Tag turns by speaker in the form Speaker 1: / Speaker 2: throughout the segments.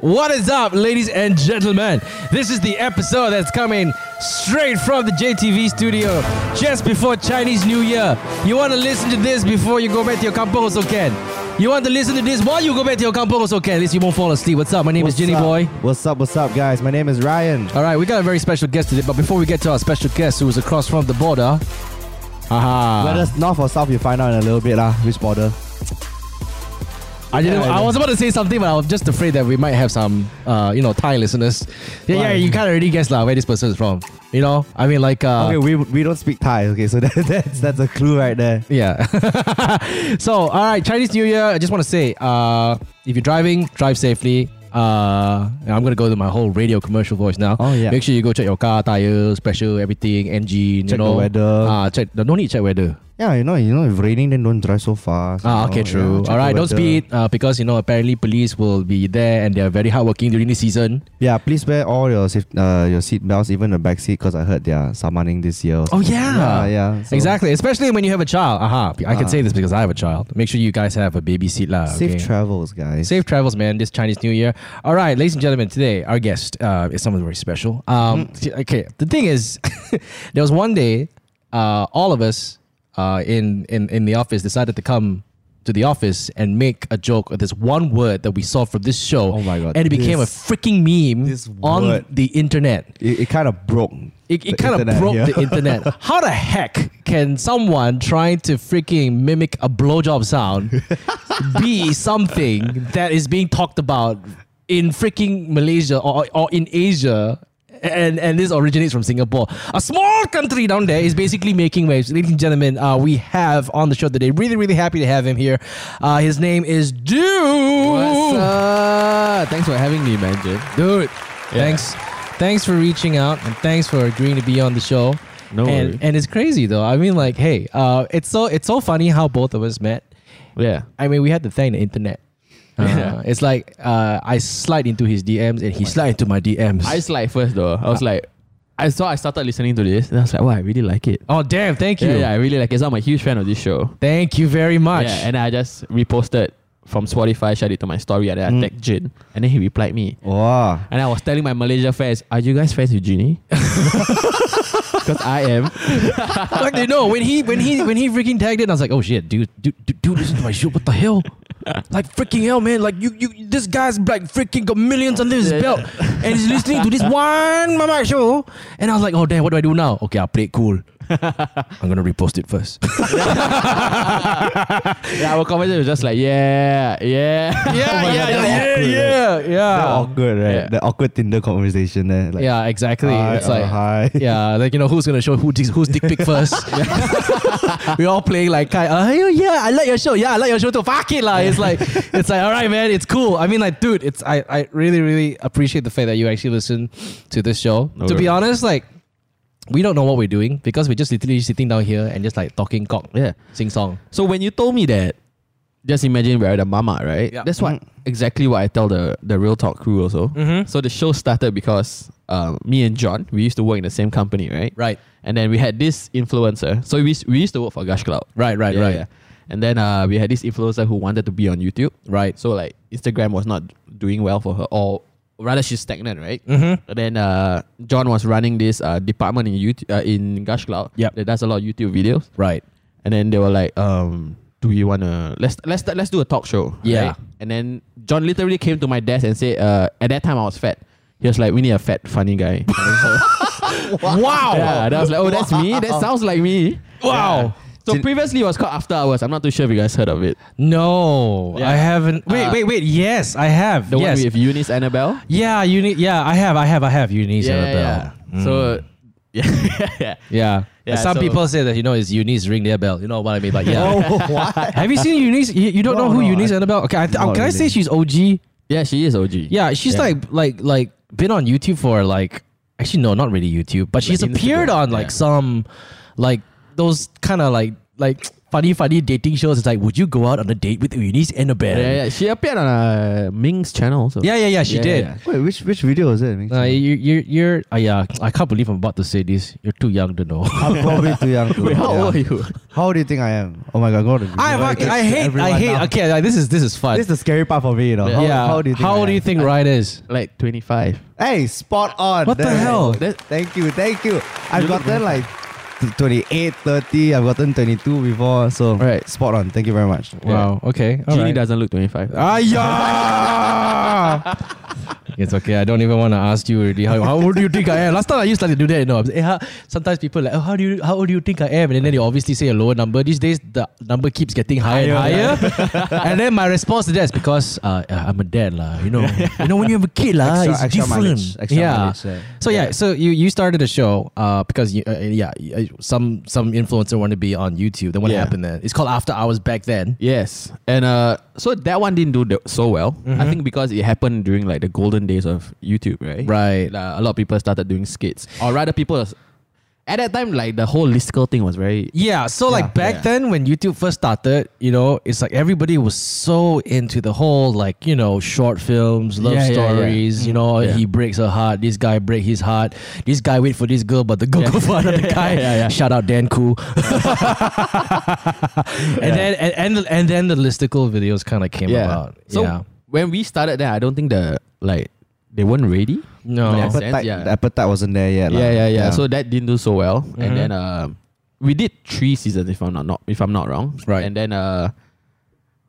Speaker 1: What is up, ladies and gentlemen? This is the episode that's coming straight from the JTV studio just before Chinese New Year. You want to listen to this before you go back to your kampong also can. You want to listen to this while you go back to your kampong also can. At least you won't fall asleep. What's up? My name is Ginny
Speaker 2: up?
Speaker 1: Boy.
Speaker 2: What's up? What's up, guys? My name is Ryan.
Speaker 1: All right, we got a very special guest today. But before we get to our special guest who is across from the border, aha,
Speaker 2: Whether it's north or south, you find out in a little bit lah. Which border?
Speaker 1: I didn't.
Speaker 2: Yeah, I
Speaker 1: I
Speaker 2: know.
Speaker 1: was about to say something, but I was just afraid that we might have some, uh, you know, Thai listeners. Yeah, yeah,
Speaker 2: Why?
Speaker 1: you can't already guess lah where this person is from. You know, I mean, like, uh,
Speaker 2: okay, we, we don't speak Thai. Okay, so that, that's that's a clue right there.
Speaker 1: yeah. so, all right, Chinese New Year. I just want to say, uh, if you're driving, drive safely. Uh, and I'm gonna go to my whole radio commercial voice now.
Speaker 2: Oh, yeah.
Speaker 1: Make sure you go check your car tires, pressure, everything, engine. you
Speaker 2: Check the
Speaker 1: know,
Speaker 2: weather.
Speaker 1: Ah, check. No need to check weather.
Speaker 2: Yeah, you know, you know, if raining, then don't drive so fast. you
Speaker 1: Ah,
Speaker 2: know,
Speaker 1: okay,
Speaker 2: Oh, yeah,
Speaker 1: true.
Speaker 2: check the
Speaker 1: All right, don't
Speaker 2: weather.
Speaker 1: speed uh, because you know apparently police will be there and they are very hardworking during the season.
Speaker 2: Yeah, please wear all your saf- uh, your seat belts, even the back seat, because I heard they are summoning this year. or
Speaker 1: Oh
Speaker 2: something.
Speaker 1: yeah,
Speaker 2: yeah, yeah. so
Speaker 1: exactly. Especially when you have a child. Aha, I can
Speaker 2: Ah.
Speaker 1: say this because I have a child. Make sure you guys have a baby seat lah.
Speaker 2: Safe
Speaker 1: okay?
Speaker 2: travels, guys.
Speaker 1: Safe travels, man. This Chinese New Year. All right, ladies and gentlemen. Today, our guest uh, is someone very special. Um,
Speaker 2: Mm.
Speaker 1: th- Okay, the thing is, there was one day, uh, all of us uh, in in in the office decided to come to the office and make a joke of this one word that we saw from this show.
Speaker 2: Oh my God,
Speaker 1: And it became
Speaker 2: this-
Speaker 1: a freaking meme
Speaker 2: this
Speaker 1: on
Speaker 2: word.
Speaker 1: the internet.
Speaker 2: It, it kind of broke.
Speaker 1: It,
Speaker 2: the
Speaker 1: it kind of
Speaker 2: internet
Speaker 1: broke
Speaker 2: here.
Speaker 1: the internet. How the heck can someone trying to freaking mimic a blowjob sound be something that is being talked about in freaking Malaysia or, or in Asia? And, and this originates from Singapore. A small country down there is basically making waves. Ladies and gentlemen, uh, we have on the show today, really, really happy to have him here. Uh, his name is Dude.
Speaker 3: Thanks for having me, man, Jim.
Speaker 1: Dude, thanks, thanks for reaching out and thanks for agreeing to be on the show.
Speaker 3: No
Speaker 1: and,
Speaker 3: worry.
Speaker 1: and it's crazy though. I mean, like, hey, uh, it's so it's so funny how both of us met.
Speaker 3: Yeah.
Speaker 1: I mean, we had to thank the internet. Uh,
Speaker 3: Yeah.
Speaker 1: It's like uh, I slide into his DMs and he slide into my DMs.
Speaker 3: Oh I slide first though. I was like, I saw I started listening to this, and I was like, wow, I really like it.
Speaker 1: oh damn! Thank you,
Speaker 3: Yeah, yeah, I really like it. So I'm a huge fan of this show.
Speaker 1: thank you very much.
Speaker 3: Yeah, and I just reposted from Spotify, shared it to my story, and then I tagged Jin, and then he replied me.
Speaker 2: Wow.
Speaker 3: And I was telling my Malaysia fans, are you guys friends with Ginny? Because I am.
Speaker 1: Like, you know, when he when he when he freaking tagged it, I was like, oh shit, dude, dude, dude, dude listen to my shit. What the hell? Like freaking hell, man! Like you, you, this guy's like freaking got millions under his
Speaker 3: Yeah,
Speaker 1: belt, and he's listening to this one mama show. And I was like, oh damn, what do I do now? Okay, I'll play it cool. I'm gonna repost it first.
Speaker 3: Yeah, our conversation was just like, yeah, yeah.
Speaker 1: yeah, yeah, Oh yeah, yeah, Ah.
Speaker 2: awkward, That
Speaker 1: yeah,
Speaker 2: awkward, right?
Speaker 3: Yeah.
Speaker 2: The awkward Tinder conversation there. Like,
Speaker 1: yeah. Exactly.
Speaker 2: Hi,
Speaker 1: it's
Speaker 2: oh,
Speaker 1: like.
Speaker 2: hi.
Speaker 1: Yeah, like you know, who's gonna show who dick, who's dick pic first? we all playing like, kind uh, yeah, yeah, I like your show. Yeah, I like your show too. Fuck it, lah. It's like, it's like, all right, man, it's cool. I mean, like, dude, it's I, I really, really appreciate the fact that you actually listen to this show.
Speaker 3: No
Speaker 1: to be honest,
Speaker 3: worries.
Speaker 1: like, we don't know what we're doing because we're just literally sitting down here and just like talking cock,
Speaker 3: yeah.
Speaker 1: sing song.
Speaker 3: So when you told me that, just imagine we're the mama, right?
Speaker 1: Yeah.
Speaker 3: That's what exactly what I tell the the real talk crew also.
Speaker 1: Mm-hmm.
Speaker 3: So the show started because um, me and John we used to work in the same company, right?
Speaker 1: Right,
Speaker 3: And then we had this influencer. So we, we used to work for Gush Cloud.
Speaker 1: right, right,
Speaker 3: Yeah,
Speaker 1: right,
Speaker 3: yeah. And then uh, we had this influencer who wanted to be on YouTube.
Speaker 1: right.
Speaker 3: So like Instagram was not doing well for her, or rather she's stagnant, right?
Speaker 1: Mm-hmm.
Speaker 3: And then uh, John was running this uh, department in YouTube uh, in Gush Cloud
Speaker 1: Yep.
Speaker 3: that does a lot of YouTube videos.
Speaker 1: Right.
Speaker 3: And then they were like, um, do you wanna let's let's let's do a talk show.
Speaker 1: Yeah.
Speaker 3: And then John literally came to my desk and said, uh, at that time I was fat. He was like, we need a fat funny guy.
Speaker 1: Wow.
Speaker 3: yeah. And I was like, oh, that's me. That sounds like me.
Speaker 1: Wow.
Speaker 3: Yeah. So
Speaker 2: Did-
Speaker 3: previously it was called After Hours. I'm not too sure if you guys heard of it.
Speaker 1: No,
Speaker 3: Yeah.
Speaker 1: I haven't. Wait,
Speaker 3: Uh,
Speaker 1: wait, wait. Yes, I have.
Speaker 3: The
Speaker 1: yes.
Speaker 3: one with Eunice Annabelle.
Speaker 1: Yeah, you need. Yeah, I have. I have. I have. Eunice Mm. Arabelle.
Speaker 3: yeah. So yeah.
Speaker 1: Yeah.
Speaker 3: Yeah,
Speaker 1: Some
Speaker 3: so-
Speaker 1: people say that you know it's Eunice ring their bell. You know what I mean? Like yeah.
Speaker 2: Oh, what?
Speaker 1: have you seen Eunice? You, you don't
Speaker 2: No,
Speaker 1: know who
Speaker 2: no,
Speaker 1: Eunice
Speaker 2: I-
Speaker 1: Annabelle? Okay, I th- can
Speaker 2: Not
Speaker 1: I
Speaker 2: really.
Speaker 1: say she's OG?
Speaker 3: Yeah, she is OG.
Speaker 1: Yeah, she's
Speaker 3: Yeah.
Speaker 1: like like like been on YouTube for like actually no, not really YouTube, but she's
Speaker 3: Like Instagram,
Speaker 1: appeared on like
Speaker 3: yeah.
Speaker 1: some like those kind of like like funny, funny dating shows. It's like, would you go out on a date with Eunice Annabelle?
Speaker 3: Yeah, yeah. She appeared on uh, Ming's channel also.
Speaker 1: yeah, yeah, yeah, she
Speaker 3: Yeah,
Speaker 1: did.
Speaker 3: yeah.
Speaker 2: Wait, which which video was it? Ming
Speaker 1: Uh,
Speaker 2: Chen?
Speaker 1: you, you, you're, uh, yeah, I can't believe I'm about to say this. You're too young to know.
Speaker 2: I'm probably too young. To
Speaker 3: Wait, how
Speaker 2: yeah.
Speaker 3: old are you?
Speaker 2: How old do you think I am? Oh my god, go on. Google.
Speaker 1: I,
Speaker 2: Like,
Speaker 1: I, I
Speaker 2: it's
Speaker 1: hate, I
Speaker 2: everyone
Speaker 1: hate.
Speaker 2: now.
Speaker 1: Okay, like, this is this is fun.
Speaker 2: This is the scary part for me, you know. How,
Speaker 1: yeah.
Speaker 2: how do you think? I am?
Speaker 1: think Ryan is?
Speaker 3: Like 25.
Speaker 2: Hey, spot on.
Speaker 1: What the
Speaker 2: There.
Speaker 1: hell?
Speaker 2: That- thank you, thank you. I've
Speaker 3: You look
Speaker 2: gotten like t- 28, 30. I've gotten 22 before. So
Speaker 3: Right.
Speaker 2: spot on. Thank you very much.
Speaker 1: Wow. Okay.
Speaker 3: Jeannie doesn't look 25. Oh.
Speaker 1: It's okay. I don't even want to ask you already. How, how old do you think I am? Last time I used to, do that. You know, Eh, how- sometimes people like, oh, how do you, how old do you think I am? And then they obviously say a lower number. These days, the number keeps getting higher and higher. and then my response to that is because uh, uh, I'm a dad, lah. You know, you know when you have a kid, lah,
Speaker 2: Extra-
Speaker 1: it's
Speaker 2: extra
Speaker 1: different.
Speaker 2: mileage, extra
Speaker 1: yeah.
Speaker 2: mileage, yeah.
Speaker 1: So yeah, so you you started a show uh, because you, uh, yeah, you- uh, some some influencer wanted to be on YouTube. Then what
Speaker 3: Yeah.
Speaker 1: happened then? It's called After Hours back then.
Speaker 3: Yes, and uh, so that one didn't do the, so well. I
Speaker 1: Mm-hmm.
Speaker 3: think because it happened during like the golden days of YouTube, right?
Speaker 1: Right.
Speaker 3: Like, a lot of people started doing skits, or rather, people was- at that time like the whole listicle thing was very
Speaker 1: Yeah, so like back
Speaker 3: Yeah.
Speaker 1: then when YouTube first started, you know, it's like everybody was so into the whole like, you know, short films, love
Speaker 3: Yeah, yeah, yeah.
Speaker 1: stories, you know,
Speaker 3: Yeah.
Speaker 1: he breaks her heart, this guy break his heart, this guy wait for this girl, but the girl go for another guy.
Speaker 3: yeah, yeah.
Speaker 1: Shout out Dan Koo. and then and, and and then the listicle videos kind of came about.
Speaker 3: So
Speaker 1: yeah.
Speaker 3: when we started that, I don't think the like they weren't ready.
Speaker 1: No.
Speaker 2: The
Speaker 3: Yeah.
Speaker 2: appetite,
Speaker 3: sense, yeah.
Speaker 2: the appetite wasn't there yet. lah.
Speaker 3: yeah, yeah, yeah, So that didn't do so well,
Speaker 1: Mhm.
Speaker 3: and then um, we did three seasons if I'm not, not if I'm not wrong.
Speaker 1: Right.
Speaker 3: And then uh,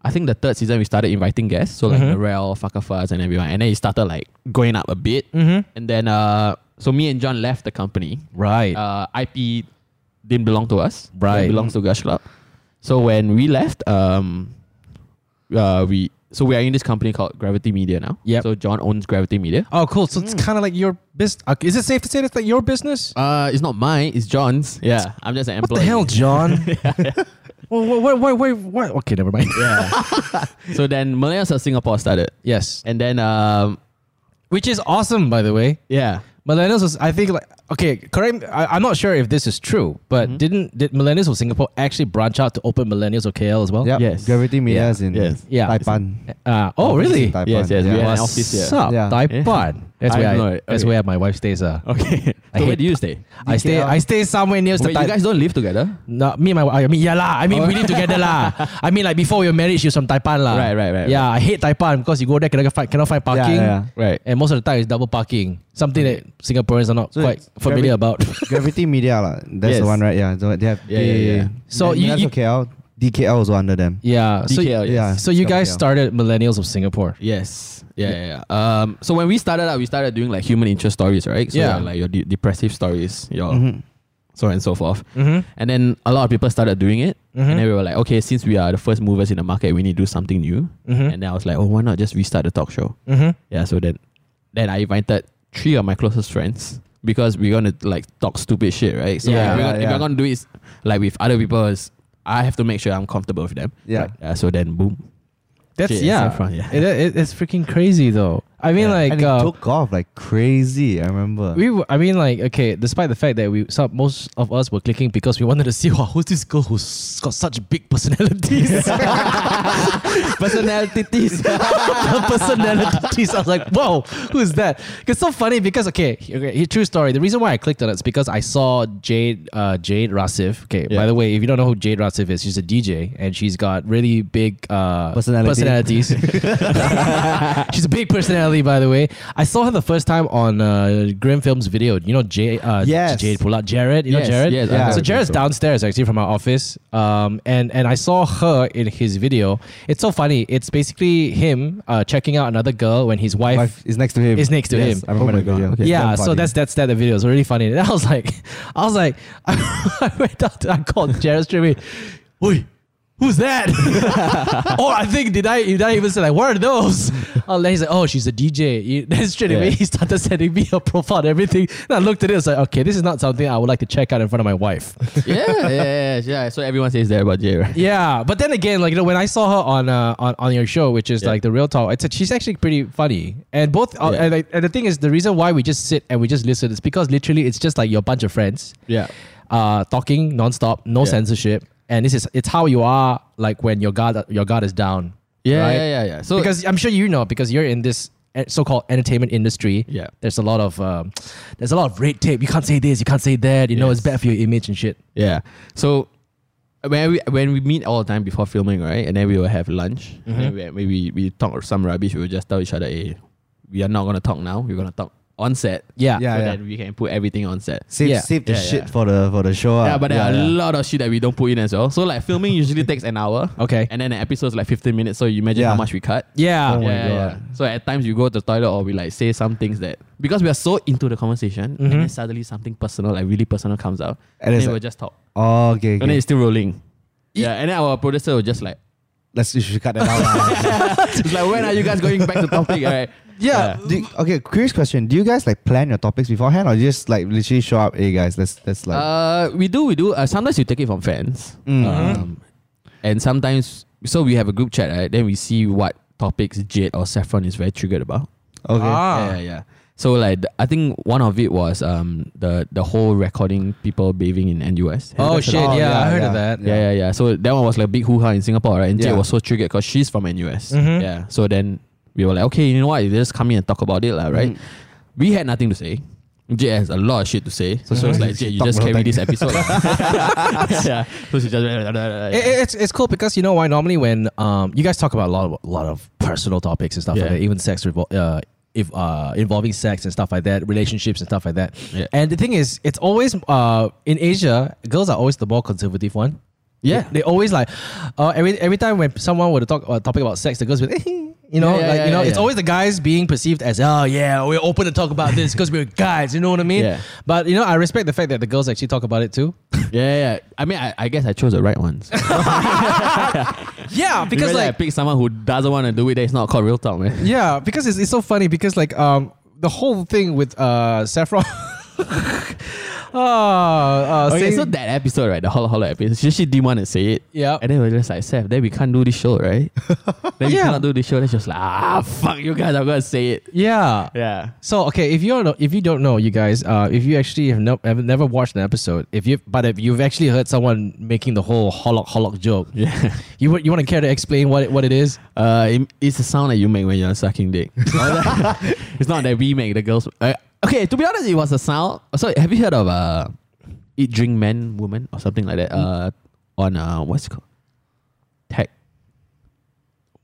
Speaker 3: I think the third season we started inviting guests, so like
Speaker 1: Mhm.
Speaker 3: Narelle, Fakafaz, and everyone, and then it started like going up a bit,
Speaker 1: Mhm.
Speaker 3: and then uh, so me and John left the company.
Speaker 1: Right.
Speaker 3: Uh, IP didn't belong to us.
Speaker 1: Right.
Speaker 3: It belongs to Gush Club. So when we left, um, uh, we so we are in this company called Gravity Media now.
Speaker 1: Yep.
Speaker 3: So John owns Gravity Media.
Speaker 1: oh cool. So
Speaker 3: Mm.
Speaker 1: it's kind of like your business. Is it safe to say that's like your business?
Speaker 3: Uh, it's not mine. It's John's. Yeah, I'm just an
Speaker 1: What
Speaker 3: employee.
Speaker 1: the hell, John? Well, why, why, why, why? Okay, never mind.
Speaker 3: Yeah. so then Malayas of Singapore started,
Speaker 1: Yes,
Speaker 3: and then um,
Speaker 1: which is awesome, by the way.
Speaker 3: yeah,
Speaker 1: Millennials was, I think, like, okay, correct. I, I'm not sure if this is true, but
Speaker 3: Mm-hmm.
Speaker 1: didn't did Millennials of Singapore actually branch out to Open Millennials of KL as well?
Speaker 2: Yep.
Speaker 3: Yes.
Speaker 2: Gravity Media
Speaker 3: Yeah,
Speaker 2: is in
Speaker 3: yes.
Speaker 1: Yeah.
Speaker 2: Taipan.
Speaker 1: Uh, oh, really?
Speaker 2: Taipan.
Speaker 3: yes, yes,
Speaker 2: yeah.
Speaker 3: we had an
Speaker 1: What's
Speaker 3: office here.
Speaker 1: up,
Speaker 2: Yeah.
Speaker 1: Taipan? That's
Speaker 3: I
Speaker 1: where I,
Speaker 3: know it.
Speaker 1: that's
Speaker 3: Okay.
Speaker 1: where my wife stays. Uh.
Speaker 3: Okay.
Speaker 1: I
Speaker 3: so where
Speaker 1: hate
Speaker 3: do you stay?
Speaker 1: I stay I stay somewhere near the
Speaker 3: Wait, you guys don't live together.
Speaker 1: No, me and my wife. I mean, yeah lah. I mean, we live together lah. I mean, like before we were married, she was from Taipan lah.
Speaker 3: Right, right, right,
Speaker 1: Yeah, I hate Taipan because you go there cannot find, cannot find parking.
Speaker 2: yeah.
Speaker 3: Right.
Speaker 1: And most of the time, it's double parking. Something that Singaporeans are not
Speaker 2: So
Speaker 1: quite
Speaker 2: it's
Speaker 1: familiar
Speaker 2: very-
Speaker 1: about.
Speaker 2: Gravity Media, lah. That's
Speaker 3: Yes.
Speaker 2: the one, right? Yeah. So they have.
Speaker 3: Yeah, yeah, yeah.
Speaker 1: So you-
Speaker 2: Millennials
Speaker 1: you-
Speaker 2: of KL, DKL was under them.
Speaker 1: yeah. So,
Speaker 3: DKL, yes.
Speaker 2: Yeah.
Speaker 1: so you guys
Speaker 2: DKL.
Speaker 1: started Millennials of Singapore.
Speaker 3: Yes. Yeah, yeah, yeah. Um, so when we started out, we started doing like human interest stories, right? So
Speaker 1: Yeah.
Speaker 3: Like your de- depressive stories, your
Speaker 2: Mhm.
Speaker 3: so on and so forth.
Speaker 1: Mm-hmm.
Speaker 3: And then a lot of people started doing it.
Speaker 1: Mhm.
Speaker 3: And then we were like, okay, since we are the first movers in the market, we need to do something new.
Speaker 1: Mhm.
Speaker 3: And then I was like, oh, why not just restart the talk show?
Speaker 1: Mm-hmm.
Speaker 3: Yeah. So then, then I invited three of my closest friends because we're gonna like talk stupid shit, right? So
Speaker 1: Yeah.
Speaker 3: if, we're gonna,
Speaker 2: Yeah,
Speaker 3: if
Speaker 2: yeah.
Speaker 3: we're gonna do it like with other people, it's- I have to make sure I'm comfortable with them.
Speaker 2: Yeah.
Speaker 3: Right? Yeah. So then, boom.
Speaker 1: That's
Speaker 3: Shit,
Speaker 1: yeah.
Speaker 3: it's Saffron, yeah.
Speaker 1: It- it- it's freaking crazy though. I mean,
Speaker 3: Yeah.
Speaker 1: like
Speaker 2: and it
Speaker 1: uh,
Speaker 2: took off like crazy. I remember.
Speaker 1: We, were, I mean, like, okay, despite the fact that we, some, most of us were clicking because we wanted to see, wow, who's this girl who's got such big personalities? personalities. personalities. I was like, whoa, who's that? It's so funny because, okay, okay, here- true story. The reason why I clicked on it is because I saw Jade, uh, Jade Rasif. Okay, by
Speaker 3: Yeah.
Speaker 1: the way, if you don't know who Jade Rasif is, she's a DJ and she's got really big uh,
Speaker 2: Personality.
Speaker 1: personalities. She's a big personality, by the way. I saw her the first time on uh, Grim Films video. You know, Jade, uh,
Speaker 2: Yes.
Speaker 1: Jade Pulat, Jared. You know,
Speaker 3: Yes,
Speaker 1: Jared.
Speaker 3: yes,
Speaker 2: I Yeah. heard
Speaker 1: So Jared's
Speaker 3: so.
Speaker 1: downstairs actually from our office, um, and and I saw her in his video. It's so funny. It's basically him uh, checking out another girl when his wife.
Speaker 2: Wife is next to him.
Speaker 1: is next to
Speaker 2: Yes,
Speaker 1: him.
Speaker 2: I remember
Speaker 3: Oh my
Speaker 2: the
Speaker 3: God.
Speaker 2: video.
Speaker 3: Okay.
Speaker 1: yeah,
Speaker 2: Damn
Speaker 1: so
Speaker 2: funny.
Speaker 1: that's that's that. The video It's really funny. And I was like, I was like, I went out. To, I called Jared straight away. Oi, who's that? or I think did I did I even say like what are those? And then he's like, oh, she's a DJ. He- Then straight away
Speaker 3: Yeah.
Speaker 1: he started sending me her profile and everything. And I looked at it. I was like, okay, this is not something I would like to check out in front of my wife.
Speaker 3: yeah, yeah, yeah, yeah. So everyone says that about Jay, right?
Speaker 1: yeah, but then again, like you know, when I saw her on uh, on, on your show, which is
Speaker 3: Yeah.
Speaker 1: like the real talk, it's she's actually pretty funny. And both uh,
Speaker 3: Yeah.
Speaker 1: and, like, and the thing is, the reason why we just sit and we just listen is because literally it's just like your bunch of friends
Speaker 3: Yeah.
Speaker 1: uh, talking nonstop, no
Speaker 3: Yeah.
Speaker 1: censorship. and this is it's how you are like when your guard your guard is down.
Speaker 3: Yeah,
Speaker 1: right?
Speaker 3: yeah, yeah, yeah. So
Speaker 1: because I'm sure you know because you're in this en- so-called entertainment industry.
Speaker 3: Yeah.
Speaker 1: there's a lot of um, there's a lot of red tape. You can't say this. You can't say that. You know, it's
Speaker 3: Yes.
Speaker 1: bad for your image and shit.
Speaker 3: Yeah. So when we when we meet all the time before filming, right? And then we will have lunch. And then we, maybe we talk some rubbish. We will just tell each other, "Hey, we are not gonna talk now. We're gonna talk on set."
Speaker 1: Yeah,
Speaker 2: Yeah,
Speaker 3: so
Speaker 2: yeah.
Speaker 3: that we can put everything on set.
Speaker 2: Save
Speaker 1: Yeah.
Speaker 2: save the
Speaker 3: Yeah,
Speaker 2: shit
Speaker 3: yeah.
Speaker 2: for the for the show. ah.
Speaker 3: yeah, but there are a
Speaker 2: yeah.
Speaker 3: lot of shit that we don't put in as well. So like filming usually takes an hour.
Speaker 1: Okay.
Speaker 3: And then the episode's like 15 minutes. So you imagine
Speaker 2: Yeah.
Speaker 3: how much we cut.
Speaker 1: Yeah.
Speaker 2: Oh my
Speaker 3: yeah, yeah. So at times you go to the toilet or we like say some things that because we are so into the conversation and then suddenly something personal, like really personal comes out.
Speaker 2: Mm-hmm. And
Speaker 3: And,
Speaker 2: it's
Speaker 3: then
Speaker 2: like-
Speaker 3: we'll just talk.
Speaker 2: Oh, okay.
Speaker 3: And
Speaker 2: okay.
Speaker 3: then it's still rolling. Yeah, and then our producer was just like,
Speaker 2: Let's you should cut that out. ah.
Speaker 3: it's like, when are you guys going back to topic? All right.
Speaker 2: Yeah. Do you- okay, curious question. Do you guys like plan your topics beforehand or you just like literally show up, hey guys, let's let's like Mm,
Speaker 3: Uh, we do, we do. Uh, sometimes you take it from fans.
Speaker 1: Uh,
Speaker 3: Um, and sometimes, so we have a group chat, right? Then we see what topics Jade or Saffron is very triggered about.
Speaker 2: okay.
Speaker 1: Ah.
Speaker 3: Yeah, yeah, yeah. So like, th- I think one of it was um the the whole recording people bathing in NUS. Have you
Speaker 1: Oh
Speaker 3: guys
Speaker 1: shit!
Speaker 3: heard of-
Speaker 1: Yeah,
Speaker 2: Oh,
Speaker 1: I
Speaker 2: yeah,
Speaker 1: heard of
Speaker 2: yeah.
Speaker 1: that.
Speaker 3: Yeah, yeah, yeah. So that one was like a big hoo ha in Singapore, right? And Jade
Speaker 2: Yeah.
Speaker 3: was so triggered because she's from NUS.
Speaker 1: Mhm.
Speaker 3: Yeah. So then we were like, okay, you know what? You just come in and talk about it, lah, right? We had nothing to say. Jade has a lot of shit to say. So she was like, Jade, you
Speaker 2: Talk
Speaker 3: just
Speaker 2: about
Speaker 3: carry
Speaker 2: that.
Speaker 3: this episode. yeah. So she just.
Speaker 1: It- it- it's it's cool because you know why normally when um you guys talk about a lot of a lot of personal topics and stuff like
Speaker 3: Yeah.
Speaker 1: that, even sex revol- uh if uh involving sex and stuff like that, relationships and stuff like that.
Speaker 3: Yeah.
Speaker 1: And the thing is, it's always uh in Asia, girls are always the more conservative one.
Speaker 3: Yeah.
Speaker 1: they, they always like uh, every every time when someone would talk a topic about sex, the girls would. You know,
Speaker 3: Yeah, yeah,
Speaker 1: like you
Speaker 3: yeah,
Speaker 1: know,
Speaker 3: yeah,
Speaker 1: it's
Speaker 3: yeah.
Speaker 1: always the guys being perceived as, oh yeah, we're open to talk about this because we're guys. You know what I mean?
Speaker 3: Yeah.
Speaker 1: But you know, I respect the fact that the girls actually talk about it too.
Speaker 3: Yeah, yeah. I mean, I, I guess I chose the right ones.
Speaker 1: yeah, because
Speaker 3: Because
Speaker 1: like
Speaker 3: I picked someone who doesn't want to do it, then it's not called real talk, man.
Speaker 1: Yeah, because it's, it's so funny because like um the whole thing with uh Saffron. uh, uh,
Speaker 3: Okay,
Speaker 1: saying-
Speaker 3: so that episode, right? The holla holla episode. She, she didn't want to say it.
Speaker 1: Yeah.
Speaker 3: And then we are just like, Seth, then we can't do this show, right? then we
Speaker 1: Yeah.
Speaker 3: cannot do this show. Then she was like, ah, fuck you guys, I'm gonna say it.
Speaker 1: yeah.
Speaker 3: Yeah.
Speaker 1: So okay, if you don't if you don't know, you guys, uh, if you actually have, no, have never watched an episode, if you but if you've actually heard someone making the whole hollock hollock joke,
Speaker 3: Yeah.
Speaker 1: you would- you want to care to explain what it, what it is?
Speaker 3: Uh, it- it's the sound that you make when you're sucking dick. it's not that we make the girls. Uh, okay, to be honest, it was a sound. So have you heard of uh, eat drink men woman or something like
Speaker 1: Mm.
Speaker 3: that? Uh, on uh, what's it called? Tech.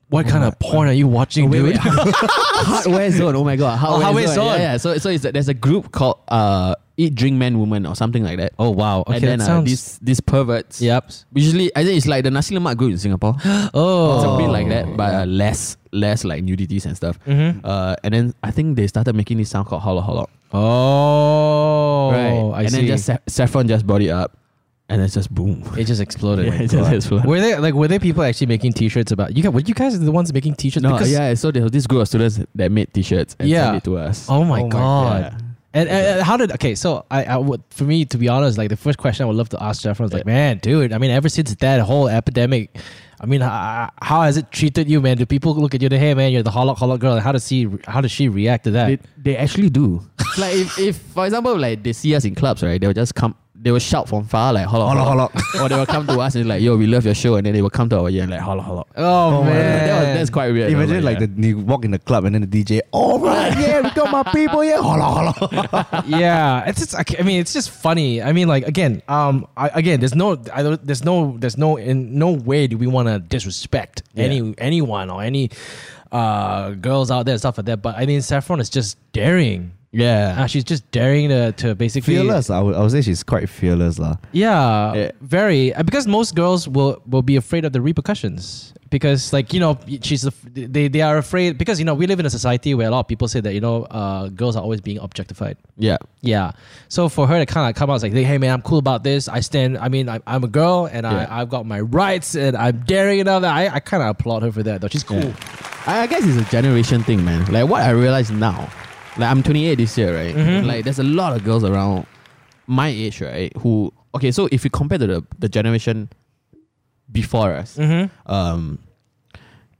Speaker 1: What kind of porn are you watching,
Speaker 3: Wait,
Speaker 1: dude?
Speaker 3: wait. Hardware Zone. Oh my god. Hardware,
Speaker 1: Hardware
Speaker 3: Zone.
Speaker 1: Zone.
Speaker 3: Yeah, yeah. So so it's, there's a group called uh Eat Drink Man Woman or something like that.
Speaker 1: oh wow. Okay,
Speaker 3: and then
Speaker 1: that
Speaker 3: uh,
Speaker 1: sounds.
Speaker 3: these these perverts.
Speaker 1: yep.
Speaker 3: Usually, I think it's like the nasi lemak group in Singapore. It's
Speaker 1: Oh.
Speaker 3: a bit like that, but uh, less less like nudities and stuff.
Speaker 1: Mm-hmm.
Speaker 3: Uh, and then I think they started making this sound called hollow hollow.
Speaker 1: Oh. I
Speaker 3: and
Speaker 1: see.
Speaker 3: then just Sa- Saffron just brought it up, and it's just boom.
Speaker 1: It just exploded.
Speaker 3: Yeah, it just exploded.
Speaker 1: Were they like were there people actually making T-shirts about you? Guys, were you guys the ones making T-shirts?
Speaker 3: No,
Speaker 1: because,
Speaker 3: yeah. So there was this group of students that made T-shirts and
Speaker 1: Yeah.
Speaker 3: sent it to us.
Speaker 1: Oh my
Speaker 2: Oh my
Speaker 1: god.
Speaker 3: God.
Speaker 1: And, and, and how did okay? So I, I would for me to be honest, like the first question I would love to ask Jeff was like, man, dude, I mean, ever since that whole epidemic, I mean, how, how has it treated you, man? Do people look at you and hey, man, you're the hollow hollow girl? And how does she how does she react to that?
Speaker 3: They, they actually do. like if, if for example like they see us in clubs, right? They will just come they will shout from far like holla
Speaker 2: Holla,
Speaker 3: holla, or they will come to us and like yo we love your show and then they will come to our ear and like holla holla.
Speaker 1: oh,
Speaker 2: my
Speaker 1: man,
Speaker 3: That was, that's quite weird.
Speaker 2: Imagine like,
Speaker 3: yeah.
Speaker 2: the, you walk in the club and then the DJ, all right, yeah, we got my people, yeah, holla, holla.
Speaker 1: yeah, it's just. I ca- I mean, it's just funny. I mean, like again, um, I, again, there's no, I, don't- there's no, there's no, in no way do we want to disrespect any anyone or any uh girls out there and stuff like that. But I mean, Saffron is just daring. Uh,
Speaker 3: yeah.
Speaker 1: she's just daring to to basically
Speaker 2: Fearless, I would, I would say she's quite fearless. lah.
Speaker 1: Yeah,
Speaker 3: Yeah.
Speaker 1: very. uh, Because most girls will will be afraid of the repercussions. Because like you know, she's the f- they they are afraid because you know we live in a society where a lot of people say that you know uh, girls are always being objectified.
Speaker 3: Yeah.
Speaker 1: Yeah. So for her to kind of come out like, hey man, I'm cool about this. I stand. I mean, I, I'm a girl and
Speaker 3: Yeah.
Speaker 1: I, I've got my rights and I'm daring enough. That I, I kind of applaud her for that though. She's cool.
Speaker 3: I, I guess it's a generation thing, man. Like what I realize now, like I'm 28 this year, right? Like there's a lot of girls around my age, right? Who okay, so if you compare to the, the generation before us, um,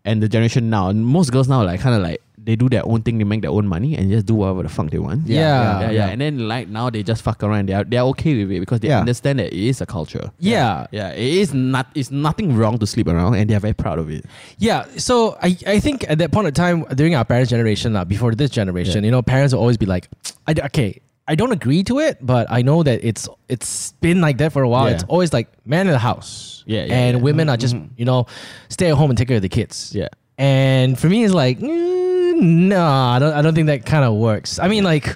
Speaker 3: and the generation now, and most girls now like kind of like they do their own thing, they make their own money, and just do whatever the fuck they want.
Speaker 1: Yeah.
Speaker 3: yeah, yeah. And then like now they just fuck around. They are they are okay with it because they
Speaker 2: Yeah.
Speaker 3: understand that it is a culture.
Speaker 1: Yeah.
Speaker 3: yeah. It is not. It's nothing wrong to sleep around, and they are very proud of it.
Speaker 1: Yeah, so I, I think at that point of time during our parents' generation, lah, before this generation,
Speaker 3: Yeah.
Speaker 1: you know, parents will always be like, I, d- okay, I don't agree to it, but I know that it's it's been like that for a while.
Speaker 3: Yeah.
Speaker 1: It's always like men in the house,
Speaker 3: Yeah, yeah,
Speaker 1: and
Speaker 3: yeah. Mm-hmm.
Speaker 1: women are just you know stay at home and take care of the kids.
Speaker 3: Yeah.
Speaker 1: and for me, it's like mm, no, I don't I don't think that kind of works. I mean, like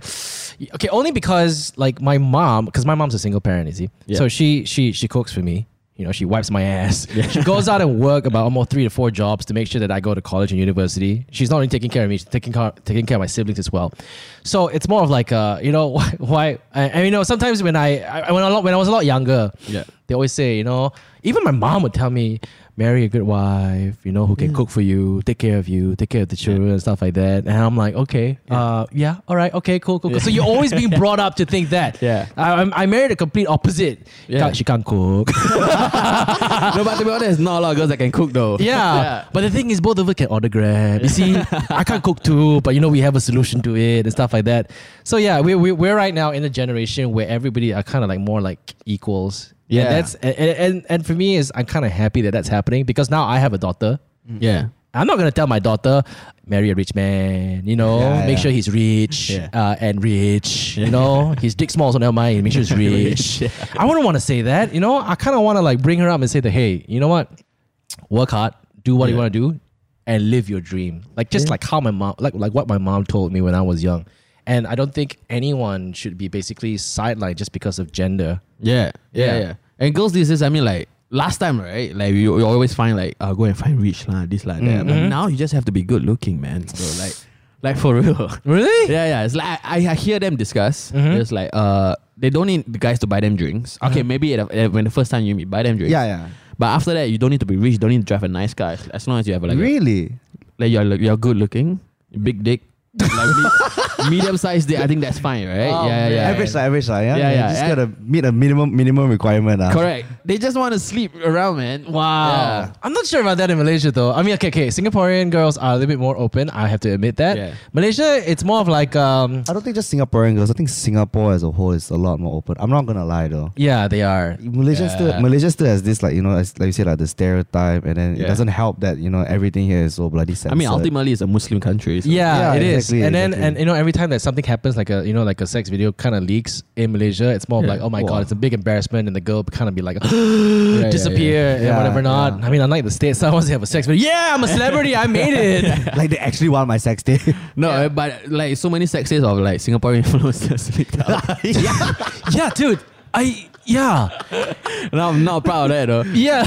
Speaker 1: okay, only because like my mom, because my mom's a single parent, you see,
Speaker 3: Yeah.
Speaker 1: so she she she cooks for me. You know, she wipes my ass. She goes out and work about almost three to four jobs to make sure that I go to college and university. She's not only taking care of me, she's taking care, taking care of my siblings as well. So it's more of like, uh, you know, why? why and, and you know, sometimes when I, I when I lot- when I was a lot younger,
Speaker 3: Yeah.
Speaker 1: they always say, you know, even my mom would tell me, marry a good wife, you know, who
Speaker 3: Mm.
Speaker 1: can cook for you, take care of you, take care of the children and stuff like that. And I'm like, okay, uh, yeah, all right, okay, cool, cool. cool. So you're always being brought up to think that.
Speaker 3: Yeah.
Speaker 1: I, I'm- I married a complete opposite.
Speaker 3: Yeah.
Speaker 1: Can't- She can't cook.
Speaker 3: no, but to be honest, there's not a lot of girls that can cook though.
Speaker 1: Yeah. But the thing is, both of us can order Grab. You see, I can't cook too, but you know, we have a solution to it and stuff like that. So yeah, we, we, we're right now in a generation where everybody are kind of like more like equals. And
Speaker 3: Yeah.
Speaker 1: that's and, and, and for me is I'm kind of happy that that's happening because now I have a daughter.
Speaker 3: Mm. yeah.
Speaker 1: I'm not gonna tell my daughter marry a rich man, you know,
Speaker 2: Yeah,
Speaker 1: make
Speaker 2: yeah.
Speaker 1: sure he's rich
Speaker 3: Yeah.
Speaker 1: uh, and rich, you know, his dick small, so never mind. Make sure he's rich. I wouldn't want to say that, you know. I kind of want to like bring her up and say that, hey, you know what, work hard, do what you
Speaker 3: Yeah.
Speaker 1: want to do, and live your dream. Like just like how my mom, like like what my mom told me when I was young. And I don't think anyone should be basically sidelined just because of gender.
Speaker 3: Yeah, yeah,
Speaker 1: Yeah.
Speaker 3: yeah. And girls these days, I mean, like last time, right? Like you, you always find like uh, go and find rich lah, this like that. But now you just have to be good looking, man. So like, like for real.
Speaker 1: Really?
Speaker 3: Yeah, yeah. It's like I, I hear them discuss. It's like uh, they don't need the guys to buy them drinks. Okay, maybe at, at- when the first time you meet, buy them drinks.
Speaker 2: Yeah, yeah.
Speaker 3: But after that, you don't need to be rich. Don't need to drive a nice car. As, as long as you have like, a-
Speaker 2: really?
Speaker 3: like you're like, you're good looking, big dick, like medium sized dick. I think that's fine, right?
Speaker 1: Oh,
Speaker 3: yeah, yeah, yeah.
Speaker 2: Average, lah, average, lah, yeah.
Speaker 3: Yeah,
Speaker 2: You
Speaker 3: yeah.
Speaker 2: Just
Speaker 3: And-
Speaker 2: gotta meet a minimum minimum requirement, lah.
Speaker 3: Correct. They just want to sleep around, man.
Speaker 1: Wow.
Speaker 3: Yeah.
Speaker 1: Um, I'm not sure about that in Malaysia though. I mean, okay, okay. Singaporean girls are a little bit more open. I have to admit that.
Speaker 3: Yeah.
Speaker 1: Malaysia, it's more of like, um,
Speaker 2: I don't think just Singaporean girls. I think Singapore as a whole is a lot more open. I'm not gonna lie though.
Speaker 1: yeah, they are.
Speaker 2: Malaysia
Speaker 3: Yeah.
Speaker 2: still Malaysia still has this like you know as, like you said like the stereotype and then
Speaker 3: Yeah.
Speaker 2: it doesn't help that you know everything here is so bloody censored.
Speaker 3: I mean, ultimately, it's a Muslim country. So
Speaker 1: Yeah,
Speaker 2: Yeah,
Speaker 1: it is.
Speaker 2: exactly,
Speaker 1: and then,
Speaker 2: exactly.
Speaker 1: and you know, every time that something happens, like a you know, like a sex video kind of leaks in Malaysia, it's more of
Speaker 3: Yeah.
Speaker 1: like, oh my
Speaker 2: Wow.
Speaker 1: god, it's a big embarrassment, and the girl kind of be like,
Speaker 3: Yeah, yeah,
Speaker 1: disappear and
Speaker 2: Yeah,
Speaker 1: whatever not.
Speaker 2: yeah.
Speaker 1: I mean, unlike the states, I want to have a sex video. Yeah, I'm a celebrity. I made it.
Speaker 2: like they actually want my sex tape.
Speaker 3: yeah. No, eh, but like so many sexes of like Singaporean influencers leaked out.
Speaker 1: yeah, dude. I yeah
Speaker 3: and I'm not proud of that though.
Speaker 1: yeah.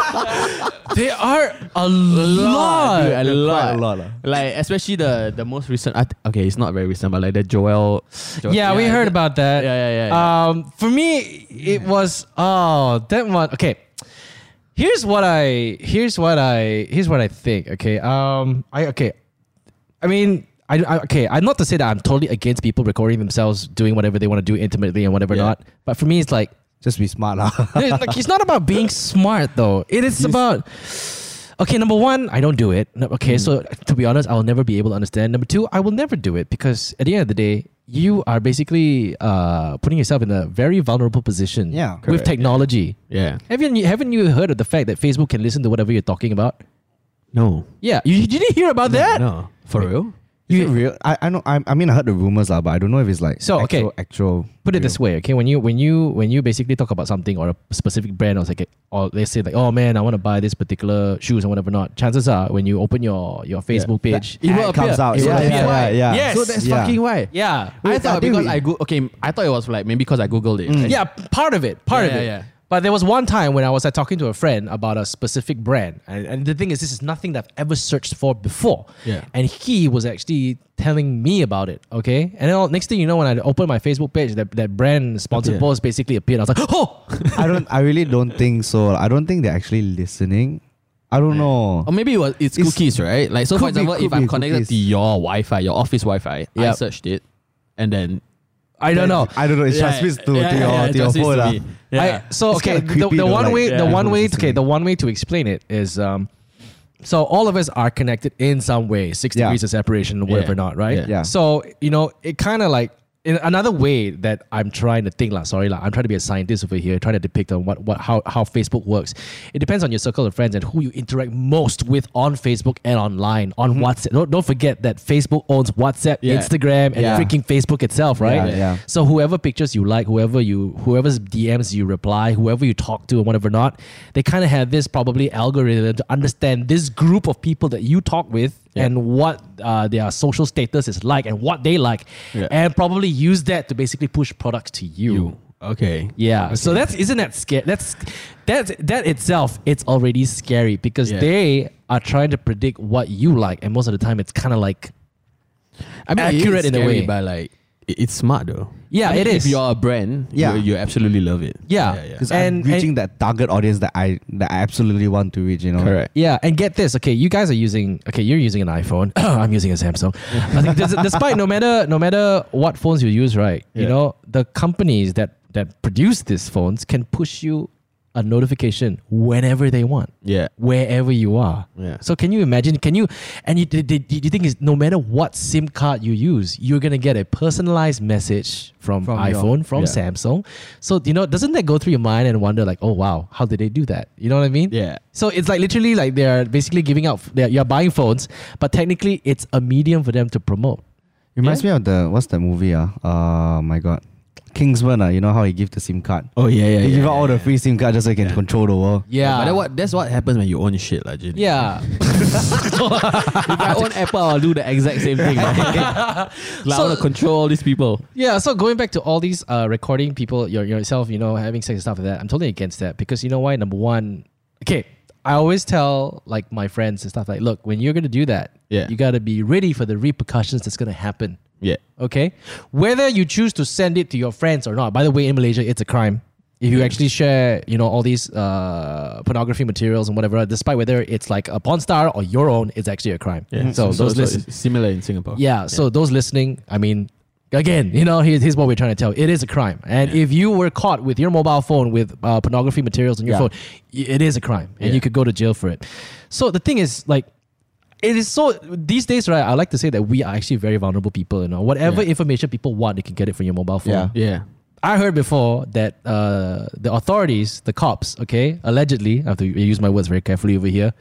Speaker 1: they are a lot.
Speaker 3: dude, a
Speaker 2: Quite
Speaker 3: lot,
Speaker 2: a lot, lah.
Speaker 3: Like especially the the most recent. I th- okay, it's not very recent, but like the Joel. Jo-
Speaker 1: yeah, we heard
Speaker 3: the-
Speaker 1: about that.
Speaker 3: Yeah, yeah, yeah,
Speaker 1: Um, for me, it was oh that one. Okay, here's what I here's what I here's what I think. Okay, um, I okay, I mean. I, I, okay, I'm not to say that I'm totally against people recording themselves doing whatever they want to do intimately and whatever
Speaker 3: Yeah.
Speaker 1: not, but for me, it's like
Speaker 2: Just be smart lah.
Speaker 1: it's like, it's not about being smart though. It is about okay. Number one, I don't do it. No- Okay, so
Speaker 3: Mm.
Speaker 1: to be honest, I will never be able to understand. Number two, I will never do it because at the end of the day, you are basically uh, putting yourself in a very vulnerable position.
Speaker 2: Yeah.
Speaker 1: with
Speaker 2: Correct.
Speaker 1: technology.
Speaker 3: Yeah.
Speaker 1: Haven't you, haven't you heard of the fact that Facebook can listen to whatever you're talking about?
Speaker 3: No.
Speaker 1: Yeah, you, you didn't hear about that.
Speaker 3: No. For real?
Speaker 2: Is it
Speaker 1: You-
Speaker 2: real? I, I know I, I mean I heard the rumors lah, but I don't know if it's like
Speaker 1: So, okay.
Speaker 2: actual, actual
Speaker 1: put it
Speaker 2: real.
Speaker 1: this way, okay? When you when you when you basically talk about something or a specific brand or it's like or they say like, oh man, I want to buy this particular shoes and whatever not. Chances are when you open your your Facebook
Speaker 2: That
Speaker 1: page,
Speaker 3: It
Speaker 2: ad
Speaker 3: will
Speaker 2: comes
Speaker 3: appear.
Speaker 2: out.
Speaker 3: It
Speaker 2: yeah,
Speaker 3: will appear.
Speaker 2: yeah, yeah, yeah.
Speaker 1: Yes.
Speaker 3: So that's
Speaker 2: Yeah.
Speaker 3: fucking why.
Speaker 1: yeah,
Speaker 3: I
Speaker 2: Wait, I
Speaker 3: thought
Speaker 2: think
Speaker 3: because
Speaker 2: we-
Speaker 3: I go okay. I thought it was like maybe because I googled it.
Speaker 1: yeah, part of it, part
Speaker 3: Yeah,
Speaker 1: of
Speaker 3: yeah,
Speaker 1: it.
Speaker 3: yeah.
Speaker 1: But there was one time when I was like, talking to a friend about a specific brand, and, and the thing is, this is nothing that I've ever searched for before.
Speaker 3: Yeah.
Speaker 1: And he was actually telling me about it. Okay. And then all- next thing you know, when I opened my Facebook page, that, that brand sponsored
Speaker 3: Appeared.
Speaker 1: post basically appeared. I was like, oh,
Speaker 2: I don't I really don't think so. I don't think they're actually listening. I don't know.
Speaker 3: Or maybe it was it's,
Speaker 2: It's-
Speaker 3: cookies, right? Like so, for
Speaker 2: could be-
Speaker 3: example,
Speaker 2: could
Speaker 3: if I'm
Speaker 2: be
Speaker 3: connected to
Speaker 2: cookies.
Speaker 3: your Wi-Fi, your office Wi-Fi, I
Speaker 1: Yep.
Speaker 3: searched it, and then
Speaker 1: I don't know.
Speaker 2: I don't know. It transmits to, to your to your uh, phone. lah.
Speaker 1: I, so
Speaker 2: It's
Speaker 1: okay,
Speaker 2: kinda
Speaker 1: the,
Speaker 2: creepy
Speaker 1: the
Speaker 2: though,
Speaker 1: one
Speaker 2: like,
Speaker 1: way the
Speaker 2: yeah.
Speaker 1: one way
Speaker 2: People
Speaker 1: okay
Speaker 2: listening.
Speaker 1: the one way to explain it is um, So all of us are connected in some way, six
Speaker 2: Yeah.
Speaker 1: degrees of separation, whatever
Speaker 3: Yeah.
Speaker 1: not, right?
Speaker 3: Yeah.
Speaker 2: Yeah.
Speaker 1: So you know, it kind of like in another way that I'm trying to think, like, sorry, like, I'm trying to be a scientist over here, trying to depict on what, what how how Facebook works. It depends on your circle of friends and who you interact most with on Facebook and online on
Speaker 2: Mm-hmm.
Speaker 1: WhatsApp. Don't, don't forget that Facebook owns WhatsApp,
Speaker 3: Yeah.
Speaker 1: Instagram, and
Speaker 3: Yeah.
Speaker 1: freaking Facebook itself, right?
Speaker 2: Yeah, yeah.
Speaker 1: So whoever pictures you like, whoever you whoever's DMs you reply, whoever you talk to and whatever not, they kind of have this probably algorithm to understand this group of people that you talk with
Speaker 3: Yeah.
Speaker 1: and what uh, their social status is like and what they like,
Speaker 3: Yeah.
Speaker 1: and probably use that to basically push products to you.
Speaker 3: You. Okay.
Speaker 1: Yeah. So that's isn't that scary? That's that's that itself. It's already scary because
Speaker 3: Yeah.
Speaker 1: they are trying to predict what you like, and most of the time it's kind of like
Speaker 3: I mean, it is
Speaker 1: accurate in a
Speaker 3: scary,
Speaker 1: way.
Speaker 3: but like it- it's smart though.
Speaker 1: Yeah,
Speaker 3: I mean,
Speaker 1: it is.
Speaker 3: If you're a brand,
Speaker 2: Yeah.
Speaker 3: you, you absolutely love it.
Speaker 1: Yeah.
Speaker 2: Because
Speaker 1: And-
Speaker 2: I'm
Speaker 1: and-
Speaker 2: reaching that target audience that I that I absolutely want to reach. You know.
Speaker 3: Correct.
Speaker 1: Yeah, and get this. Okay, you guys are using. Okay, you're using an iPhone. I'm using a Samsung. I think des- despite no matter no matter what phones you use, right? You
Speaker 3: Yeah.
Speaker 1: know the companies that that produce these phones can push you a notification whenever they want,
Speaker 3: Yeah.
Speaker 1: wherever you are.
Speaker 3: Yeah.
Speaker 1: So can you imagine? Can you and you? The, the, the thing is, no matter what SIM card you use, you're gonna get a personalized message from,
Speaker 2: From your-
Speaker 1: iPhone, from
Speaker 3: Yeah.
Speaker 1: Samsung. So you know, doesn't that go through your mind and wonder like, oh wow, how did they do that? You know what I mean?
Speaker 3: Yeah.
Speaker 1: So it's like literally like they're basically giving out. They're, you're buying phones, but technically it's a medium for them to promote.
Speaker 2: Reminds me of the what's that movie? Ah, uh, my god, Kingsman. Ah, you know how he give the SIM card.
Speaker 3: Oh yeah, yeah.
Speaker 2: he
Speaker 3: yeah,
Speaker 2: give out
Speaker 3: yeah,
Speaker 2: all the
Speaker 3: yeah.
Speaker 2: free SIM card just so he can control the world.
Speaker 1: Yeah.
Speaker 3: But that what that's what happens when you own shit, like Jin.
Speaker 1: Yeah.
Speaker 3: If I own Apple, I'll do the exact same thing. like, I want to control all these people.
Speaker 1: Yeah, so going back to all these uh, recording people, your, yourself, you know, having sex and stuff like that, I'm totally against that because you know why? Number one, okay, I always tell like my friends and stuff like, look, when you're gonna do that,
Speaker 3: Yeah.
Speaker 1: you gotta be ready for the repercussions that's gonna happen.
Speaker 3: Yeah.
Speaker 1: Okay, whether you choose to send it to your friends or not. By the way, in Malaysia, it's a crime if you actually share, you know, all these uh, pornography materials and whatever. Despite whether it's like a porn star or your own, it's actually a crime.
Speaker 3: Yeah.
Speaker 1: Mm-hmm. So, those listen-
Speaker 3: it's similar in Singapore.
Speaker 1: yeah. So those listening, I mean, again, you know, here's, here's what we're trying to tell. you. It is a crime, and if you were caught with your mobile phone with uh, pornography materials on your
Speaker 3: Yeah.
Speaker 1: phone, y- it is a crime, and
Speaker 3: Yeah.
Speaker 1: you could go to jail for it. So the thing is, like. It is so these days, right? I like to say that we are actually very vulnerable people. You know, whatever
Speaker 3: Yeah.
Speaker 1: information people want, they can get it from your mobile phone.
Speaker 2: Yeah.
Speaker 3: Yeah.
Speaker 1: I heard before that uh, the authorities, the cops, okay, allegedly, I have to use my words very carefully over here.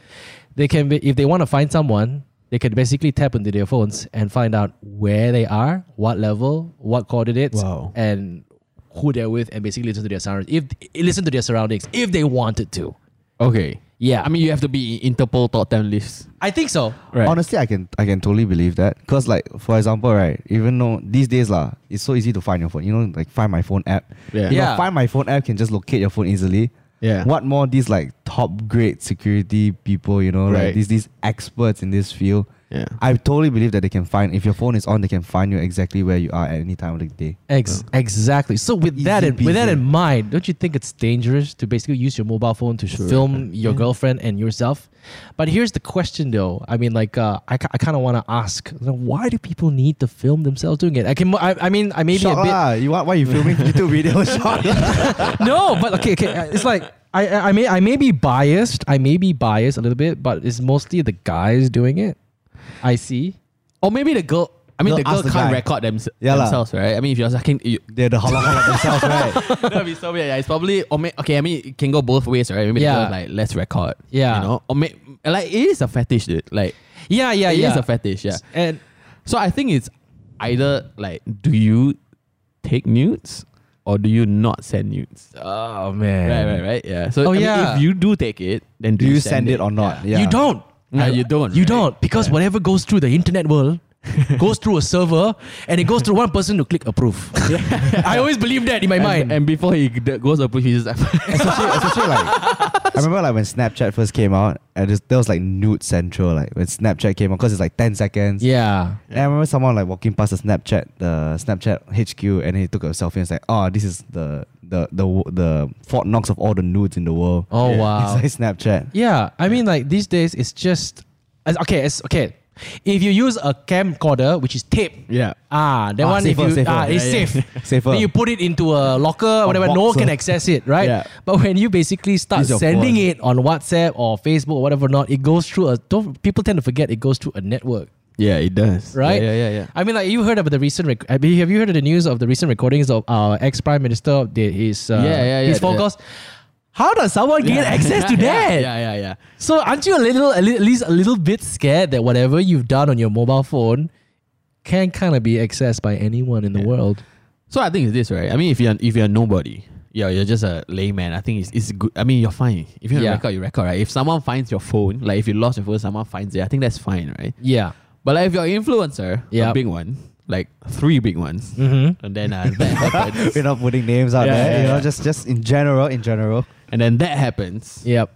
Speaker 1: They can, be, if they want to find someone, they can basically tap into their phones and find out where they are, what level, what coordinates,
Speaker 3: Wow.
Speaker 1: and who they're with, and basically listen to their surroundings. If listen to their surroundings, if they wanted to,
Speaker 3: Okay.
Speaker 1: yeah,
Speaker 3: I mean, you have to be in Interpol top ten list.
Speaker 1: I think so.
Speaker 3: Right.
Speaker 2: Honestly, I can I can totally believe that. Cause like for example, right, even though these days lah, it's so easy to find your phone. You know, like find my phone app.
Speaker 3: Yeah.
Speaker 2: You
Speaker 1: Yeah.
Speaker 2: know, find my phone app can just locate your phone easily.
Speaker 3: Yeah.
Speaker 2: What more these like top grade security people, you know,
Speaker 3: Right.
Speaker 2: like these these experts in this field.
Speaker 3: Yeah.
Speaker 2: I totally believe that they can find if your phone is on, they can find you exactly where you are at any time of the day.
Speaker 1: Ex- Exactly. So with that
Speaker 2: Easy
Speaker 1: in, with that
Speaker 2: peasy.
Speaker 1: in mind, don't you think it's dangerous to basically use your mobile phone to film your girlfriend and yourself? But here's the question, though. I mean, like, uh, I, ki- I kind of want to ask, you know, why do people need to film themselves doing it? I can, I, I mean, I maybe
Speaker 2: Shot
Speaker 1: a bit.
Speaker 2: lah. You want why you filming YouTube video shot?
Speaker 1: no, but okay, okay. uh, It's like I, I, I may, I may be biased. I may be biased a little bit, but it's mostly the guys doing it. I see.
Speaker 3: Or maybe the girl. I mean,
Speaker 2: No,
Speaker 3: the girl
Speaker 2: ask the
Speaker 3: can't
Speaker 2: guy.
Speaker 3: record thems-
Speaker 2: Yeah lah.
Speaker 3: themselves, right? I mean, if you're sucking, you,
Speaker 2: They're the holla holla themselves, right?
Speaker 3: That'd be so weird. Yeah, it's probably or may, okay. I mean, it can go both ways, right? Maybe
Speaker 1: Yeah.
Speaker 3: the girl, like let's record.
Speaker 1: Yeah.
Speaker 3: you know, or may, like it is a fetish, dude. Like
Speaker 1: Yeah, yeah,
Speaker 3: it is
Speaker 1: yeah.
Speaker 3: a fetish. Yeah.
Speaker 1: And
Speaker 3: So I think it's either like, do you take nudes or do you not send nudes?
Speaker 1: oh man,
Speaker 3: Right, right, right. Yeah. So
Speaker 1: Oh,
Speaker 3: I mean,
Speaker 1: yeah.
Speaker 3: if you do take it, then do,
Speaker 2: Do you send it or not?
Speaker 3: Yeah.
Speaker 2: Yeah.
Speaker 1: You don't.
Speaker 3: No,
Speaker 1: I-
Speaker 3: you don't,
Speaker 1: You
Speaker 3: right?
Speaker 1: don't because whatever goes through the internet world goes through a server and it goes through one person to click approve. I always believe that in my
Speaker 3: And,
Speaker 1: mind.
Speaker 3: and before he d- goes up, he's just like,
Speaker 2: especially, especially like I remember like when Snapchat first came out, and just, there was like nude central like when Snapchat came out because it's like ten seconds.
Speaker 1: yeah.
Speaker 2: And I remember someone like walking past the Snapchat, the Snapchat HQ, and he took a selfie and was like, "Oh, this is the the the wo- the Fort Knox of all the nudes in the world."
Speaker 1: Oh
Speaker 3: Yeah.
Speaker 1: wow.
Speaker 2: It's like Snapchat.
Speaker 1: Yeah, I mean, like these days, it's just as- okay. It's okay. If you use a camcorder, which is tape,
Speaker 3: Yeah.
Speaker 1: ah, that
Speaker 2: Ah,
Speaker 1: one
Speaker 2: safer,
Speaker 1: if you
Speaker 2: safer.
Speaker 1: ah, it's
Speaker 3: Yeah, yeah.
Speaker 1: safe.
Speaker 2: Safer.
Speaker 1: Then you put it into a locker, whatever. no
Speaker 2: box,
Speaker 1: one can
Speaker 2: ah.
Speaker 1: access it, right?
Speaker 3: Yeah.
Speaker 1: But when you basically start
Speaker 2: Use your
Speaker 1: sending
Speaker 2: phone.
Speaker 1: it on WhatsApp or Facebook or whatever, not it goes through a. Don't, people tend to forget it goes through a network
Speaker 3: Yeah, it does.
Speaker 1: right?
Speaker 3: Yeah, yeah, yeah. yeah.
Speaker 1: I mean, like you heard about the recent. Rec- I mean, have you heard of the news of the recent recordings of our ex prime minister? The, his uh,
Speaker 3: Yeah, yeah, yeah,
Speaker 1: his phone
Speaker 3: yeah.
Speaker 1: calls. How does someone get access to
Speaker 3: Yeah,
Speaker 1: that?
Speaker 3: Yeah, yeah, yeah.
Speaker 1: So aren't you a little, a li- at least a little bit scared that whatever you've done on your mobile phone can kind of be accessed by anyone in the world?
Speaker 3: So I think it's this, right? I mean, if you're if you're nobody, yeah, you're just a layman. I think it's, it's good. I mean, you're fine. If you
Speaker 1: Yeah.
Speaker 3: record, you record, right? If someone finds your phone, like if you lost your phone, someone finds it. I think that's fine, right?
Speaker 1: Yeah.
Speaker 3: But like if you're an influencer,
Speaker 1: Yeah. Mm-hmm.
Speaker 3: a big one, like three big ones, and then uh, that happens,
Speaker 2: We're not putting names out
Speaker 3: Yeah,
Speaker 2: there.
Speaker 3: yeah,
Speaker 2: you know,
Speaker 3: yeah.
Speaker 2: just just in general, in general.
Speaker 3: and then that happens.
Speaker 1: Yep.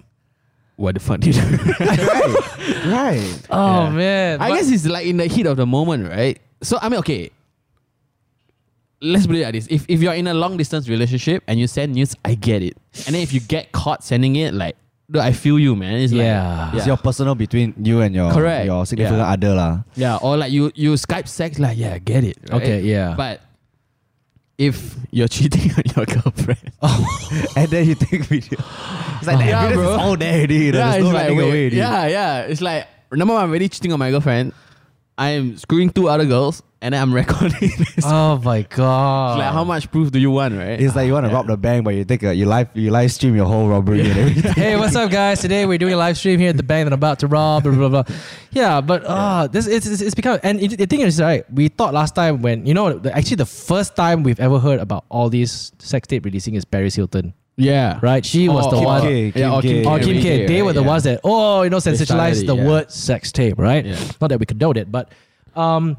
Speaker 3: What the fuck do you do?
Speaker 2: right, right.
Speaker 1: Oh
Speaker 3: Yeah.
Speaker 1: man.
Speaker 3: I
Speaker 1: But-
Speaker 3: guess it's like in the heat of the moment, right? So I mean, okay. Let's put it like this: if if you're in a long distance relationship and you send news, I get it. And then if you get caught sending it, like, dude, I feel you, man. It's
Speaker 1: Yeah.
Speaker 3: like,
Speaker 2: It's your personal between you and your
Speaker 3: Correct.
Speaker 2: your significant
Speaker 3: Yeah.
Speaker 2: other lah.
Speaker 3: yeah, or like you you Skype sex, like, yeah, I get it. right?
Speaker 1: Okay, yeah.
Speaker 3: But if you're cheating on your girlfriend,
Speaker 2: and then you take video. It's like the
Speaker 3: Oh, Yeah,
Speaker 2: evidence
Speaker 3: bro.
Speaker 2: is all there already. You know?
Speaker 3: yeah,
Speaker 2: There's
Speaker 3: it's
Speaker 2: no
Speaker 3: like,
Speaker 2: running
Speaker 3: wait,
Speaker 2: away. Already.
Speaker 3: yeah, yeah, it's like number one, I'm already cheating on my girlfriend. I'm screwing two other girls, and then I'm recording this.
Speaker 1: oh my god.
Speaker 3: like, how much proof do you want, right?
Speaker 2: It's like you want to rob the bank, but you take a you live you live stream your whole robbery and everything.
Speaker 1: hey, what's up, guys? Today we're doing a live stream here at the bank that I'm about to rob. Blah blah blah. Yeah, but uh, this it's, it's, it's become and it, the thing is right. We thought last time when you know the, actually the first time we've ever heard about all these sex tape releasing is Paris Hilton,
Speaker 3: Yeah.
Speaker 1: right? She was
Speaker 3: Or
Speaker 1: the
Speaker 3: Kim
Speaker 1: one.
Speaker 2: K.
Speaker 3: yeah, or Kim,
Speaker 1: Or
Speaker 2: Yeah,
Speaker 1: Kim
Speaker 2: we
Speaker 1: K.
Speaker 3: right?
Speaker 1: They were the
Speaker 3: Yeah.
Speaker 1: ones that oh you know
Speaker 3: started
Speaker 1: sensitized
Speaker 3: it,
Speaker 1: the
Speaker 3: yeah.
Speaker 1: word sex tape, right?
Speaker 3: Yeah.
Speaker 1: Not that we condone it, but um.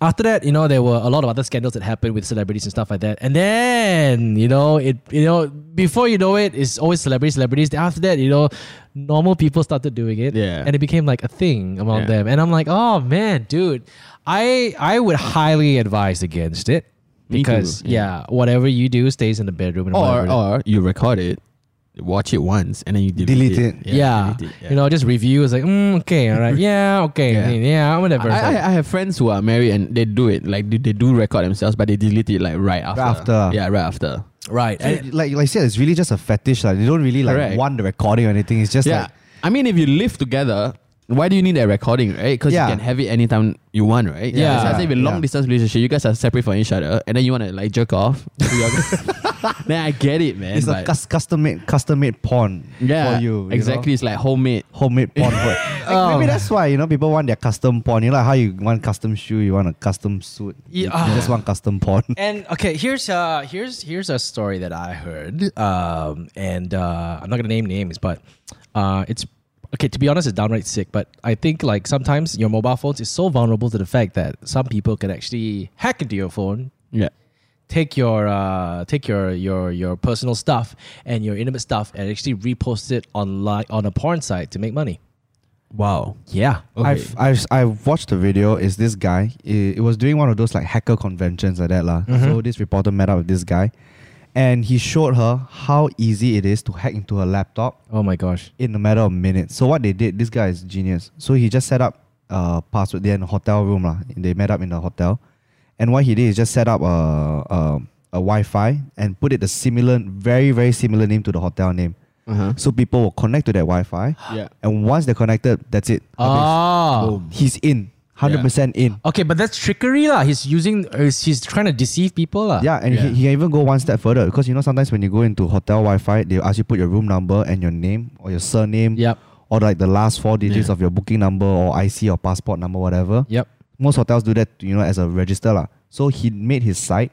Speaker 1: After that, you know, there were a lot of other scandals that happened with celebrities and stuff like that. And then, you know, it you know, before you know it, it's always celebrities, celebrities. Then after that, you know, normal people started doing it.
Speaker 3: Yeah.
Speaker 1: And it became like a thing among
Speaker 3: Yeah.
Speaker 1: them. And I'm like, oh man, dude, I I would highly advise against it.
Speaker 3: Me too,
Speaker 1: Because yeah. whatever you do stays in the bedroom and whatever.
Speaker 3: Or, or you record it, watch it once, and then you delete,
Speaker 2: Delete it.
Speaker 1: Yeah,
Speaker 3: delete it, yeah.
Speaker 1: you know, just review is like, mm, okay, all right, yeah, okay,
Speaker 3: Yeah.
Speaker 1: yeah, whatever.
Speaker 3: I, I, I have friends who are married and they do it. Like, they, they do record themselves, but they delete it like right after.
Speaker 2: after.
Speaker 3: Yeah, right after.
Speaker 1: right, and-
Speaker 2: like like you said, it's really just a fetish. Like you don't really like
Speaker 3: Correct.
Speaker 2: want the recording or anything. It's just
Speaker 3: yeah.
Speaker 2: like
Speaker 3: I mean, if you live together, why do you need that recording, right? Because
Speaker 2: Yeah.
Speaker 3: you can have it anytime you want, right?
Speaker 1: Yeah.
Speaker 3: So I say, if a
Speaker 2: Yeah.
Speaker 3: long distance relationship, you guys are separate from each other, and then you want to like jerk off. to your- then I get it, man.
Speaker 2: it's a
Speaker 3: but-
Speaker 2: cus- custom made custom made porn
Speaker 3: yeah,
Speaker 2: for you. you know?
Speaker 3: exactly. Oh. It's like homemade.
Speaker 2: Homemade porn. for like, Maybe that's why you know people want their custom porn. You know like how you want custom shoe, you want a custom suit. You-
Speaker 1: Yeah.
Speaker 2: you just want custom porn.
Speaker 1: and okay, here's uh, here's here's a story that I heard, um, and uh, I'm not gonna name names, but uh, it's okay. To be honest, it's downright sick. But I think like sometimes your mobile phones is so vulnerable to the fact that some people can actually hack into your phone
Speaker 3: Yeah.
Speaker 1: take your uh, take your your your personal stuff and your intimate stuff and actually repost it online on a porn site to make money.
Speaker 3: Wow.
Speaker 1: Yeah.
Speaker 3: Okay.
Speaker 2: I've, I've I've watched the video. Is this guy? It, it was doing one of those like hacker conventions like that lah. So this reporter met up with this guy, and he showed her how easy it is to hack into her laptop
Speaker 1: Oh my gosh.
Speaker 2: in a matter of minutes. So what they did, this guy is genius. So he just set up a password there in a hotel room lah. They met up in the hotel, and what he did is just set up a a, a Wi-Fi and put it a similar, very very similar name to the hotel name.
Speaker 3: Uh-huh.
Speaker 2: So people will connect to that Wi-Fi,
Speaker 3: Yeah.
Speaker 2: and once they're connected, that's it.
Speaker 1: Oh.
Speaker 3: Boom.
Speaker 2: He's in. 100% in.
Speaker 1: Okay, but that's trickery lah. He's using he's, he's trying to deceive people lah.
Speaker 2: Yeah, and
Speaker 3: Yeah.
Speaker 2: He, he can even go one step further because you know sometimes when you go into hotel Wi-Fi, they ask you put your room number and your name or your surname,
Speaker 1: Yep.
Speaker 2: or like the last four digits
Speaker 3: Yeah.
Speaker 2: of your booking number or IC or passport number, whatever.
Speaker 1: Yep.
Speaker 2: Most hotels do that, you know, as a register lah. So he made his site.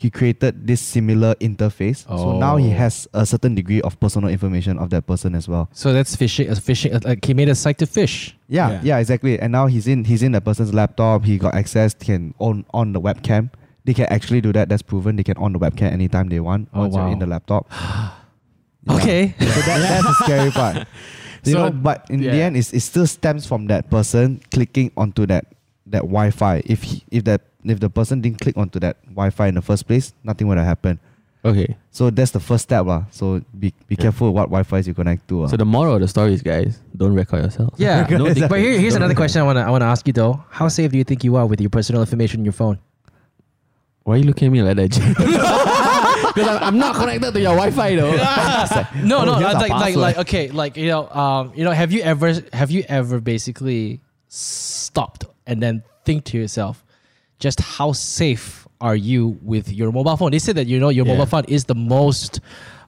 Speaker 2: He created this similar interface. So now he
Speaker 1: Oh.
Speaker 2: has a certain degree of personal information of that person as well.
Speaker 1: So that's fishing. Uh, fishing. uh, Like he made a site to fish.
Speaker 2: Yeah,
Speaker 3: Yeah.
Speaker 2: yeah, exactly. And now he's in he's in that person's laptop. He got access can on on the webcam. They can actually do that. That's proven. They can on the webcam anytime they want
Speaker 1: Oh,
Speaker 2: once you're
Speaker 1: wow.
Speaker 2: in the laptop. Yeah.
Speaker 1: Okay.
Speaker 2: So that, that's the scary part. You
Speaker 3: So-
Speaker 2: know, but in the
Speaker 3: yeah.
Speaker 2: end, it's, it still stems from that person clicking onto that that Wi-Fi. If he, if that if the person didn't click onto that Wi-Fi in the first place, nothing would have happened.
Speaker 3: Okay.
Speaker 2: So that's the first step, lah. So be, be
Speaker 3: Yeah.
Speaker 2: careful what Wi-Fi you connect to. ah.
Speaker 3: So the moral of the story is, guys, don't record yourselves.
Speaker 1: Yeah.
Speaker 2: Okay,
Speaker 1: no,
Speaker 2: exactly.
Speaker 1: but here, here's another question I wanna I wanna ask you though. How safe do you think you are with your personal information in your phone?
Speaker 3: Why are you looking at me like that, Jay? Because I'm, I'm not connected to your Wi-Fi though.
Speaker 1: no, no, uh, like,
Speaker 3: here's our
Speaker 1: like,
Speaker 3: password.
Speaker 1: like, okay, like you know, um, you know, have you ever, have you ever basically stopped and then think to yourself, just how safe are you with your mobile phone? They said that you know your mobile
Speaker 3: Yeah.
Speaker 1: phone is the most,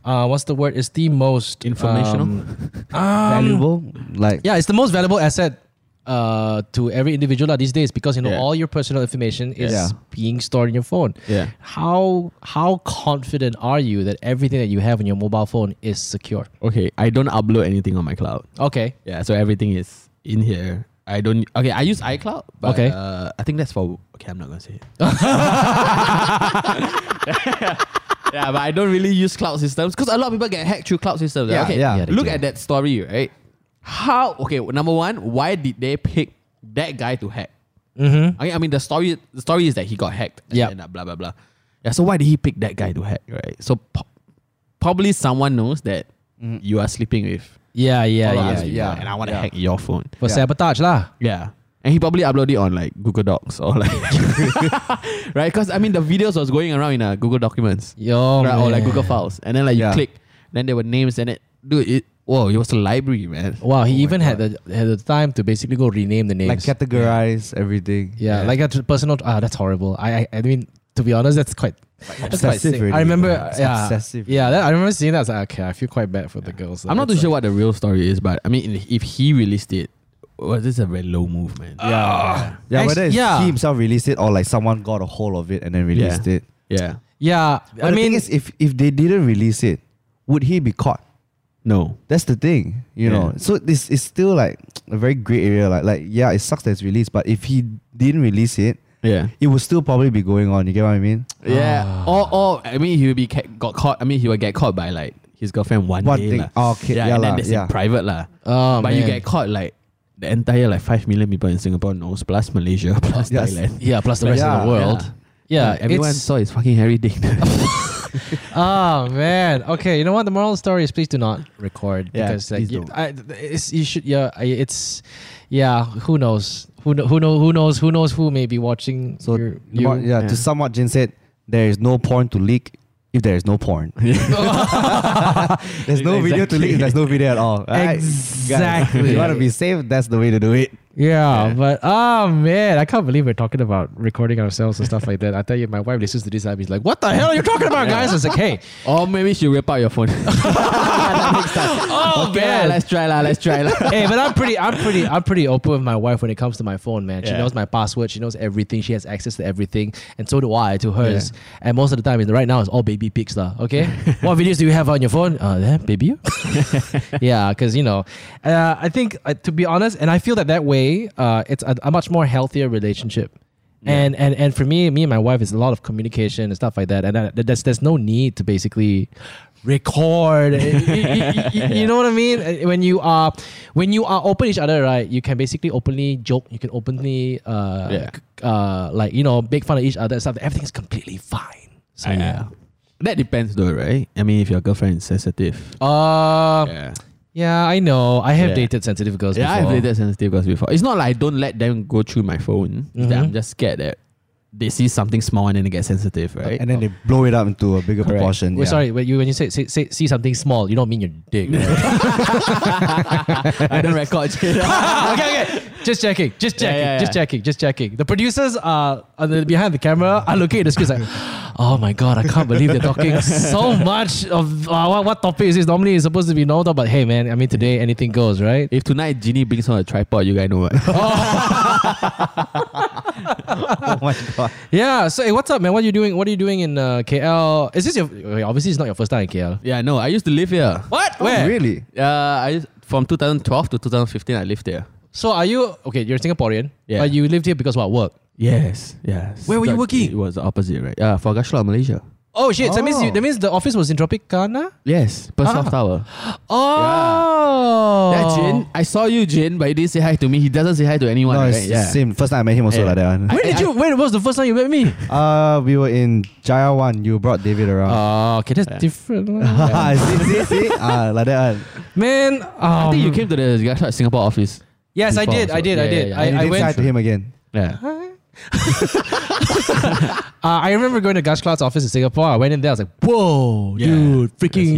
Speaker 1: uh, what's the word? It's the most
Speaker 3: Informational?
Speaker 1: um, um,
Speaker 2: valuable, like
Speaker 1: yeah, it's the most valuable asset uh, to every individual lah these days because you know
Speaker 3: Yeah.
Speaker 1: all your personal information is
Speaker 2: Yeah.
Speaker 1: being stored in your phone.
Speaker 3: Yeah.
Speaker 1: How how confident are you that everything that you have on your mobile phone is secure?
Speaker 3: Okay, I don't upload anything on my cloud.
Speaker 1: Okay.
Speaker 3: Yeah, so everything is in here. I don't. Okay, I use iCloud. But,
Speaker 1: Okay.
Speaker 3: Uh, I think that's for. Okay, I'm not gonna say it. yeah, but I don't really use cloud systems because a lot of people get hacked through cloud systems. right?
Speaker 2: Yeah,
Speaker 3: okay,
Speaker 2: yeah. Yeah,
Speaker 1: they
Speaker 3: look
Speaker 1: do.
Speaker 3: at that story, right? How? Okay, number one, why did they pick that guy to hack?
Speaker 1: Mm-hmm.
Speaker 3: Okay, I mean the story. The story is that he got hacked.
Speaker 1: Yeah.
Speaker 3: and uh, Blah blah blah. Yeah. So why did he pick that guy to hack? Right. So po- probably someone knows that
Speaker 1: Mm.
Speaker 3: you are sleeping with
Speaker 1: Yeah, yeah,
Speaker 3: all
Speaker 1: yeah,
Speaker 3: of
Speaker 1: yeah.
Speaker 3: us people,
Speaker 2: yeah,
Speaker 3: and I want to
Speaker 2: yeah.
Speaker 3: hack your phone.
Speaker 1: For
Speaker 2: Yeah.
Speaker 1: sabotage lah.
Speaker 3: Yeah. And he probably uploaded it on like Google Docs or like right because I mean the videos was going around in uh, Google Documents
Speaker 1: Yo,
Speaker 3: right, or like
Speaker 1: man.
Speaker 3: Google Files and then like you
Speaker 2: Oh, Yeah.
Speaker 3: click then there were names and it dude it whoa it was a library man
Speaker 2: Oh,
Speaker 1: Wow, he even had the had the time to basically go rename the names.
Speaker 2: like categorize everything.
Speaker 1: yeah,
Speaker 3: yeah.
Speaker 1: like a tr- personal. Ah, that's horrible. I, I I mean, to be honest, that's quite. that's quite
Speaker 2: obsessive
Speaker 1: sick.
Speaker 2: already.
Speaker 1: I remember.
Speaker 2: It's
Speaker 1: yeah,
Speaker 2: obsessive.
Speaker 1: Yeah, that, I remember seeing that. I was like, okay, I feel quite bad for the girls.
Speaker 3: I'm not too
Speaker 1: It's
Speaker 3: sure
Speaker 1: like-
Speaker 3: what the real story is but I mean if he released it well this is a very low move man
Speaker 2: Uh. Yeah, yeah.
Speaker 1: Actu-
Speaker 2: Whether it's
Speaker 1: yeah.
Speaker 2: he himself released it or like someone got a hold of it and then released it.
Speaker 3: yeah
Speaker 1: Yeah,
Speaker 2: But
Speaker 1: I
Speaker 2: the
Speaker 1: mean,
Speaker 2: thing is, if if they didn't release it, would he be caught?
Speaker 3: no
Speaker 2: That's the thing, you
Speaker 3: Yeah.
Speaker 2: know. So this is still like a very gray area. Like, like yeah, it sucks that it's released, but if he didn't release it,
Speaker 3: yeah
Speaker 2: it would still probably be going on. You get what I mean?
Speaker 3: yeah or or I mean he will be ca- got caught I mean he will get caught by like his girlfriend one,
Speaker 2: One
Speaker 3: day
Speaker 2: thing.
Speaker 3: lah.
Speaker 2: Oh, okay,
Speaker 3: yeah,
Speaker 2: yeah
Speaker 3: and
Speaker 2: lah,
Speaker 3: then that's
Speaker 2: yeah.
Speaker 3: in private lah
Speaker 1: oh,
Speaker 3: but you
Speaker 1: man.
Speaker 3: get caught like the entire like five million people in Singapore knows, plus Malaysia, plus
Speaker 2: Yes.
Speaker 3: Thailand.
Speaker 1: yeah, plus the rest of
Speaker 2: Yeah,
Speaker 1: the world. Yeah,
Speaker 3: everyone
Speaker 1: it's-
Speaker 3: saw his fucking hairy dick.
Speaker 1: Oh man. Okay. You know what? The moral of the story is please do not record
Speaker 3: Yeah,
Speaker 1: because like,
Speaker 3: please
Speaker 1: you,
Speaker 3: don't.
Speaker 1: I, it's, you should. Yeah. I- It's. Yeah. Who knows? Who know, who know who knows who knows who may be watching?
Speaker 2: So
Speaker 1: your-
Speaker 2: you,
Speaker 1: you.
Speaker 2: yeah,
Speaker 3: yeah.
Speaker 2: to sum what Jin said, there is no porn to leak if there is no porn. there's no video to
Speaker 3: Exactly.
Speaker 2: leak if there's no video at all. Alright, guys,
Speaker 1: Exactly.
Speaker 2: if you want to be safe, that's the way to do it.
Speaker 1: Yeah,
Speaker 3: Yeah.
Speaker 1: but oh man, I can't believe we're talking about recording ourselves and stuff like that. I tell you, my wife listens to this and she's like, "What the hell are you talking about, guys?" I was like, "Hey,
Speaker 3: or maybe she rip out your phone.
Speaker 1: oh
Speaker 3: okay, lah,
Speaker 1: man."
Speaker 3: let's try lah. Let's try lah.
Speaker 1: hey, but I'm pretty, I'm pretty, I'm pretty open with my wife when it comes to my phone, man. She
Speaker 3: Yeah.
Speaker 1: knows my password, she knows everything, she has access to everything, and so do I to hers. And most of the time, it's- right now, it's all baby pics, lah. Okay, what videos do you have on your phone? Uh, that baby. you? yeah, because you know, uh, I think uh, to be honest, and I feel that that way, uh, it's a, a much more healthier relationship. And, and and for me, me and my wife is a lot of communication and stuff like that, and that, that's there's no need to basically record. you, you- you know what I mean? Uh, When you are when you are open each other, right? You can basically openly joke. You can openly uh,
Speaker 3: Yeah.
Speaker 1: c- uh, like you know make fun of each other and stuff. Everything's completely fine. So
Speaker 3: yeah. That depends though, right? I mean, if your girlfriend is sensitive.
Speaker 1: Uh, yeah.
Speaker 3: Yeah,
Speaker 1: I know. I have
Speaker 3: Yeah.
Speaker 1: dated sensitive girls.
Speaker 3: Oh. yeah I've
Speaker 1: before.
Speaker 3: dated sensitive girls before. It's not like I don't let them go through my phone. It's that I'm just scared that they see something small and then they get sensitive, right?
Speaker 2: And then they blow it up into a bigger
Speaker 3: Correct.
Speaker 2: proportion.
Speaker 1: Wait,
Speaker 2: yeah.
Speaker 1: sorry. When you when you say, say, say see something small, you don't mean your dick. right?
Speaker 3: I don't record.
Speaker 1: okay, okay. Just checking. Just
Speaker 3: Yeah,
Speaker 1: checking.
Speaker 3: yeah,
Speaker 1: Just
Speaker 3: yeah.
Speaker 1: checking. Just checking. The producers are on the, behind the camera are looking at the screen like, oh my god, I can't believe they're talking so much of uh, what, what topic is this? Normally it's supposed to be normal, but hey man, I mean today anything goes, right?
Speaker 3: If tonight Genie brings on a tripod, you guys know what.
Speaker 2: oh my god.
Speaker 1: Yeah. So hey, what's up, man? What are you doing? What are you doing in uh, KL? Is this your? okay, Obviously, it's not your first time in KL.
Speaker 3: yeah, no, I used to live here.
Speaker 1: What?
Speaker 2: Oh,
Speaker 1: Where?
Speaker 2: really?
Speaker 3: Uh, I used- from 2012 to 2015, I lived there.
Speaker 1: So are you okay? You're Singaporean,
Speaker 3: Yeah.
Speaker 1: but you lived here because what work?
Speaker 3: Yes, yes.
Speaker 1: Where were you
Speaker 3: That-
Speaker 1: working?
Speaker 3: It was the opposite, right? Uh, for Gashla, Malaysia.
Speaker 1: Oh shit! That means you,
Speaker 2: Oh.
Speaker 1: that means the office was in Tropicana.
Speaker 3: Yes,
Speaker 1: Ah.
Speaker 3: Perstorf Tower.
Speaker 1: Oh,
Speaker 3: That Jin, I saw you, Jin, but he didn't say hi to me. He doesn't say hi to anyone.
Speaker 2: No,
Speaker 3: right?
Speaker 2: it's
Speaker 3: yeah.
Speaker 2: same. First time I met him also
Speaker 3: Yeah.
Speaker 2: like that one.
Speaker 1: When did
Speaker 3: I-
Speaker 1: you? When was the first time you met me?
Speaker 2: Uh, we were in Jaya One. You brought David around.
Speaker 3: Uh,
Speaker 1: Oh, okay, that's different, lah.
Speaker 2: see, see, see. Ah, like that one.
Speaker 1: man.
Speaker 3: I think
Speaker 1: um,
Speaker 3: you came to the Yaksha Singapore office.
Speaker 1: Yes, I
Speaker 3: before
Speaker 1: did. I
Speaker 3: also.
Speaker 1: did. I
Speaker 3: Yeah,
Speaker 1: did.
Speaker 3: yeah, yeah.
Speaker 1: I,
Speaker 3: You
Speaker 1: I
Speaker 2: I went
Speaker 1: went.
Speaker 2: to him again.
Speaker 3: Yeah.
Speaker 1: Uh, I remember going to Gash Cloud's office in Singapore. I went in there. I was like, "Whoa,
Speaker 3: Yeah,
Speaker 1: dude,
Speaker 3: huge.
Speaker 1: freaking!"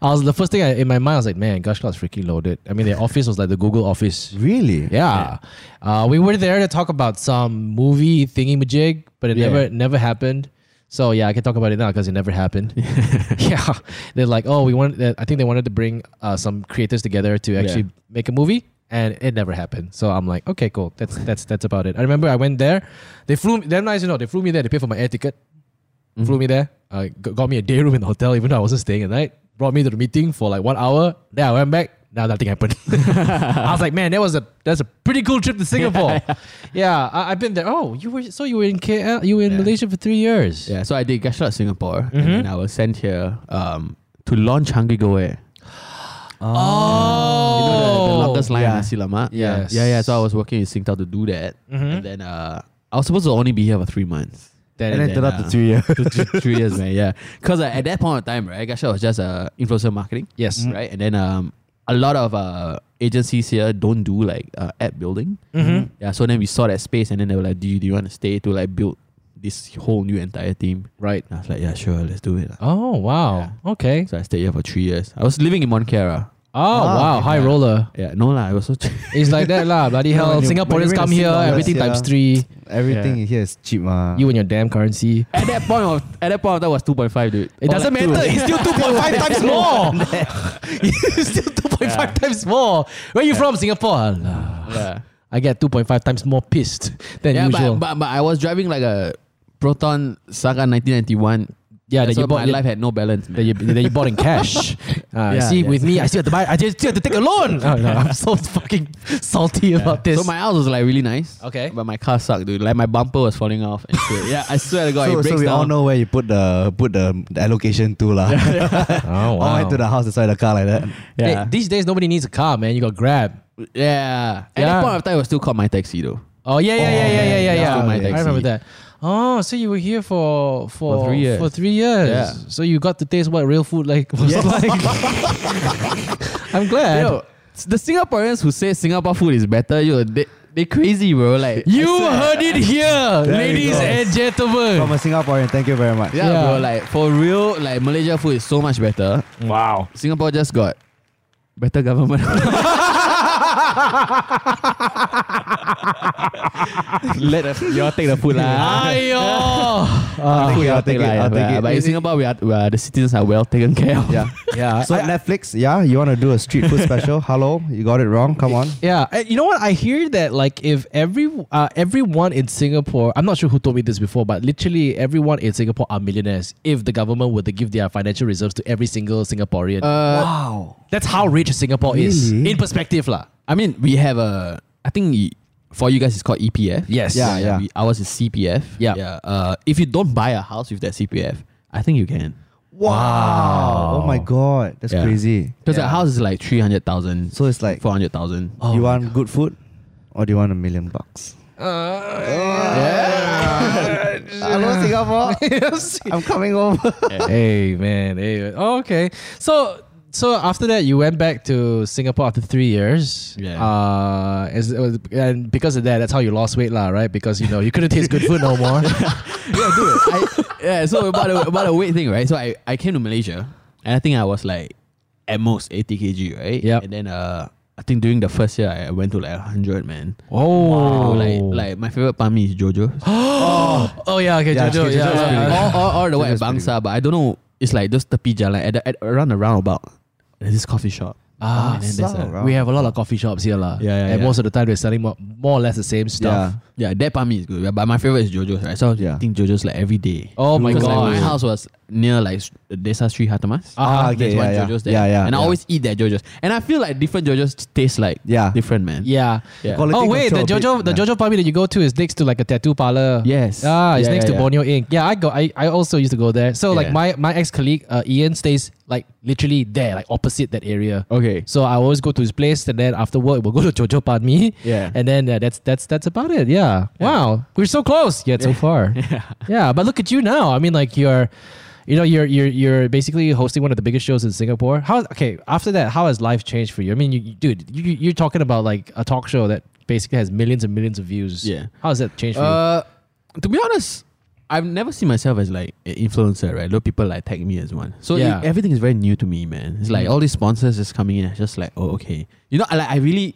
Speaker 1: I was the first thing I, in my mind. I was like, "Man, Gash Cloud's freaking loaded." I mean, their office was like the Google office.
Speaker 2: Really?
Speaker 1: Yeah, Uh, we were there to talk about some movie thingy majig, but it
Speaker 3: Yeah.
Speaker 1: never never happened. So yeah, I can talk about it now because it never happened. yeah, they're like, "Oh, we want." I think they wanted to bring uh, some creators together to actually make a movie. And it never happened, so I'm like, okay, cool. That's that's that's about it. I remember I went there. They flew. me- Damn nice, you know. They flew me there. They paid for my air ticket flew me there, uh, g- got me a day room in the hotel, even though I wasn't staying at night. Brought me to the meeting for like one hour. Then I went back. Now nothing happened. I was like, man, that was a that's a pretty cool trip to Singapore. yeah, I, I've been there. Oh, you were so you were in KL, you were in
Speaker 3: Yeah.
Speaker 1: Malaysia for three years.
Speaker 3: Yeah, so I did Gashrut Singapore, and
Speaker 1: Mm-hmm.
Speaker 3: then I was sent here um, to launch Hungry Go Air.
Speaker 1: Oh,
Speaker 3: You know, the, the longest line
Speaker 2: Yeah.
Speaker 3: in Nasi Lemak? Yeah.
Speaker 1: Yes.
Speaker 3: Yeah, yeah. So I was working in Singtel to do that.
Speaker 1: Mm-hmm.
Speaker 3: And then uh, I was supposed to only be here for three months.
Speaker 1: Then-
Speaker 2: And then
Speaker 1: then-
Speaker 2: turned out
Speaker 3: uh,
Speaker 2: to two years.
Speaker 3: Two- two- three years, man. Yeah. Because uh, at that point of time, right, Gashrut was just uh, influencer marketing.
Speaker 1: yes,
Speaker 2: Mm-hmm.
Speaker 3: right? And then um, a lot of uh, agencies here don't do like uh, app building. Mm-hmm. Yeah, so then we saw that space, and then they were like, "Do you, do you want to stay to like build this whole new entire team?"
Speaker 1: right.
Speaker 3: And I was like, "Yeah, sure, let's do it." lah."
Speaker 1: Oh wow. Okay.
Speaker 3: So I stayed here for three years. I was living in Montclair. uh.
Speaker 1: Oh
Speaker 2: ah,
Speaker 1: wow. High roller.
Speaker 3: Yeah, no lah, I was so cheap.
Speaker 1: It's like that lah. Bloody
Speaker 2: You know,
Speaker 1: hell.
Speaker 2: when you- when
Speaker 1: Singaporeans
Speaker 2: you
Speaker 1: come
Speaker 2: win a
Speaker 1: here.
Speaker 2: sing dollars,
Speaker 1: Everything
Speaker 2: yeah. Ah.
Speaker 1: times three.
Speaker 2: Everything here is cheap, ma.
Speaker 1: You and your damn currency.
Speaker 3: at that point of at that point of time was two point five, dude.
Speaker 1: It
Speaker 3: Or
Speaker 1: doesn't
Speaker 3: like
Speaker 1: matter.
Speaker 3: two.
Speaker 1: It's still 2.5 times more. it's still 2.5 times more. Where you from? Singapore. Alah.
Speaker 3: yeah,
Speaker 1: I get 2.5 times more pissed than
Speaker 3: yeah
Speaker 1: usual.
Speaker 3: but, but but I was driving like a Proton Saga nineteen ninety one.
Speaker 1: yeah, that
Speaker 3: so
Speaker 1: you,
Speaker 3: my
Speaker 1: bought,
Speaker 3: life had no balance.
Speaker 1: that,
Speaker 3: man.
Speaker 1: you, that you bought in cash. Uh,
Speaker 3: Yeah,
Speaker 1: see,
Speaker 3: yeah.
Speaker 1: with me, I still have to buy. I just still have to take a loan. Oh, no, I'm so fucking salty about this.
Speaker 3: So my house was like really nice.
Speaker 1: Okay.
Speaker 3: But my car sucked, dude. Like my bumper was falling off and shit. yeah, I swear to God,
Speaker 2: so,
Speaker 3: it breaks
Speaker 2: so we
Speaker 3: down.
Speaker 2: all know where you put the put the, the allocation to lah.
Speaker 1: oh,
Speaker 2: All the way to the house inside the car like that.
Speaker 1: Hey,
Speaker 3: Yeah.
Speaker 1: these days, nobody needs a car, man. You got Grab.
Speaker 3: yeah. At
Speaker 1: Yeah.
Speaker 3: that point of time, I was still called my taxi though.
Speaker 1: Oh yeah, yeah, yeah, yeah, yeah, yeah,
Speaker 3: that's
Speaker 1: yeah.
Speaker 3: still my
Speaker 1: I remember
Speaker 3: taxi.
Speaker 1: that. Oh, so you were here for for,
Speaker 3: For three years.
Speaker 1: For three years.
Speaker 3: Yeah.
Speaker 1: So you got to taste what real food like was like. I'm glad.
Speaker 3: Yo, s- the Singaporeans who say Singapore food is better, yo, they they crazy, bro. Like
Speaker 1: you
Speaker 3: I swear.
Speaker 1: heard it here,
Speaker 2: you
Speaker 1: ladies
Speaker 2: go.
Speaker 1: and
Speaker 2: From
Speaker 1: gentlemen.
Speaker 2: a Singaporean, thank you very much.
Speaker 3: Yeah,
Speaker 1: Yeah.
Speaker 3: bro. Like for real, like Malaysia food is so much better.
Speaker 1: Wow.
Speaker 3: Singapore just got better government. Let us, you all take the food lah.
Speaker 1: Ayo.
Speaker 2: I'll
Speaker 1: Uh,
Speaker 2: take it,
Speaker 3: Yeah,
Speaker 2: I'll take it.
Speaker 3: lah,
Speaker 2: I'll
Speaker 3: yeah,
Speaker 2: take it.
Speaker 3: But in Singapore, we are, we are- the citizens are well taken care of.
Speaker 2: Yeah.
Speaker 1: yeah.
Speaker 2: So Netflix, yeah, you want to do a street food special? Hello, you got it wrong. Come on.
Speaker 1: Yeah, Uh, you know what? I hear that like if every uh, everyone in Singapore, I'm not sure who told me this before, but literally everyone in Singapore are millionaires if the government were to give their financial reserves to every single Singaporean.
Speaker 3: Uh,
Speaker 2: Wow.
Speaker 1: That's how rich Singapore is
Speaker 2: Really?
Speaker 1: in perspective, lah.
Speaker 3: I mean, we have a. I think y- for you guys, it's called E EPF.
Speaker 1: Yes.
Speaker 2: Yeah, yeah.
Speaker 3: We, ours is CPF.
Speaker 1: Yeah.
Speaker 3: Yeah. Uh, if you don't buy a house with that CPF, I think you can.
Speaker 2: Wow. Oh my god, that's
Speaker 3: Yeah.
Speaker 2: crazy.
Speaker 3: Because
Speaker 1: Yeah. Oh.
Speaker 3: a house is like three hundred thousand.
Speaker 2: So it's like,
Speaker 3: four hundred thousand.
Speaker 2: you want good food, or do you want a million bucks? Hello, Singapore. I'm coming over.
Speaker 1: hey man, hey. man. Oh, okay. So so after that, you went back to Singapore after three years.
Speaker 3: Yeah.
Speaker 1: Uh, as, it was- and because of that, that's how you lost weight, lah, right? Because you know you couldn't taste good food no more.
Speaker 3: yeah, dude. I, yeah, so about a, about a weight thing, right? So I, I came to Malaysia and I think I was like at most 80 kg, right?
Speaker 1: Yep.
Speaker 3: And then uh, I think during the first year, I I went to like 100, man.
Speaker 1: Oh,
Speaker 3: So like, like my favorite pan mee is Jojo.
Speaker 1: oh yeah, okay, Jojo,
Speaker 2: Yeah,
Speaker 1: yeah,
Speaker 2: okay, Jojo's
Speaker 1: yeah,
Speaker 2: pretty
Speaker 1: yeah.
Speaker 3: or, or, or the one at
Speaker 2: Jojo's pretty
Speaker 3: Bangsa, but I don't know. It's like just the pija, like at, the, at around the roundabout. There's this coffee shop.
Speaker 1: Ah,
Speaker 3: and then there's
Speaker 2: so-
Speaker 3: a,
Speaker 1: we have a lot of coffee shops here, lah.
Speaker 3: Yeah, yeah,
Speaker 1: And
Speaker 3: yeah.
Speaker 1: most of the time, they're selling more, more or less the same stuff.
Speaker 2: Yeah.
Speaker 3: Yeah, that part me is good. But my favorite is JoJo's. Right? So
Speaker 2: Yeah.
Speaker 3: I think JoJo's like every day.
Speaker 1: Oh my
Speaker 3: Because, like,
Speaker 1: God.
Speaker 3: my house was near like s- Desa Sri Hatamas.
Speaker 2: Ah, okay,
Speaker 3: There's one
Speaker 2: yeah, yeah.
Speaker 3: JoJo's there.
Speaker 2: Yeah, yeah,
Speaker 3: And I
Speaker 2: yeah.
Speaker 3: always eat that JoJo's. And I feel like different JoJo's taste like
Speaker 2: Yeah.
Speaker 3: different, man.
Speaker 1: Yeah.
Speaker 3: Yeah.
Speaker 2: Quality
Speaker 1: oh wait, the
Speaker 2: control a bit,
Speaker 1: Jojo, the
Speaker 2: yeah.
Speaker 1: Jojo party that you go to is next to like a tattoo parlor.
Speaker 3: Yes.
Speaker 1: Ah, it's
Speaker 3: Yeah,
Speaker 1: next
Speaker 3: yeah,
Speaker 1: to
Speaker 3: yeah.
Speaker 1: Borneo Ink. Yeah, I go. I, I also used to go there. So like
Speaker 3: Yeah.
Speaker 1: my my ex colleague uh, Ian stays like literally there, like opposite that area.
Speaker 3: Okay.
Speaker 1: So I always go to his place, and then after work we'll go to Jojo Pan Me.
Speaker 3: Yeah.
Speaker 1: And then uh, that's that's that's about it. Yeah. Wow, we're so close yet so far. yeah. But look at you now. I mean, like you're, you know, you're you're you're basically hosting one of the biggest shows in Singapore. How okay? After that, how has life changed for you? I mean, you, you dude, you, you- you're talking about like a talk show that basically has millions and millions of views.
Speaker 3: Yeah.
Speaker 1: How has that changed for you?
Speaker 3: Uh, to be honest, I've never seen myself as like an influencer, right? A lot of people like tag me as one. So
Speaker 1: Yeah. Mm.
Speaker 3: it- everything is very new to me, man. It's like all these sponsors just coming in. It's just like, oh, okay. You know, I like I really,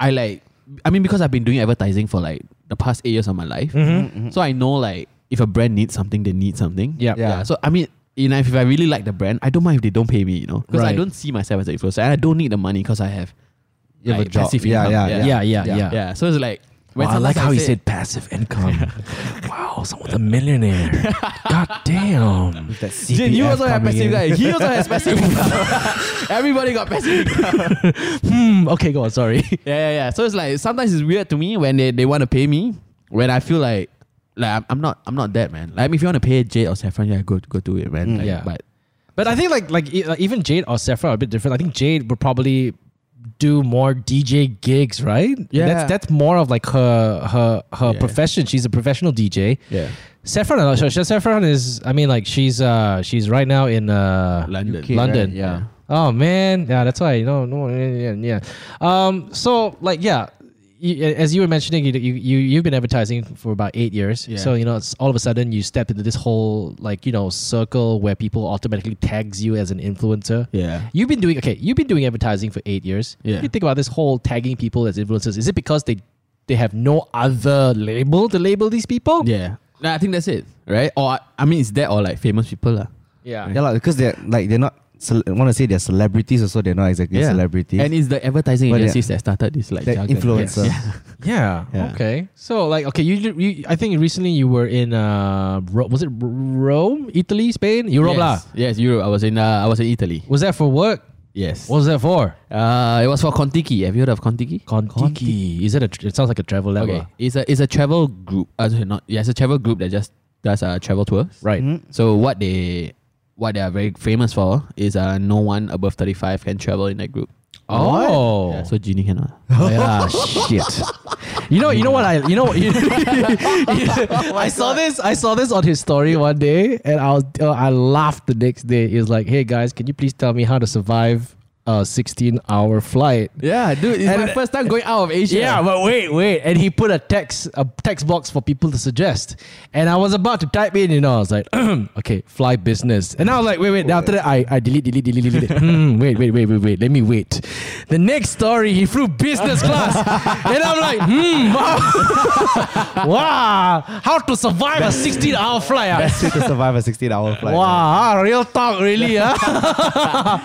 Speaker 3: I like, I mean, because I've been doing advertising for like the past eight years of my life,
Speaker 1: Mm-hmm.
Speaker 3: so I know like if a brand needs something, they need something.
Speaker 1: Yeah.
Speaker 2: yeah.
Speaker 3: Yeah. So I mean, you know, if I really like the brand, I don't mind if they don't pay me, you know, because I
Speaker 1: Right.
Speaker 3: don't see myself as an influencer, and I don't need the money because I have,
Speaker 2: You have a
Speaker 3: like,
Speaker 2: job.
Speaker 3: passive
Speaker 2: Yeah,
Speaker 3: income.
Speaker 2: yeah,
Speaker 3: yeah,
Speaker 1: yeah. Yeah. Yeah. Yeah.
Speaker 3: yeah. So it's like. when
Speaker 1: Wow, I like
Speaker 3: sometimes
Speaker 1: how you
Speaker 3: say-
Speaker 1: said passive income. wow, someone's a millionaire. God damn.
Speaker 2: With that
Speaker 3: Jin, you
Speaker 2: CPF
Speaker 3: also have
Speaker 2: coming
Speaker 3: passive
Speaker 2: in.
Speaker 3: guy. He also has passive income. Everybody got passive income.
Speaker 1: Hmm, okay, go on. Sorry.
Speaker 3: Yeah, yeah, yeah. So it's like sometimes it's weird to me when they, they want to pay me when I feel like like I'm, I'm not I'm not that man. Like if you want to pay Jay or Saffron, yeah, go go do it, man.
Speaker 1: Mm,
Speaker 3: Like,
Speaker 1: yeah.
Speaker 3: But
Speaker 1: But I think like like e- like, even Jade or Sephra are a bit different. I think Jade would probably do more DJ gigs, right?
Speaker 3: Yeah.
Speaker 1: That's that's more of like her her her
Speaker 3: Yeah.
Speaker 1: profession. She's a professional DJ.
Speaker 3: yeah,
Speaker 1: Saffron, I'm not sure. Saffron is, I mean, like she's uh she's right now in uh
Speaker 3: London.
Speaker 2: UK,
Speaker 1: London.
Speaker 2: right? Yeah.
Speaker 1: Oh man, yeah, that's why you know, no, yeah, yeah. yeah. Um, so like, yeah, you, as you were mentioning, you you you you've been advertising for about eight years.
Speaker 3: Yeah.
Speaker 1: So you know, it's all of a sudden you step into this whole like you know circle where people automatically tags you as an influencer.
Speaker 3: yeah.
Speaker 1: You've been doing okay. You've been doing advertising for eight years.
Speaker 3: Yeah.
Speaker 1: What do You think about this whole tagging people as influencers. Is it because they they have no other label to label these people?
Speaker 3: Yeah. Nah, I think that's it, right? Or I- I mean, it's that or like famous people, lah.
Speaker 1: Yeah.
Speaker 2: Yeah, like, because they're like they're not. Cel- want to say they're celebrities, also they're not exactly celebrities.
Speaker 3: And it's the advertising
Speaker 2: But yeah.
Speaker 3: agencies that started this like
Speaker 2: They're
Speaker 3: jargon.
Speaker 2: influencer.
Speaker 3: Yeah.
Speaker 1: Yeah,
Speaker 2: Yeah.
Speaker 1: Okay. So like, okay, you, you I think recently you were in uh, Ro- was it R- Rome, Italy, Spain, Europe lah.
Speaker 3: Yes. yes, Europe. I was in uh, I was in Italy.
Speaker 1: Was that for work?
Speaker 3: Yes.
Speaker 1: What was that for?
Speaker 3: Uh, it was for Contiki. Have you heard of Contiki?
Speaker 1: Contiki. Is that a? tr- It sounds like a travel level.
Speaker 3: Okay, it's a it's a travel group. Uh, sorry, not yeah, it's a travel group that just does uh, travel tours.
Speaker 1: Right.
Speaker 3: So what they what they are very famous for is uh, no one above thirty five can travel in that group.
Speaker 1: Oh.
Speaker 3: Yeah, so Genie uh. cannot.
Speaker 1: Yeah, shit. You know, you know what I, you know, you,
Speaker 3: Oh
Speaker 1: I saw this, I saw this on his story one day, and I was, uh, I laughed the next day. He was like, "Hey guys, can you please tell me how to survive a 16-hour flight?"
Speaker 3: yeah, dude, it's my first time going out of Asia.
Speaker 1: Yeah, but wait, wait. And he put a text a text box for people to suggest. And I was about to type in, you know, I was like, okay, fly business. And I was like, wait, wait. Then after that, I, I delete, delete, delete, delete. it. Hmm, wait, wait, wait, wait, wait. Let me wait. The next story, he flew business class. and I'm like, hmm, wow. wow. How to survive a 16 hour flight. ah?
Speaker 2: Best way to survive a 16 hour flight.
Speaker 1: Wow, ah, real talk, really, ah? huh?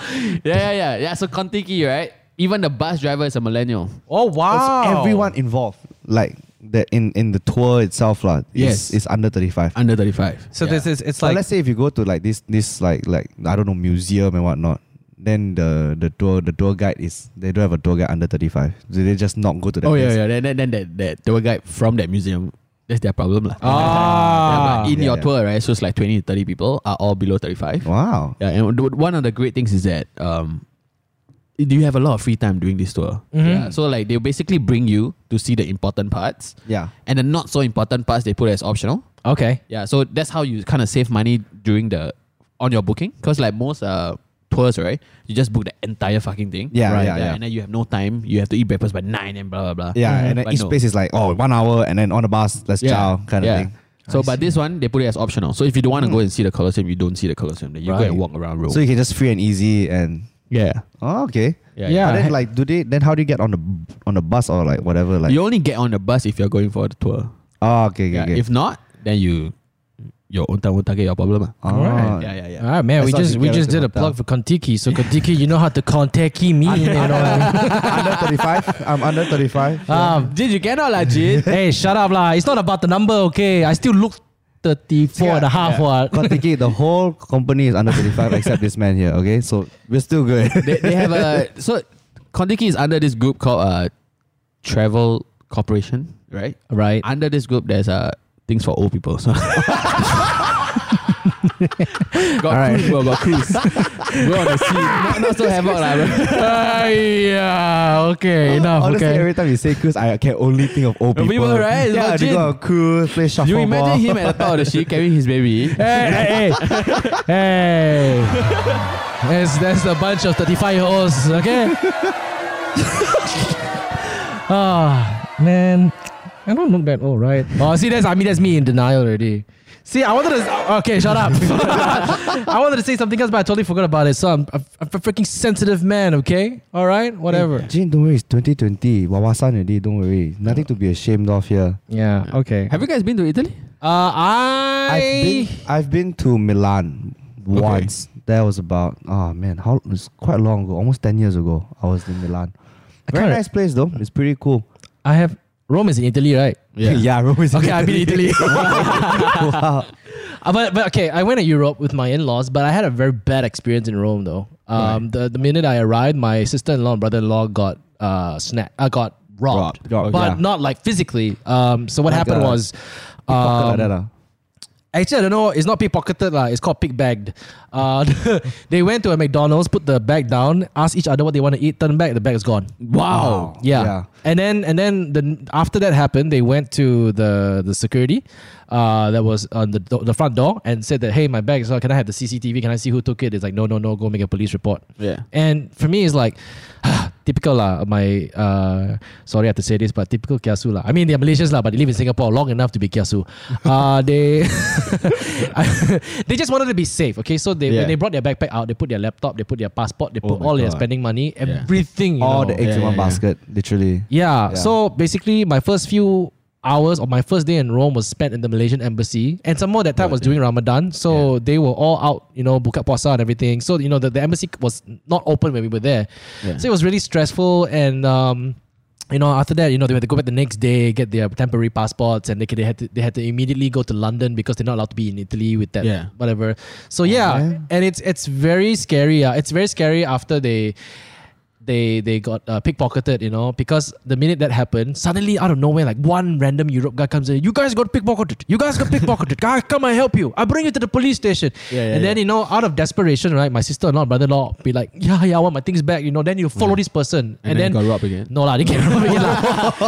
Speaker 3: yeah, yeah, yeah, yeah. So Contiki, right? Even the bus driver is a millennial.
Speaker 1: Oh
Speaker 2: It's
Speaker 1: wow!
Speaker 2: everyone involved, like the in in the tour itself, lah.
Speaker 3: Yes.
Speaker 2: Yes, is under 35.
Speaker 3: Under thirty five.
Speaker 1: So this is it's
Speaker 2: So
Speaker 1: like
Speaker 2: let's say if you go to like this this like like I don't know museum and whatnot, then the the tour the tour guide is they don't have a tour guide under 35. So they just not go to that.
Speaker 3: Oh yeah,
Speaker 2: place.
Speaker 3: yeah. Then then, then that, that tour guide from that museum, that's their problem lah.
Speaker 1: Ah.
Speaker 3: Yeah, but in
Speaker 2: Yeah,
Speaker 3: your
Speaker 2: yeah.
Speaker 3: tour, right? So it's like twenty to thirty people are all below thirty five.
Speaker 2: Wow.
Speaker 3: Yeah, and th- one of the great things is that um, do you have a lot of free time doing this tour?
Speaker 2: Mm-hmm.
Speaker 3: Yeah, so like they basically bring you to see the important parts.
Speaker 2: Yeah.
Speaker 3: And the not so important parts they put as optional.
Speaker 1: okay.
Speaker 3: Yeah, so that's how you kind of save money during the on your booking because like most uh tours right, you just book the entire fucking thing.
Speaker 2: Yeah,
Speaker 3: right,
Speaker 2: yeah, yeah.
Speaker 3: And then you have no time. You have to eat breakfast by nine and blah blah blah.
Speaker 2: Yeah, and then
Speaker 3: But
Speaker 2: each
Speaker 3: no.
Speaker 2: place is like oh one hour, and then on the bus let's ciao kind of thing.
Speaker 3: So, but this one they put it as optional. So if you don't want to go and see the Colosseum, you don't see the Colosseum. Then you go
Speaker 1: Right.
Speaker 3: and walk around Rome.
Speaker 2: So you can just free and easy and
Speaker 3: yeah.
Speaker 2: oh okay.
Speaker 3: Yeah.
Speaker 1: Yeah.
Speaker 2: But then like do they then how do you get on the b- on the bus or like whatever like
Speaker 3: you only get on the bus if you're going for the tour.
Speaker 2: oh okay okay,
Speaker 3: Yeah.
Speaker 2: okay.
Speaker 3: If not, then you your own time, own target, your problem. ah.
Speaker 2: Ah,
Speaker 1: Alright.
Speaker 3: Yeah, yeah, yeah.
Speaker 1: All right, man.
Speaker 2: I
Speaker 1: we
Speaker 2: thought
Speaker 1: just
Speaker 2: you
Speaker 1: we
Speaker 2: get
Speaker 1: just
Speaker 2: us a
Speaker 1: did a
Speaker 2: hotel.
Speaker 1: plug for Kontiki. So Kontiki, you know how to contact me. you know.
Speaker 2: under 35. I'm under 35.
Speaker 1: um,
Speaker 3: Jin, you cannot lah, Jin.
Speaker 1: hey, shut up, lah. It's not about the number, okay? I still look 34 and a half, what?
Speaker 2: Kontiki, the whole company is under 35 except this man here, okay? So we're still good.
Speaker 3: they, they have a so Kontiki is under this group called uh, Travel Corporation, right?
Speaker 1: Right.
Speaker 3: Under this group, there's uh, things for old people. So. got cruise, bro, got cruise. Go on the sea. Not, not so havoc, lah, bro.
Speaker 1: yeah, okay, enough,
Speaker 2: Honestly,
Speaker 1: okay.
Speaker 2: every time you say cruise, I can only think of old
Speaker 3: Old
Speaker 2: people.
Speaker 3: people, right? It's
Speaker 2: Yeah,
Speaker 3: not
Speaker 2: they
Speaker 3: Jin.
Speaker 2: go on cruise, play shuffleboard.
Speaker 3: You imagine him at the top of the ship carrying his baby.
Speaker 1: Hey, hey, hey. hey. That's, that's a bunch of 35 year olds, okay? Ah, man. I don't look that old, right? Oh, see, that's I mean, that's me in denial already. See, I wanted to. Okay, shut up. I wanted to say something else, but I totally forgot about it. So I'm, I'm a freaking sensitive man, okay? All right, whatever.
Speaker 2: Jin, don't worry, it's 2020. Wawasan already, don't worry. Nothing to be ashamed of here.
Speaker 1: Yeah, okay.
Speaker 3: Have you guys been to Italy?
Speaker 1: Uh, I
Speaker 2: I've been, I've been to Milan once. That was about, oh man, how it was quite long ago, almost 10 years ago. I was in Milan.
Speaker 1: I
Speaker 2: Very
Speaker 1: can't-
Speaker 2: nice place though. It's pretty cool.
Speaker 1: I have Rome is in Italy, right?
Speaker 2: yeah Rome is
Speaker 1: Okay, I've been to Italy.
Speaker 2: wow.
Speaker 1: Uh, but, but okay, I went to Europe with my in-laws, but I had a very bad experience in Rome though. Um, the, the minute I arrived, my sister-in-law and brother-in-law got uh snack, uh, got robbed,
Speaker 2: Robbed. Robbed,
Speaker 1: but
Speaker 2: yeah.
Speaker 1: not like physically. Um, so what
Speaker 2: Like
Speaker 1: happened
Speaker 2: a
Speaker 1: was,
Speaker 2: Pocket like
Speaker 1: um,
Speaker 2: that, ah.
Speaker 1: Actually, I don't know. It's not pickpocketed lah. It's called pickbagged. Uh, they went to a McDonald's, put the bag down, asked each other what they want to eat. Turn back, the bag is gone.
Speaker 3: Wow.
Speaker 1: Yeah.
Speaker 2: Yeah.
Speaker 1: And then and then the after that happened, they went to the the security uh, that was on the do- the front door and said that hey, my bag is not. Can I have the CCTV? Can I see who took it? It's like no, no, no. Go make a police report.
Speaker 3: Yeah.
Speaker 1: And for me, it's like ah, typical lah. My uh, sorry, I have to say this, but typical kiasu lah. I mean, they're Malaysians lah, but they live in Singapore long enough to be kiasu. Uh, they they just wanted to be safe. Okay, so they when
Speaker 3: Yeah.
Speaker 1: they brought their backpack out, they put their laptop, they put their passport, they
Speaker 3: Oh
Speaker 1: put
Speaker 3: my
Speaker 1: all their
Speaker 3: God.
Speaker 1: spending money,
Speaker 3: Yeah.
Speaker 1: everything. you
Speaker 2: All
Speaker 1: know.
Speaker 2: the eggs in
Speaker 3: Yeah,
Speaker 2: one
Speaker 3: yeah, yeah.
Speaker 2: basket, literally.
Speaker 1: Yeah,
Speaker 2: Yeah.
Speaker 1: So basically, my first few hours or my first day in Rome was spent in the Malaysian embassy, and some more that time was during Ramadan, so they were all out, you know, buka puasa and everything. So you know, the, the embassy was not open when we were there,
Speaker 3: Yeah.
Speaker 1: so it was really stressful and. Um, you know, after that, you know, they had to go back the next day, get their temporary passports, and they, could- they had to they had to immediately go to London because they're not allowed to be in Italy with that
Speaker 3: Yeah.
Speaker 1: whatever. So yeah, and it's it's very scary. Uh, it's very scary after they they they got uh, pickpocketed, you know, because the minute that happened, suddenly out of nowhere, like one random Europe guy comes in, you guys got pickpocketed, you guys got pickpocketed, guy, come I help you, I bring you to the police station,
Speaker 3: Yeah, yeah,
Speaker 1: and then
Speaker 3: yeah.
Speaker 1: you know, out of desperation, right, my sister in law, brother in law, be like, yeah, yeah, I want my things back, you know, then you follow this person,
Speaker 3: And, then, got robbed again.
Speaker 1: no lah, they can't rob again lah,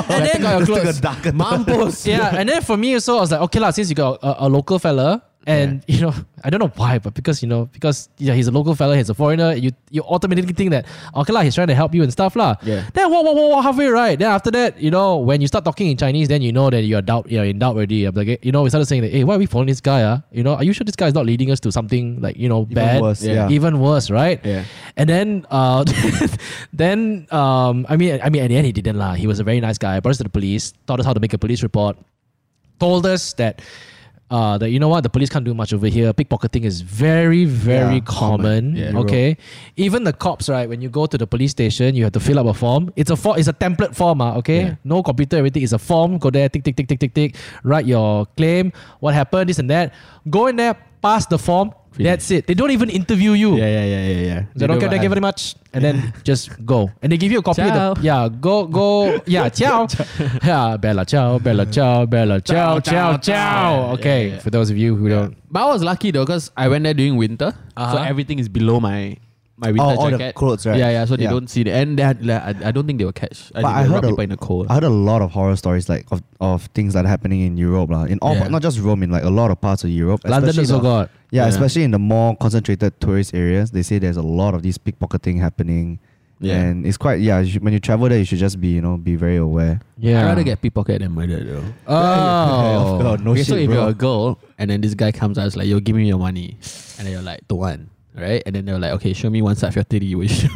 Speaker 1: and then
Speaker 3: got your
Speaker 2: Just took
Speaker 3: clothes.
Speaker 2: a darker
Speaker 3: Mampus.
Speaker 1: yeah, and then for me also, I was like, okay lah, since you got a, a local fella, and you know, I don't know why, but because you know, because yeah, he's a local fella, he's a foreigner, you you automatically think that okay lah, he's trying to help you and stuff lah.
Speaker 3: Yeah.
Speaker 1: Then whoa, whoa, whoa, whoa, halfway right. Then after that, you know, when you start talking in Chinese, then you know that you're doubt, you're in doubt already. I'm like, eh, you know, we started saying that, hey, why are we following this guy? Ah, you know, are you sure this guy is not leading us to something like you know bad,
Speaker 2: worse, Yeah. yeah.
Speaker 1: even worse, right?
Speaker 3: Yeah.
Speaker 1: And then, uh, then um, I mean, I mean, at the end, he didn't lah. He was a very nice guy. Brought us to the police, taught us how to make a police report, told us that. Uh, that you know what the police can't do much over here. Pickpocketing is very, very
Speaker 2: Yeah,
Speaker 1: common.
Speaker 3: common. Yeah.
Speaker 1: Okay, even the cops, right? When you go to the police station, you have to fill up a form. It's a form. It's a template form. Ah, okay,
Speaker 3: Yeah.
Speaker 1: no computer, everything. It's a form. Go there, tick, tick, tick, tick, tick, tick. Write your claim. What happened? This and that. Go in there, pass the form.
Speaker 3: Finish.
Speaker 1: That's it. They don't even interview you.
Speaker 3: Yeah, yeah, yeah, yeah, yeah.
Speaker 1: They don't care. Thank you very much, and then just go, and they give you a copy.
Speaker 3: Ciao.
Speaker 1: Of the, yeah, go, go. Yeah, ciao. yeah, bella, ciao, bella, ciao, bella, ciao,
Speaker 3: Ciao,
Speaker 1: ciao,
Speaker 3: ciao,
Speaker 1: ciao.
Speaker 3: ciao.
Speaker 1: Okay,
Speaker 3: Yeah, yeah.
Speaker 1: for those of you who don't,
Speaker 3: But I was lucky though, because I went there during winter,
Speaker 1: Uh-huh.
Speaker 3: so everything is below my my winter
Speaker 2: Oh, all the
Speaker 3: jacket.
Speaker 2: clothes, right?
Speaker 3: Yeah, yeah. So they
Speaker 2: Yeah.
Speaker 3: don't see the and they had, like, I, I don't think they will catch. I
Speaker 2: But
Speaker 3: think
Speaker 2: I
Speaker 3: they
Speaker 2: heard
Speaker 3: rob
Speaker 2: a-
Speaker 3: people in the cold.
Speaker 2: I heard a lot of horror stories like of, of things that are happening in Europe, lah. In all,
Speaker 3: Yeah.
Speaker 2: not just Rome, in like a lot of parts of Europe.
Speaker 1: London
Speaker 2: especially
Speaker 1: also
Speaker 2: the-
Speaker 1: got.
Speaker 2: Yeah,
Speaker 3: Yeah.
Speaker 2: especially in the more concentrated tourist areas, they say there's a lot of these pickpocketing happening.
Speaker 3: Yeah.
Speaker 2: And it's quite yeah. You should, when you travel there, you should just be you know be very aware.
Speaker 1: Yeah,
Speaker 3: I'd rather get pickpocketed than murdered though.
Speaker 1: Oh,
Speaker 2: Yeah, no
Speaker 3: okay, so
Speaker 2: shit,
Speaker 3: if
Speaker 2: bro.
Speaker 3: you're a girl and then this guy comes out, it's like, yo, give me your money. And then you're like, the one. Right? And then they're like, okay, show me one side of your titty, which.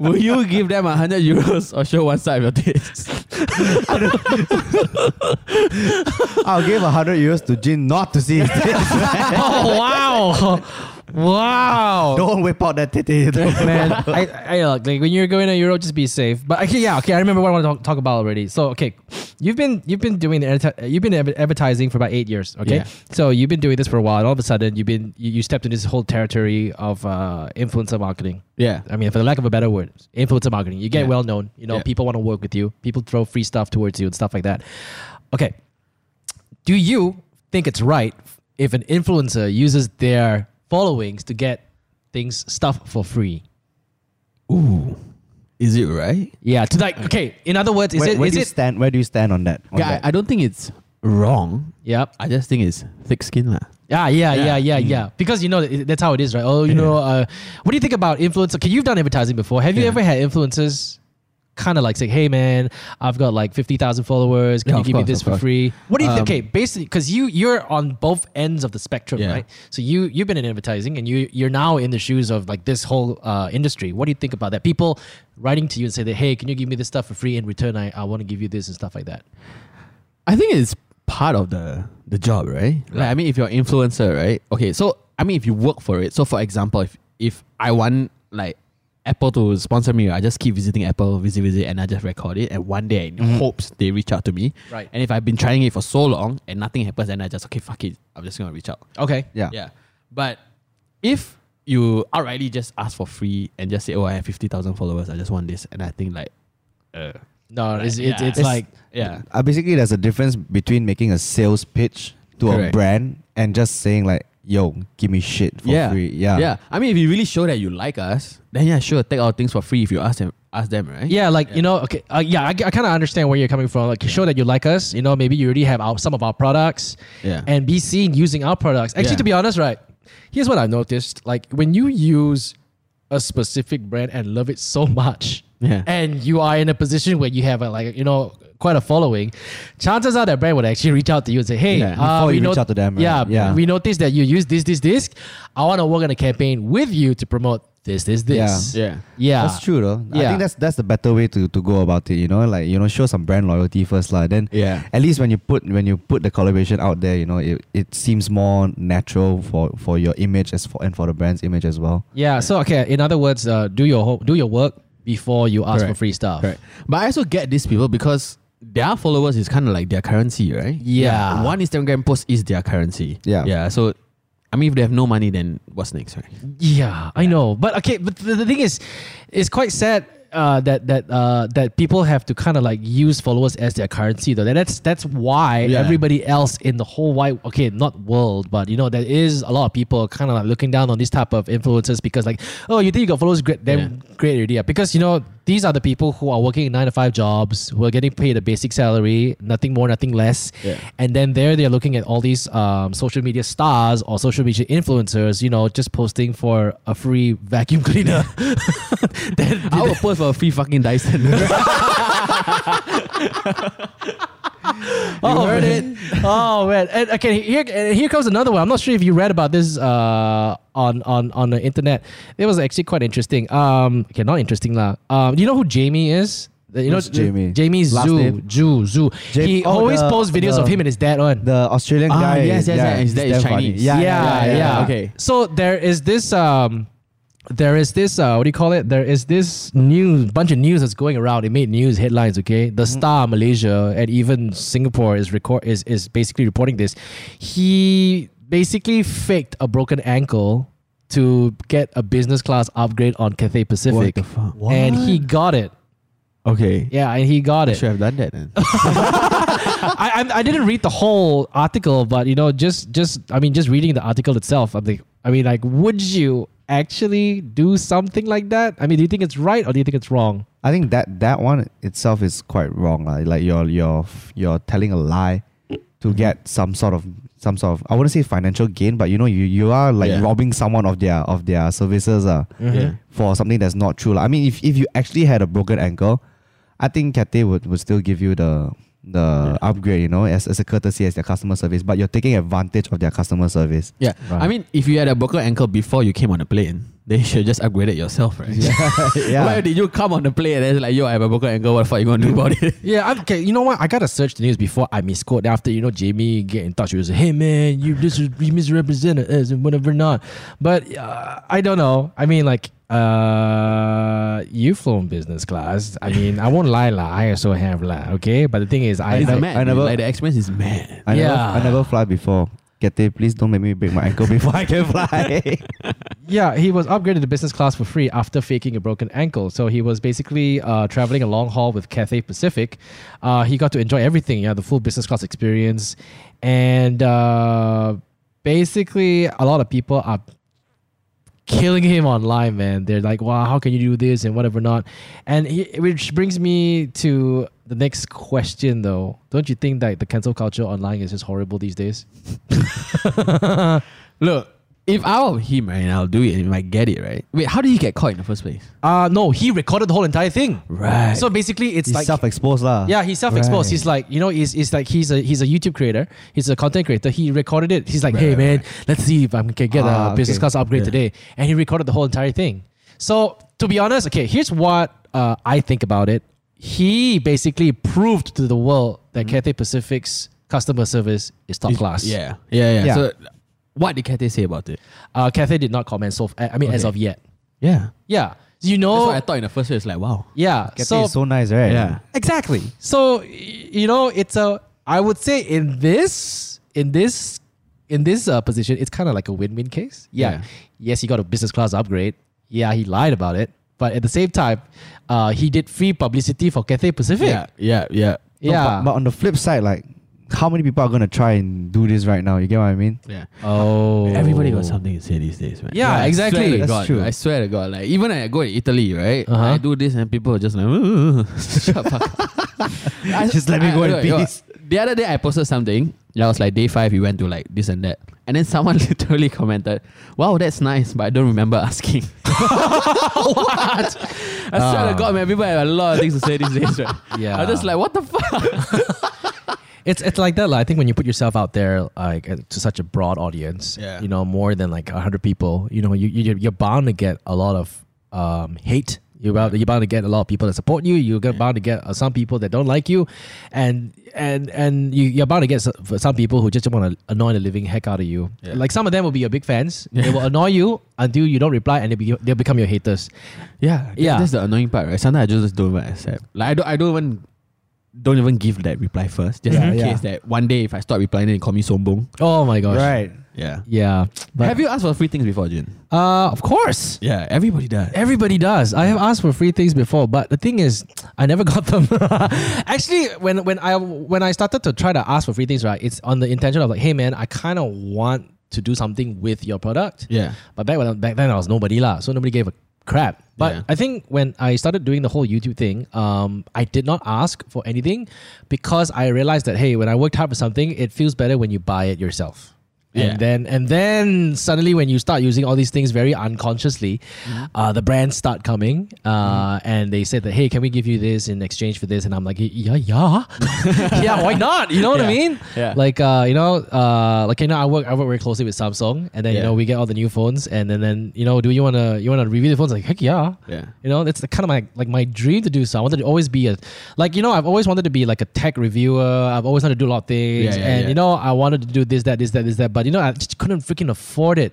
Speaker 3: Will you give them a hundred euros or show one side of your tits?
Speaker 2: I'll give 100 euros to Jin not to see his tits.
Speaker 1: oh wow, wow.
Speaker 2: Don't whip out that titty.
Speaker 1: man. I, I look, like when you're going to Europe, just be safe. But okay, yeah, okay. I remember what I want to talk, talk about already. So okay, you've been you've been doing the adverti- you've been adver- advertising for about eight years. Okay,
Speaker 3: Yeah.
Speaker 1: so you've been doing this for a while. And all of a sudden, you've been you, you stepped into this whole territory of uh, influencer marketing.
Speaker 3: Yeah.
Speaker 1: I mean, for the lack of a better word, influencer marketing. You get
Speaker 3: Yeah.
Speaker 1: well known. You know,
Speaker 3: Yeah.
Speaker 1: people want to work with you. People throw free stuff towards you and stuff like that. Okay, do you think it's right if an influencer uses their followings to get things stuff for free?
Speaker 3: Is it right?
Speaker 1: Yeah, to like okay. In other words, is
Speaker 2: where,
Speaker 1: it
Speaker 2: where
Speaker 1: is
Speaker 2: do you
Speaker 1: it?
Speaker 2: stand? Where do you stand on that? on
Speaker 3: Yeah,
Speaker 2: that?
Speaker 3: I, I don't think it's wrong.
Speaker 1: Yep.
Speaker 3: I just think it's thick skin lah.
Speaker 1: Yeah, Ah, yeah, yeah, Mm.
Speaker 3: Yeah.
Speaker 1: yeah, yeah. Because you know that- that's how it is, right? Oh, you know, uh, what do you think about influencer? Okay, you've done advertising before. Have you
Speaker 3: Yeah.
Speaker 1: ever had influencers kind of like say, "Hey, man, I've got like fifty thousand followers. Can
Speaker 3: Yeah,
Speaker 1: you
Speaker 3: of
Speaker 1: give
Speaker 3: course,
Speaker 1: me this
Speaker 3: of
Speaker 1: for
Speaker 3: course.
Speaker 1: free?" What do you think?
Speaker 3: Um,
Speaker 1: Okay, basically, because you you're on both ends of the spectrum,
Speaker 3: Yeah.
Speaker 1: right? So you you've been in advertising, and you you're now in the shoes of like this whole uh, industry. What do you think about that? People writing to you and say that, "Hey, can you give me this stuff for free? In return, I, I want to give you this and stuff like that."
Speaker 3: I think it's part of the the job, right? Like, I mean, if you're an influencer, right? Okay, so I mean, if you work for it. So, for example, if if I want like Apple to sponsor me, I just keep visiting Apple, visit, visit, and I just record it. And one day, in hopes they reach out to me.
Speaker 1: Right.
Speaker 3: And if I've been trying it for so long and nothing happens, then I just okay, fuck it, I'm just gonna reach out.
Speaker 1: Okay.
Speaker 2: yeah.
Speaker 3: Yeah. But if you outrightly just ask for free and just say, oh, I have fifty thousand followers, I just want this, and I think like, uh,
Speaker 1: No, it's it's,
Speaker 3: yeah.
Speaker 1: it's like
Speaker 3: yeah.
Speaker 2: Uh, basically, there's a difference between making a sales pitch to a
Speaker 3: Correct.
Speaker 2: brand and just saying like, "Yo, give me shit for free." Yeah,
Speaker 3: Yeah. I mean, if you really show that you like us, then yeah, sure, take our things for free if you ask them, ask them, right?
Speaker 1: Yeah, like you know, okay, uh, yeah, I, kind of understand where you're coming from. Like, show that you like us. You know, maybe you already have our, some of our products,
Speaker 3: Yeah.
Speaker 1: and be seen using our products. Actually,
Speaker 3: Yeah.
Speaker 1: to be honest, right? Here's what I've noticed: like when you use a specific brand and love it so much,
Speaker 3: Yeah.
Speaker 1: and you are in a position where you have a, like you know quite a following, chances are that brand would actually reach out to you and say, "Hey,
Speaker 2: Yeah,
Speaker 1: uh,
Speaker 2: before
Speaker 1: we
Speaker 2: you reach
Speaker 1: not-
Speaker 2: out to them, right?
Speaker 1: yeah,
Speaker 2: Yeah.
Speaker 1: we noticed that you use this, this, this. I want to work on a campaign with you to promote this, this, this.
Speaker 3: Yeah.
Speaker 1: yeah,
Speaker 2: That's true though. I
Speaker 1: Yeah.
Speaker 2: think that's that's the better way to, to go about it. You know, like you know, show some brand loyalty first, lah. Then
Speaker 3: Yeah.
Speaker 2: at least when you put when you put the collaboration out there, you know, it, it seems more natural for, for your image as for and for the brand's image as well.
Speaker 1: Yeah. So okay. In other words, uh, do your home, do your work before you ask for
Speaker 3: Correct.
Speaker 1: free stuff.
Speaker 3: Correct. But I also get these people because their followers is kind of like their currency, right?
Speaker 1: Yeah.
Speaker 3: One Instagram post is their currency.
Speaker 2: Yeah.
Speaker 3: Yeah. So, I mean, if they have no money, then what's next, right?
Speaker 1: Yeah, I know. But okay. But the, the thing is, it's quite sad. Uh, that that uh, that people have to kind of like use followers as their currency though. That- That's that's why
Speaker 3: Yeah.
Speaker 1: everybody else in the whole wide okay not world but you know there is a lot of people kind of like looking down on this type of influencers because like oh you think you got followers great then great idea because you know these are the people who are working nine to five jobs who are getting paid a basic salary nothing more nothing less
Speaker 3: Yeah.
Speaker 1: and then there they're looking at all these um, social media stars or social media influencers, you know, just posting for a free vacuum cleaner. Then-
Speaker 3: I will post for a free fucking Dyson.
Speaker 1: oh, man. oh man! And, okay, here and here comes another one. I'm not sure if you read about this uh, on on on the internet. It was actually quite interesting. Um, okay, not interesting lah. Um, do you know who Jamie is? You know
Speaker 2: Who's Jamie?
Speaker 1: Jamie
Speaker 2: Last
Speaker 1: Zoo,
Speaker 2: name?
Speaker 1: Zoo, Zoo.
Speaker 2: Jam-
Speaker 1: he
Speaker 2: oh,
Speaker 1: always
Speaker 2: the-
Speaker 1: posts videos
Speaker 2: the-
Speaker 1: of him and his dad on.
Speaker 2: The Australian
Speaker 3: Ah,
Speaker 2: guy,
Speaker 3: yes, yes, yes.
Speaker 2: yeah,
Speaker 3: Is that- is
Speaker 2: damn funny.
Speaker 3: Chinese.
Speaker 2: Yeah,
Speaker 1: yeah,
Speaker 3: yeah,
Speaker 1: yeah,
Speaker 3: yeah.
Speaker 1: yeah.
Speaker 3: Okay.
Speaker 1: So there is this um there is this uh what do you call it? There is this news bunch of news that's going around. It made news headlines, okay? The
Speaker 3: Mm-hmm.
Speaker 1: star Malaysia and even Singapore is record is is basically reporting this. He basically faked a broken ankle to get a business class upgrade on Cathay Pacific.
Speaker 3: the fuck?
Speaker 1: And he got it.
Speaker 3: okay.
Speaker 1: Yeah, and he got it.
Speaker 3: Should have done that then.
Speaker 1: I, I I didn't read the whole article, but you know, just just I mean, just reading the article itself, I'm like, I mean, like, would you actually do something like that? I mean, do you think it's right or do you think it's wrong?
Speaker 2: I think that that one itself is quite wrong. Like, like you're you're you're telling a lie to
Speaker 3: Mm-hmm.
Speaker 2: get some sort of some sort of I wouldn't say financial gain, but you know you you are like
Speaker 3: Yeah. Mm-hmm.
Speaker 2: robbing someone of their of their services uh,
Speaker 3: Yeah.
Speaker 2: for something that's not true. lah. I mean, if, if you actually had a broken ankle, I think Cathay would, would still give you the the upgrade. You know, as as a courtesy as their customer service, but you're taking advantage of their customer service.
Speaker 3: Yeah.
Speaker 1: Right.
Speaker 3: I mean, if you had a broken ankle before you came on a plane, They should just upgrade it yourself, right?
Speaker 2: yeah.
Speaker 3: Why did you come on the play and it's like, yo, I have a broken ankle. What the fuck you gonna do about it?
Speaker 1: Yeah, I'm, okay. You know what? I gotta search the news before I misquote. Then After you know Jamie get in touch, he was like, "Hey man, you this is- you misrepresented us and whatever not." But uh, I don't know. I mean, like, uh, you flown business class. I mean, I won't lie, lah. I also have lah. Okay, but the thing is, I,
Speaker 3: It's
Speaker 1: I-
Speaker 3: mad.
Speaker 2: I
Speaker 3: dude.
Speaker 2: never-
Speaker 3: like the experience is mad.
Speaker 2: I
Speaker 1: Yeah.
Speaker 2: never I never fly before. Kete, please don't make me break my ankle before I can fly.
Speaker 1: yeah, he was upgraded to business class for free after faking a broken ankle. So he was basically uh, traveling a long haul with Cathay Pacific. Uh, he got to enjoy everything, yeah, the full business class experience, and uh, basically a lot of people are killing him online, man. They're like, "Wow, how can you do this and whatever not?" And he, which brings me to the next question, though. Don't you think that the cancel culture online is just horrible these days?
Speaker 3: Look, if I were him right now, I'll do it. If I get it right. Wait, how did he get caught in the first place?
Speaker 1: Uh no, he recorded the whole entire thing.
Speaker 3: Right.
Speaker 1: So basically, it's
Speaker 2: He's
Speaker 1: like
Speaker 2: self-exposed lah.
Speaker 1: yeah, he's self-exposed.
Speaker 2: Right.
Speaker 1: He's like you know, he's, he's like he's a he's a YouTube creator. He's a content creator. He recorded it. He's like,
Speaker 3: Right,
Speaker 1: hey
Speaker 3: right,
Speaker 1: man, let's see if I can get
Speaker 2: Ah,
Speaker 1: a business
Speaker 2: okay.
Speaker 1: class upgrade
Speaker 3: Yeah.
Speaker 1: today. And he recorded the whole entire thing. So to be honest, okay, here's what uh, I think about it. He basically proved to the world that Cathay Pacific's customer service is top class.
Speaker 3: Mm. Yeah, yeah, yeah.
Speaker 2: Yeah.
Speaker 3: So, what did Kate say about it?
Speaker 1: Uh, Cathay did not comment. So f- I I mean, as
Speaker 3: Okay.
Speaker 1: of yet,
Speaker 3: Yeah.
Speaker 1: yeah. You
Speaker 3: That's
Speaker 1: know,
Speaker 3: what I thought in the first place. Like, wow.
Speaker 1: yeah.
Speaker 2: Kete
Speaker 1: so
Speaker 2: is so nice, right?
Speaker 3: Yeah.
Speaker 1: Exactly. So y- you know, it's a. I would say in this, in this, in this uh, position, it's kind of like a win-win case. Yeah.
Speaker 3: Yeah.
Speaker 1: Yes, he got a business class upgrade. Yeah, he lied about it, but at the same time, uh, he did free publicity for Cathay Pacific.
Speaker 3: Yeah, yeah, yeah.
Speaker 2: No,
Speaker 1: Yeah.
Speaker 2: but, but on the flip side, like how many people are gonna try and do this right now? You get what I mean?
Speaker 3: Yeah.
Speaker 1: Oh,
Speaker 3: Everybody got something to say these days, man.
Speaker 1: Yeah,
Speaker 3: I
Speaker 1: exactly.
Speaker 3: swear to
Speaker 2: That's
Speaker 3: God,
Speaker 2: true.
Speaker 3: I swear to God. Like even I go to Italy, right?
Speaker 1: Uh-huh.
Speaker 3: I do this and people are just like, "Ooh, shut fuck up. I-
Speaker 2: Just let me go in
Speaker 3: yo, yo,
Speaker 2: peace.
Speaker 3: The other day I posted something. That was like day five. We went to like this and that, and then someone literally commented, "Wow, that's nice," but I don't remember asking. what? I swear to God, man, people have a lot of things to say these days, right?
Speaker 1: Yeah.
Speaker 3: I'm just like, what the fuck?
Speaker 1: It's it's like that. lah. I think when you put yourself out there like uh, to such a broad audience,
Speaker 3: Yeah.
Speaker 1: you know, more than like hundred people, you know, you you you're bound to get a lot of um, hate. You're bound, you're bound to get a lot of people that support you. You're get- bound to get uh, some people that don't like you, and and and you, you're bound to get so- for some people who just want to annoy the living heck out of you.
Speaker 3: Yeah.
Speaker 1: Like some of them will be your big fans. They will annoy you until you don't reply, and they be, they'll become your haters.
Speaker 3: Yeah, that-
Speaker 1: Yeah.
Speaker 3: That's the annoying part, right? Sometimes I just don't even accept. Like I don't, I don't even, don't even give that reply first, just
Speaker 2: Yeah,
Speaker 3: in
Speaker 2: yeah.
Speaker 3: case that one day if I start replying, then they call me sombong.
Speaker 1: Oh my gosh!
Speaker 2: Right.
Speaker 3: Yeah.
Speaker 1: Yeah. But,
Speaker 3: Have you asked for free things before, Jin?
Speaker 1: uh, of course.
Speaker 3: Yeah, everybody does.
Speaker 1: Everybody does. I have asked for free things before, but the thing is, I never got them. Actually, when when I when I started to try to ask for free things, right, it's on the intention of like, hey man, I kind of want to do something with your product.
Speaker 3: Yeah.
Speaker 1: But back when back then I was nobody lah, so nobody gave a crap. But
Speaker 3: Yeah.
Speaker 1: I think when I started doing the whole YouTube thing, um, I did not ask for anything because I realized that hey, when I worked hard for something, it feels better when you buy it yourself.
Speaker 3: Yeah.
Speaker 1: And then and then suddenly when you start using all these things very unconsciously,
Speaker 3: Mm-hmm.
Speaker 1: uh, the brands start coming uh, and they said that hey, can we give you this in exchange for this? And I'm like yeah yeah yeah why not? You know what I
Speaker 3: Yeah.
Speaker 1: mean?
Speaker 3: Yeah.
Speaker 1: Like uh, you know uh, like you know I work I work very closely with Samsung and then you
Speaker 3: Yeah.
Speaker 1: know we get all the new phones and then then you know do you wanna you wanna review the phones like heck yeah
Speaker 3: Yeah.
Speaker 1: you know, that's the kind of my like my dream to do so. I wanted to always be a like you know, I've always wanted to be like a tech reviewer. I've always wanted to do a lot of things,
Speaker 3: Yeah, yeah,
Speaker 1: and
Speaker 3: yeah.
Speaker 1: you know, I wanted to do this, that, this, that, this, that. But you know, I just couldn't freaking afford it.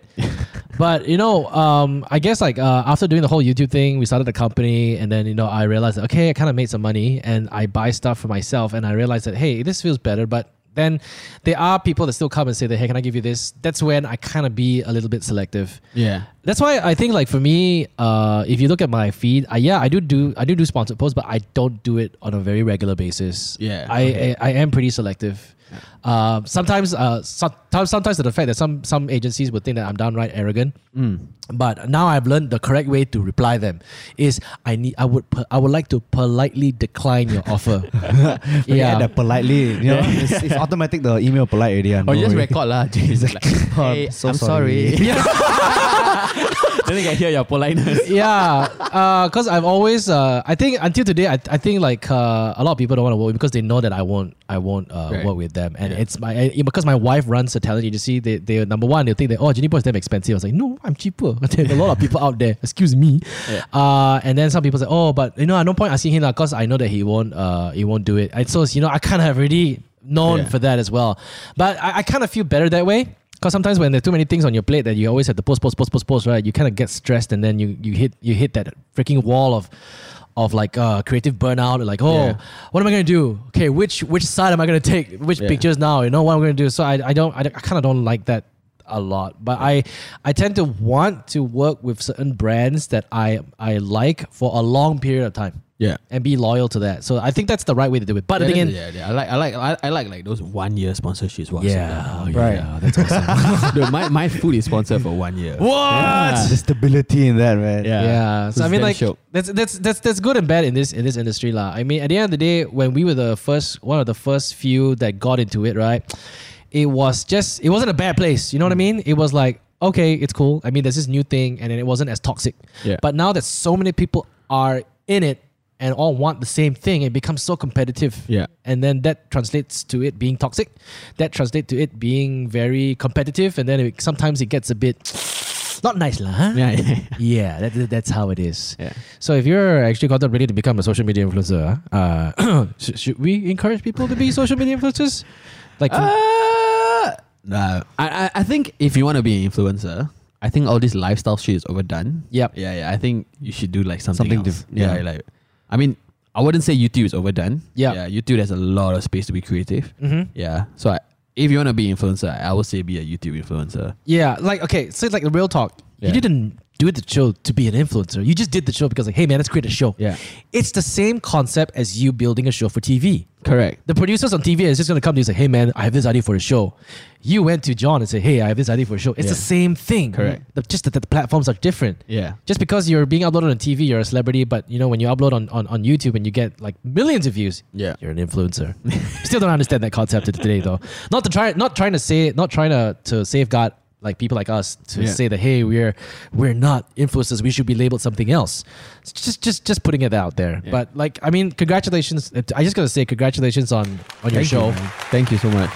Speaker 1: but you know, um, I guess like uh, after doing the whole YouTube thing, we started the company, and then you know, I realized that, okay, I kind of made some money, and I buy stuff for myself, and I realized that hey, this feels better, but. Then there are people that still come and say that, hey, can I give you this? That's when I kind of be a little bit selective
Speaker 3: Yeah.
Speaker 1: that's why I think like for me, uh, if you look at my feed, I, yeah, I do do I do do sponsored posts, but I don't do it on a very regular basis.
Speaker 3: Yeah,
Speaker 1: I
Speaker 3: okay.
Speaker 1: I, I am pretty selective. Uh, sometimes, uh, sometimes, sometimes to the fact that some some agencies would think that I'm downright arrogant,
Speaker 3: Mm.
Speaker 1: but now I've learned the correct way to reply them is I need I would per, I would like to politely decline your offer.
Speaker 2: When you add that politely, you know, it's, it's automatic the email polite already. ah,
Speaker 3: Or
Speaker 2: no
Speaker 3: Oh, just
Speaker 2: worry.
Speaker 3: Oh, record lah. Jin. Like,
Speaker 2: Oh, I'm
Speaker 3: hey,
Speaker 2: so
Speaker 3: I'm sorry.
Speaker 1: Yeah.
Speaker 3: then they can hear your politeness.
Speaker 1: yeah, because I've always, uh, I think until today, I, I think like uh, a lot of people don't want to work with me because they know that I won't, I won't uh,
Speaker 3: Right.
Speaker 1: work with them, and
Speaker 3: Yeah.
Speaker 1: it's my I, because my wife runs a talent agency. They, they number one, they think that oh, Juniper is damn expensive. I was like, no, I'm cheaper. There's a lot of people out there. Excuse me.
Speaker 3: Yeah.
Speaker 1: Uh, and then some people say, oh, but you know, at no point asking him because I know that he won't, uh, he won't do it. And so you know, I kind of already known
Speaker 3: Yeah.
Speaker 1: for that as well. But I, I kind of feel better that way. Cause sometimes when there's too many things on your plate that you always have to post, post, post, post, post, right? You kind of get stressed, and then you you hit you hit that freaking wall of, of like uh, creative burnout. Like, oh,
Speaker 3: Yeah.
Speaker 1: what am I gonna do? Okay, which which side am I gonna take? Which
Speaker 3: Yeah.
Speaker 1: pictures now? You know what I'm gonna do? So I, I don't I, kind of don't like that a lot. But I I tend to want to work with certain brands that I I like for a long period of time
Speaker 3: Yeah.
Speaker 1: and be loyal to that. So I think that's the right way to do it. But
Speaker 3: Yeah,
Speaker 1: again,
Speaker 3: yeah, yeah. I like, I like, I, I like like those one year sponsorships. Wow,
Speaker 1: Yeah,
Speaker 3: something.
Speaker 2: Right.
Speaker 1: yeah, that's awesome.
Speaker 3: Dude, my, my food is sponsored for one year.
Speaker 1: what?
Speaker 2: Ah, the stability in that, man.
Speaker 3: Yeah.
Speaker 1: Yeah. So I
Speaker 3: It's
Speaker 1: mean,
Speaker 3: damn
Speaker 1: like
Speaker 3: shiok.
Speaker 1: that's that's that's that's good and bad in this in this industry, lah. I mean, at the end of the day, when we were the first one of the first few that got into it, right? It was just it wasn't a bad place. You know what I
Speaker 3: Mm.
Speaker 1: mean? It was like okay, it's cool. I mean, there's this new thing, and then it wasn't as toxic.
Speaker 3: Yeah.
Speaker 1: But now that so many people are in it and all want the same thing, it becomes so competitive.
Speaker 3: Yeah.
Speaker 1: And then that translates to it being toxic. That translates to it being very competitive, and then it, sometimes it gets a bit not nice, lah. huh?
Speaker 3: Yeah, yeah,
Speaker 1: Yeah, that, that- that's how it is.
Speaker 3: yeah.
Speaker 1: So if you're actually got ready to become a social media influencer, uh, sh- should we encourage people to be social media influencers? Like,
Speaker 3: Uh, nah, I, I, I think if you want to be an influencer, I think all this lifestyle shit is overdone.
Speaker 1: Yep.
Speaker 3: Yeah, yeah. I think you should do like something,
Speaker 2: Something
Speaker 3: else.
Speaker 2: diff-
Speaker 3: yeah.
Speaker 2: yeah.
Speaker 3: like I mean, I wouldn't say YouTube is overdone.
Speaker 1: Yep.
Speaker 3: Yeah, Mm-hmm. YouTube has a lot of space to be creative.
Speaker 1: Mhm.
Speaker 3: Yeah. So I, if you want to be influencer, I would say be a YouTube influencer.
Speaker 1: yeah, like okay, so it's like the real talk.
Speaker 3: Yeah.
Speaker 1: You didn't do the show to be an influencer. You just did the show because like, hey man, let's create a show.
Speaker 3: Yeah.
Speaker 1: It's the same concept as you building a show for TV.
Speaker 3: Correct.
Speaker 1: The producers on TV is just gonna come to you and say, "Hey man, I have this idea for a show." You went to John and say, "Hey, I have this idea for a show." It's
Speaker 3: Yeah.
Speaker 1: the same thing.
Speaker 3: Correct.
Speaker 1: The, just that the platforms are different.
Speaker 3: Yeah.
Speaker 1: just because you're being uploaded on TV, you're a celebrity, but you know, when you upload on, on, on YouTube and you get like millions of views,
Speaker 3: Yeah.
Speaker 1: you're an influencer. Still don't understand that concept to today though. Not to try not trying to say not trying to, to safeguard like people like us to
Speaker 3: Yeah.
Speaker 1: say that hey we're we're not influencers, we should be labeled something else. It's just just just putting it out there.
Speaker 3: Yeah.
Speaker 1: But like I mean congratulations I just gotta say congratulations on on your
Speaker 3: Thank
Speaker 1: show.
Speaker 3: You, man. Thank you so much.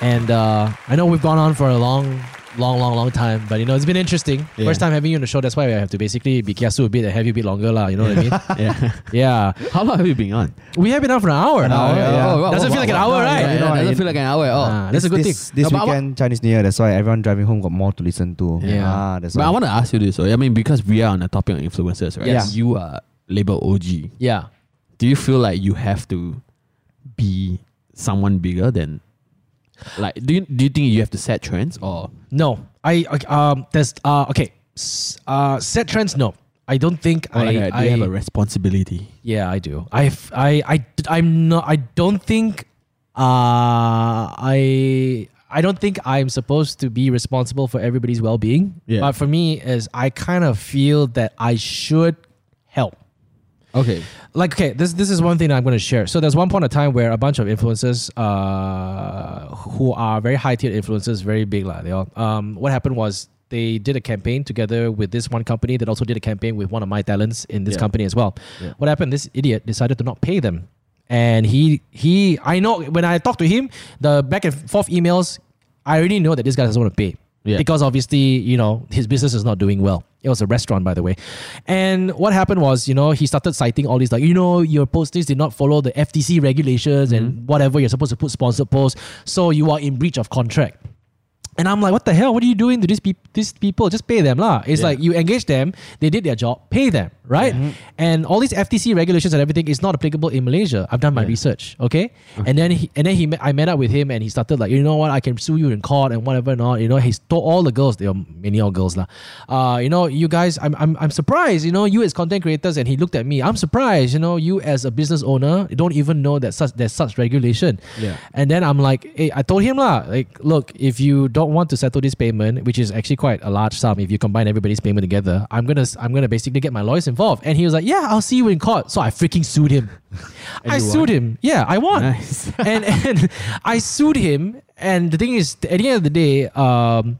Speaker 1: And uh, I know we've gone on for a long, long, long, long time, but you know it's been interesting.
Speaker 3: Yeah.
Speaker 1: First time having you on the show, that's why I have to basically be kiasu a bit and have you a bit longer, lah. You know what I mean? yeah,
Speaker 3: yeah. How long have you been on?
Speaker 1: we have been on for an hour.
Speaker 2: An
Speaker 1: now. Oh,
Speaker 2: hour, yeah.
Speaker 1: Doesn't feel like an hour, right?
Speaker 3: Yeah,
Speaker 2: You know,
Speaker 3: yeah,
Speaker 2: I-
Speaker 3: doesn't feel like an hour at all.
Speaker 1: Ah, that's a good
Speaker 2: this,
Speaker 1: thing.
Speaker 2: This
Speaker 3: No, but I wa-
Speaker 2: weekend, Chinese New Year, that's why everyone driving home got more to listen to.
Speaker 1: Yeah.
Speaker 2: Ah, that's
Speaker 3: but
Speaker 2: why.
Speaker 3: I want to ask you this. So, I mean, because we are on the topic of influencers, right?
Speaker 1: Yes.
Speaker 3: You are labeled OG.
Speaker 1: Yeah.
Speaker 3: Do you feel like you have to be someone bigger than, like, do you, do you think you have to set trends or?
Speaker 1: No, I okay, um. There's uh. Okay. S- uh. Set trends. No, I don't think
Speaker 3: or like,
Speaker 1: I.
Speaker 3: uh, do
Speaker 1: I
Speaker 3: you have a responsibility?
Speaker 1: Yeah, I do. I f- I I I'm not. I don't think. Uh, I I don't think I'm supposed to be responsible for everybody's well-being.
Speaker 3: Yeah.
Speaker 1: But for me, is I kind of feel that I should help.
Speaker 3: Okay.
Speaker 1: Like okay, this this is one thing I'm going to share. So there's one point of time where a bunch of influencers, uh, who are very high tier influencers, very big like they all. Um, what happened was they did a campaign together with this one company that also did a campaign with one of my talents in this
Speaker 3: Yeah.
Speaker 1: company as well.
Speaker 3: Yeah.
Speaker 1: What happened? This idiot decided to not pay them, and he he I know when I talked to him, the back and forth emails, I already know that this guy doesn't want to pay
Speaker 3: Yeah.
Speaker 1: because obviously you know his business is not doing well. It was a restaurant, by the way, and what happened was you know he started citing all these like you know your postings did not follow the FTC regulations and whatever you're supposed to put sponsored posts, so you are in breach of contract. And I'm like, what the hell? What are you doing to these people? These people just pay them lah. It's
Speaker 3: Yeah.
Speaker 1: like you engage them, they did their job, pay them, right? And all these FTC regulations and everything is not applicable in Malaysia. I've done my research, okay? And then he, and then he met, I met up with him and he started like, you know what? I can sue you in court and whatever and all. You know, he's told all the girls, they are many all girls lah. Uh, you know, you guys, I'm, I'm I'm surprised. You know, you as content creators, and he looked at me. I'm surprised. You know, you as a business owner don't even know that such there's such regulation.
Speaker 3: Yeah.
Speaker 1: And then I'm like, hey, I told him lah, like, look, if you don't want to settle this payment, which is actually quite a large sum if you combine everybody's payment together, I'm gonna I'm gonna basically get my lawyers involved. And he was like, yeah, I'll see you in court. So I freaking sued him. I
Speaker 3: you won?
Speaker 1: sued him. Yeah, I won
Speaker 3: Nice.
Speaker 1: and and I sued him. And the thing is, at the end of the day, um,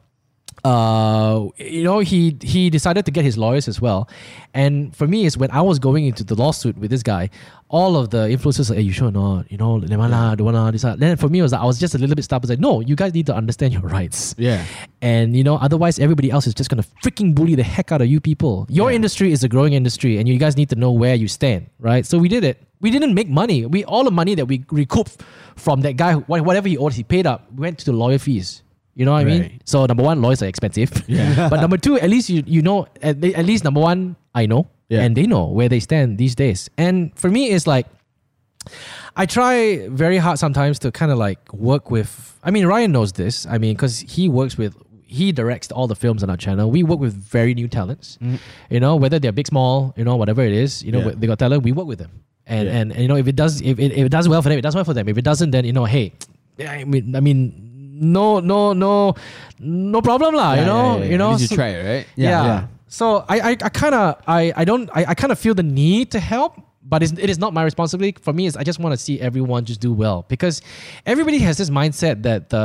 Speaker 1: uh, you know, he he decided to get his lawyers as well. And for me, is when I was going into the lawsuit with this guy, all of the influencers like, "Hey, you sure or not? You know, lemana, duwana, this." that." Then for me, it was like, I was just a little bit stubborn. I was like, no, you guys need to understand your rights.
Speaker 3: Yeah.
Speaker 1: And you know, otherwise, everybody else is just gonna freaking bully the heck out of you people. Your industry is a growing industry, and you guys need to know where you stand, right? So we did it. We didn't make money. We all the money that we recouped from that guy, who- wha- whatever he owed, he paid up. Went to the lawyer fees. You know what I mean?
Speaker 3: Right.
Speaker 1: So number one, lawyers are expensive.
Speaker 3: Yeah.
Speaker 1: but number two, at least you you know at, le- at least number one, I know
Speaker 3: Yeah.
Speaker 1: and they know where they stand these days. And for me, it's like I try very hard sometimes to kind of like work with. I mean, Ryan knows this. I mean, because he works with. He directs all the films on our channel. We work with very new talents, you know, whether they're big, small, you know, whatever it is, you know,
Speaker 3: Mm-hmm. Yeah.
Speaker 1: they got talent. We work with them, and,
Speaker 3: Yeah.
Speaker 1: and and you know, if it does, if it, if it does well for them, it does well for them. If it doesn't, then you know, hey, I mean, I mean, no, no, no, no problem lah. you know, you know,
Speaker 3: you
Speaker 1: so-
Speaker 3: try it, right?
Speaker 1: yeah.
Speaker 2: yeah.
Speaker 1: So I I, I kind of I I don't I, I kind of feel the need to help, but it's, it is not my responsibility. For me, is I just want to see everyone just do well because everybody has this mindset that the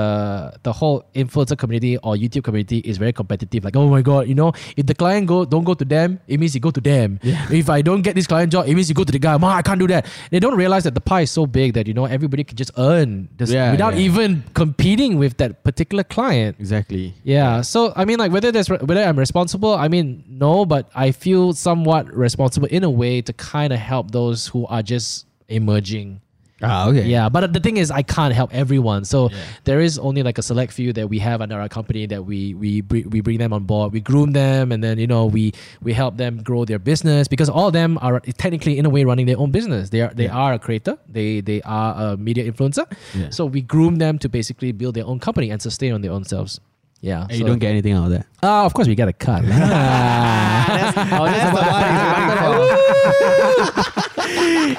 Speaker 1: the whole influencer community or YouTube community is very competitive. Like oh my god, you know, if the client go don't go to them, it means you go to them. If I don't get this client job, it means you go to the guy. Ma, I can't do that. They don't realize that the pie is so big that you know everybody can just earn this
Speaker 3: Yeah,
Speaker 1: without
Speaker 3: yeah.
Speaker 1: even competing with that particular client.
Speaker 3: Exactly.
Speaker 1: Yeah. So I mean, like whether there's whether I'm responsible, I mean no, but I feel somewhat responsible in a way to kind of help those who are just emerging.
Speaker 3: Ah, okay.
Speaker 1: Yeah. But the thing is, I can't help everyone. So
Speaker 3: Yeah.
Speaker 1: there is only like a select few that we have under our company that we we br- we bring them on board, we groom them, and then you know we we help them grow their business because all of them are technically in a way running their own business. They are they are a creator. They they are a media influencer.
Speaker 3: Yeah.
Speaker 1: So we groom them to basically build their own company and sustain on their own selves. Yeah,
Speaker 3: And you
Speaker 1: so-
Speaker 3: don't get anything out of that.
Speaker 1: uh, of course, we got a cut.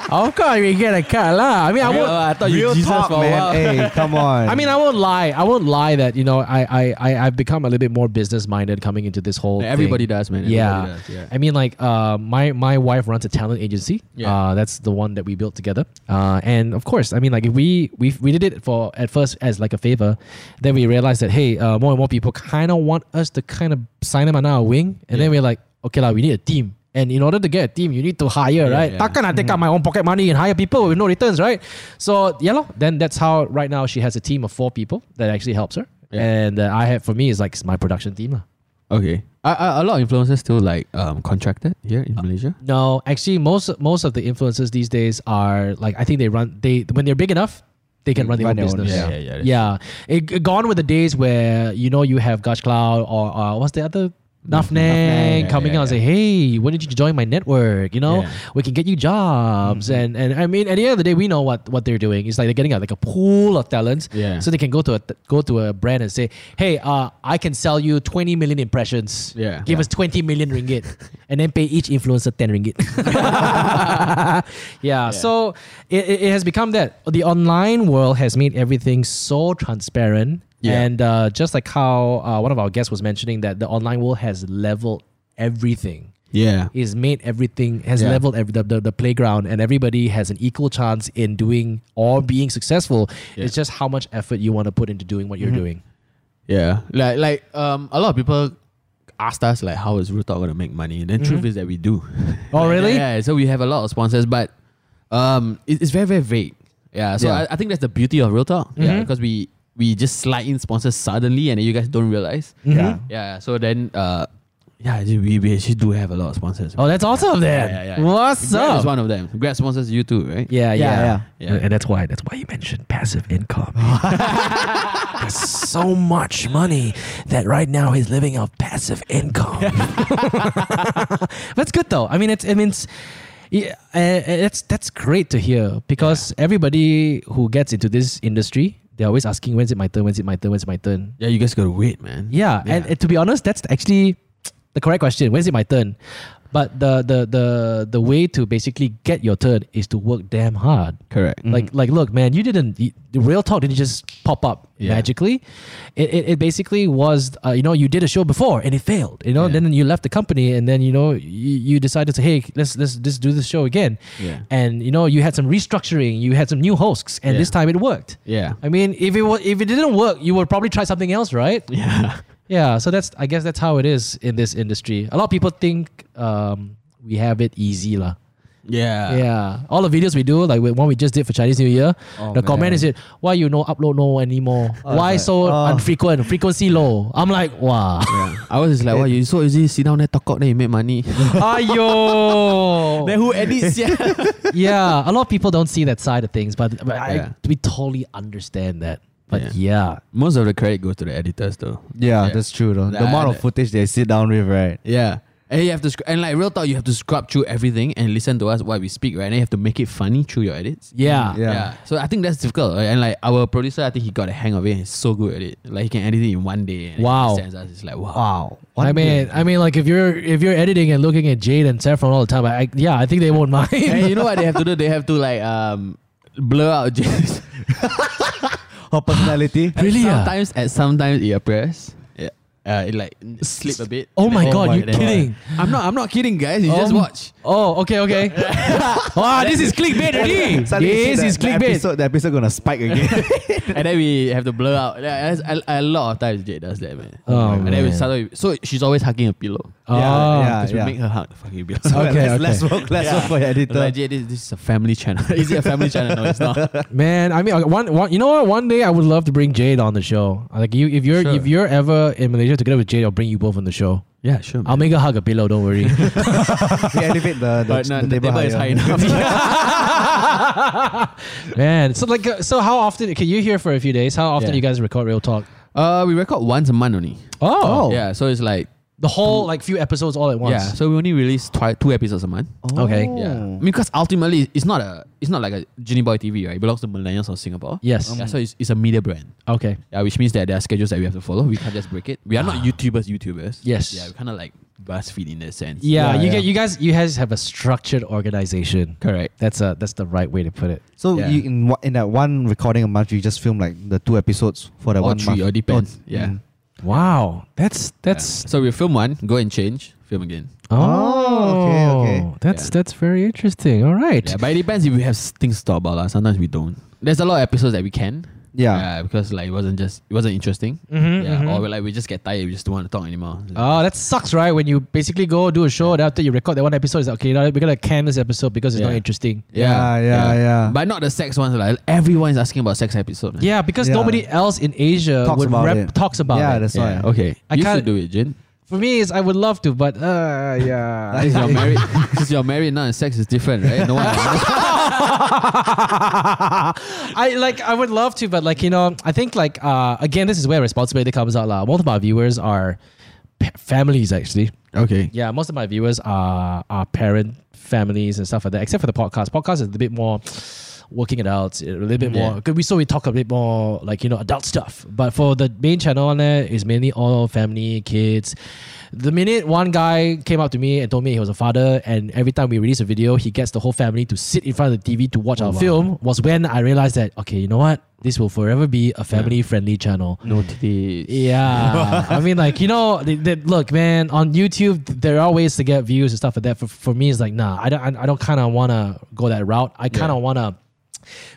Speaker 1: of course, we get a cut. lah. I mean, I
Speaker 3: Yeah,
Speaker 1: won't.
Speaker 3: I thought you
Speaker 2: Real
Speaker 3: Jesus
Speaker 2: talk,
Speaker 3: for a
Speaker 2: man.
Speaker 3: while.
Speaker 2: Hey, come on.
Speaker 1: I mean, I won't lie. I won't lie that you know I I I have become a little bit more business minded coming into this whole.
Speaker 3: Yeah, everybody
Speaker 1: thing.
Speaker 3: does, man.
Speaker 1: Yeah.
Speaker 3: Everybody does, yeah.
Speaker 1: I mean, like uh, my my wife runs a talent agency.
Speaker 3: Yeah.
Speaker 1: Uh, that's the one that we built together. Uh, and of course, I mean, like we we we did it for at first as like a favor, then we realized that hey, uh, more and more people kind of want us to kind of sign them under our wing, and then
Speaker 3: Yeah.
Speaker 1: we're like, okay, lah, we need a team. And in order to get a team, you need to hire, right?
Speaker 3: yeah. Mm-hmm.
Speaker 1: Takkan I take out my own pocket money and hire people with no returns, right? So yeah, lor. Then that's how right now she has a team of four people that actually helps her,
Speaker 3: Yeah.
Speaker 1: and uh, I have for me is like my production team. lah.
Speaker 3: Okay. Are, are a lot of influencers still like um, contracted here in Malaysia?
Speaker 1: No, actually, most most of the influencers these days are like I think they run they when they're big enough. They can run their own
Speaker 2: Run their own,
Speaker 1: business.
Speaker 3: yeah. Yeah, yeah, that's
Speaker 1: yeah. It, it- gone with the days where you know you have Gosh Cloud or uh, what's the other Nafnang
Speaker 3: Nafnang,
Speaker 1: coming
Speaker 3: yeah,
Speaker 1: out and say,
Speaker 3: yeah.
Speaker 1: "Hey, why don't you join my network? You know,
Speaker 3: Yeah. Mm-hmm.
Speaker 1: we can get you jobs." And and I mean, at the end of the day, we know what what they're doing. It's like they're getting a, like a pool of talents,
Speaker 3: Yeah.
Speaker 1: so they can go to a go to a brand and say, "Hey, uh, I can sell you twenty million impressions.
Speaker 3: Yeah.
Speaker 1: give us
Speaker 3: Yeah.
Speaker 1: 20 million ringgit and then pay each influencer 10 ringgit. yeah, so it, it it has become that. The online world has made everything so transparent.
Speaker 3: Yeah.
Speaker 1: And uh, just like how uh, one of our guests was mentioning, that the online world has leveled everything.
Speaker 3: Yeah.
Speaker 1: It's made everything, has
Speaker 3: Yeah.
Speaker 1: leveled every, the, the, the playground, and everybody has an equal chance in doing or being successful.
Speaker 3: Yeah. Mm-hmm.
Speaker 1: It's just how much effort you want to put into doing what you're doing.
Speaker 3: Yeah. Like like um a lot of people asked us like how is Root Talk gonna make money? And the truth is that we
Speaker 1: Oh,
Speaker 3: do. Like,
Speaker 1: Mm-hmm. really?
Speaker 3: Yeah, yeah. So we have a lot of sponsors, but um it- it's very, very vague. Yeah. So
Speaker 1: Yeah. Mm-hmm.
Speaker 3: I, I think that's the beauty of Real Talk. Yeah. Because we we just slide in sponsors suddenly and then you guys don't realize.
Speaker 1: Mm-hmm. hmm?
Speaker 2: yeah.
Speaker 3: Yeah. So then uh yeah, we, we actually do have a lot of sponsors.
Speaker 1: Oh, that's awesome then.
Speaker 3: Yeah, yeah, yeah.
Speaker 1: What's
Speaker 3: Grab
Speaker 1: up?
Speaker 3: is one of them. Grab sponsors you too, right?
Speaker 1: Yeah, yeah,
Speaker 2: yeah.
Speaker 3: Yeah.
Speaker 1: And that's why that's why you mentioned passive income. There's so much money that right now he's living off passive income. that's good though. I mean, it's I mean, it's, yeah, uh, uh, that's that's great to hear because everybody who gets into this industry, they're always asking, "When's it my turn? When's it my turn? When's it my turn?"
Speaker 3: Yeah, you guys gotta wait, man.
Speaker 1: Yeah, And, and to be honest, that's actually the correct question. When is it my turn? But the the the the way to basically get your turn is to work damn hard.
Speaker 3: correct.
Speaker 1: Like like look, man, you didn't you, the real talk didn't just pop up
Speaker 3: Yeah.
Speaker 1: magically. It, it, it basically was uh, you know you did a show before and it failed. You know
Speaker 3: Yeah.
Speaker 1: then you left the company and then you know you, you decided to hey let's let's just do this show again.
Speaker 3: Yeah.
Speaker 1: And you know you had some restructuring, you had some new hosts, and
Speaker 3: Yeah.
Speaker 1: this time it worked.
Speaker 3: Yeah.
Speaker 1: I mean, if it was, if it didn't work, you would probably try something else, right?
Speaker 3: Yeah.
Speaker 1: Yeah, so that's I guess that's how it is in this industry. A lot of people think um, we have it easy lah.
Speaker 2: Uh,
Speaker 3: Yeah.
Speaker 1: yeah, all the videos we do, like the one we just did for Chinese New Year,
Speaker 2: Oh,
Speaker 1: the comment
Speaker 2: man.
Speaker 1: is it why you no upload no anymore? why
Speaker 2: like,
Speaker 1: so
Speaker 2: oh.
Speaker 1: unfrequent? Frequency low. I'm like wow.
Speaker 3: I was just like, wow, you so easy sit down there, talk out, then you make money.
Speaker 1: Ayo.
Speaker 3: who edits? Yeah.
Speaker 1: yeah, a lot of people don't see that side of things, but, but
Speaker 3: Yeah.
Speaker 1: I, we totally understand that. But yeah,
Speaker 3: Most of the credit goes to the editors, though.
Speaker 2: Yeah,
Speaker 3: Yeah.
Speaker 2: that's true though. The
Speaker 3: Nah,
Speaker 2: amount
Speaker 3: that-
Speaker 2: of footage they sit down with, right?
Speaker 3: Yeah. And you have to, sc- and like real talk, you have to scrub through everything and listen to us while we speak, right? And you have to make it funny through your edits.
Speaker 1: yeah,
Speaker 2: Yeah.
Speaker 3: So I think that's difficult. right? And like our producer, I think he got a hang of it. And he's so good at it. Like he can edit it in one day. And
Speaker 1: Wow.
Speaker 3: He sends us. It's like, wow.
Speaker 2: Wow.
Speaker 1: I mean, I mean, like if you're if you're editing and looking at Jade and Saffron all the time, I, I yeah, I think they won't mind.
Speaker 3: and you know what they have to do? They have to like um blur out James.
Speaker 2: her personality.
Speaker 1: Really,
Speaker 3: At
Speaker 1: ah?
Speaker 3: sometimes at sometimes it appears. Yeah. Uh, it like n- slip a bit.
Speaker 1: Oh my
Speaker 3: Then-
Speaker 1: God,
Speaker 3: my-
Speaker 1: you're
Speaker 3: then-
Speaker 1: kidding.
Speaker 3: I'm not. I'm not kidding, guys. You just
Speaker 1: Um,
Speaker 3: watch.
Speaker 1: Oh, okay, okay. wow, this is clickbait already.
Speaker 2: Suddenly you see
Speaker 1: This
Speaker 2: that-
Speaker 1: is
Speaker 2: the
Speaker 1: clickbait.
Speaker 2: Episode, the episode gonna spike again.
Speaker 3: and then we have to blur out. Yeah, that's A, a lot of times Jade does that, man.
Speaker 1: Oh,
Speaker 3: and then we
Speaker 1: man.
Speaker 3: start. with- So she's always hugging a pillow.
Speaker 1: Oh,
Speaker 2: Yeah,
Speaker 3: Because we
Speaker 2: yeah.
Speaker 3: make her hug the fucking pillow.
Speaker 2: So
Speaker 1: Okay,
Speaker 2: let's, let's
Speaker 1: okay.
Speaker 2: work. Let's work for your editor.
Speaker 3: Like, Jade, this, this is a family channel. is it a family channel? No, it's not.
Speaker 1: man. I mean, uh, one, one, you know what? One day I would love to bring Jade on the show. Like you, if you're
Speaker 3: Sure.
Speaker 1: if you're ever in Malaysia together with Jade, I'll bring you both on the show.
Speaker 3: Yeah, sure.
Speaker 1: I'll make her hug a pillow. Don't worry.
Speaker 2: we elevate the, the,
Speaker 3: but no,
Speaker 2: the
Speaker 3: the
Speaker 2: table
Speaker 3: table is high
Speaker 2: higher.
Speaker 3: enough.
Speaker 1: man, so like, uh, so how often? Okay, you're here for a few days. How often
Speaker 3: Yeah.
Speaker 1: do you guys record real talk?
Speaker 3: uh, we record once a month only.
Speaker 1: Oh,
Speaker 3: Yeah, so it's like
Speaker 1: the whole like few episodes all at once.
Speaker 3: yeah. So we only release twi- two episodes a month.
Speaker 2: Oh.
Speaker 1: Okay.
Speaker 3: Yeah, because ultimately it's not a it's not like a Genie Boy TV, right? It belongs to millennials of Singapore.
Speaker 1: Yes.
Speaker 3: Yeah, so it's, it's a media brand.
Speaker 1: Okay.
Speaker 3: Yeah, which means that there are schedules that we have to follow. We can't just break it. We are not YouTubers, YouTubers.
Speaker 1: Ah. Yes.
Speaker 3: Yeah, we're kind of like Buzzfeed in that sense.
Speaker 1: Yeah,
Speaker 2: Yeah,
Speaker 1: you
Speaker 2: yeah.
Speaker 1: get you guys you guys have a structured organization.
Speaker 3: Correct.
Speaker 1: That's a that's the right way to put it.
Speaker 2: So
Speaker 3: Yeah.
Speaker 2: you, in one- in that one recording a month, you just film like the two episodes for that
Speaker 3: Or
Speaker 2: one
Speaker 3: three,
Speaker 2: month.
Speaker 3: or depends. Yeah.
Speaker 2: mm.
Speaker 1: Wow, that's that's
Speaker 3: So we film one, go and change, film again.
Speaker 1: oh,
Speaker 2: Oh, okay, okay.
Speaker 1: That's
Speaker 3: Yeah.
Speaker 1: that's very interesting. All right.
Speaker 3: Yeah, but it depends if we have s- things to talk about. lah. Sometimes we don't. There's a lot of episodes that we can.
Speaker 2: Yeah.
Speaker 3: because like it wasn't just it wasn't interesting.
Speaker 1: Mhm,
Speaker 3: yeah.
Speaker 1: mhm.
Speaker 3: Or we like we just get tired, we just don't want to talk anymore.
Speaker 1: Oh, that sucks, right? When you basically go do a show, and after you record that one episode, it's like, okay, now we're gonna can this episode because it's not
Speaker 3: Yeah.
Speaker 1: interesting.
Speaker 2: Yeah, yeah, yeah.
Speaker 3: But not the sex ones. Like everyone's asking about sex episode. man.
Speaker 1: Yeah, because
Speaker 2: Yeah.
Speaker 1: nobody else in Asia
Speaker 2: Talks
Speaker 1: would
Speaker 2: about
Speaker 1: rep,
Speaker 2: it.
Speaker 1: talks about
Speaker 2: Yeah,
Speaker 1: it.
Speaker 2: that's
Speaker 3: Yeah.
Speaker 2: why.
Speaker 3: Okay.
Speaker 1: I
Speaker 3: you
Speaker 1: can't-
Speaker 3: should do it, Jin.
Speaker 1: For me, is I would love to, but uh, yeah.
Speaker 3: Since you're married, since you're married now, and sex is different, right? No one.
Speaker 1: I like I would love to, but like you know, I think like uh, again, this is where responsibility comes out. Lah, most of our viewers are pa- families, actually.
Speaker 3: okay.
Speaker 1: Yeah, most of my viewers are are parent families and stuff like that. Except for the podcast. Podcast is a bit more working it out a little bit more.
Speaker 3: Yeah.
Speaker 1: 'Cause we so we talk a bit more like you know adult stuff. But for the main channel on there is mainly all family kids. The minute one guy came up to me and told me he was a father, and every time we release a video, he gets the whole family to sit in front of the TV to watch our film. Was when I realized that okay, you know what, this will forever be a family-friendly channel.
Speaker 3: No titties.
Speaker 1: Yeah, I mean, like you know, they, they, look, man, on YouTube th- there are ways to get views and stuff like that. For, for me, it's like, nah, I don't, I, I don't kind of want to go that route. I kind of want to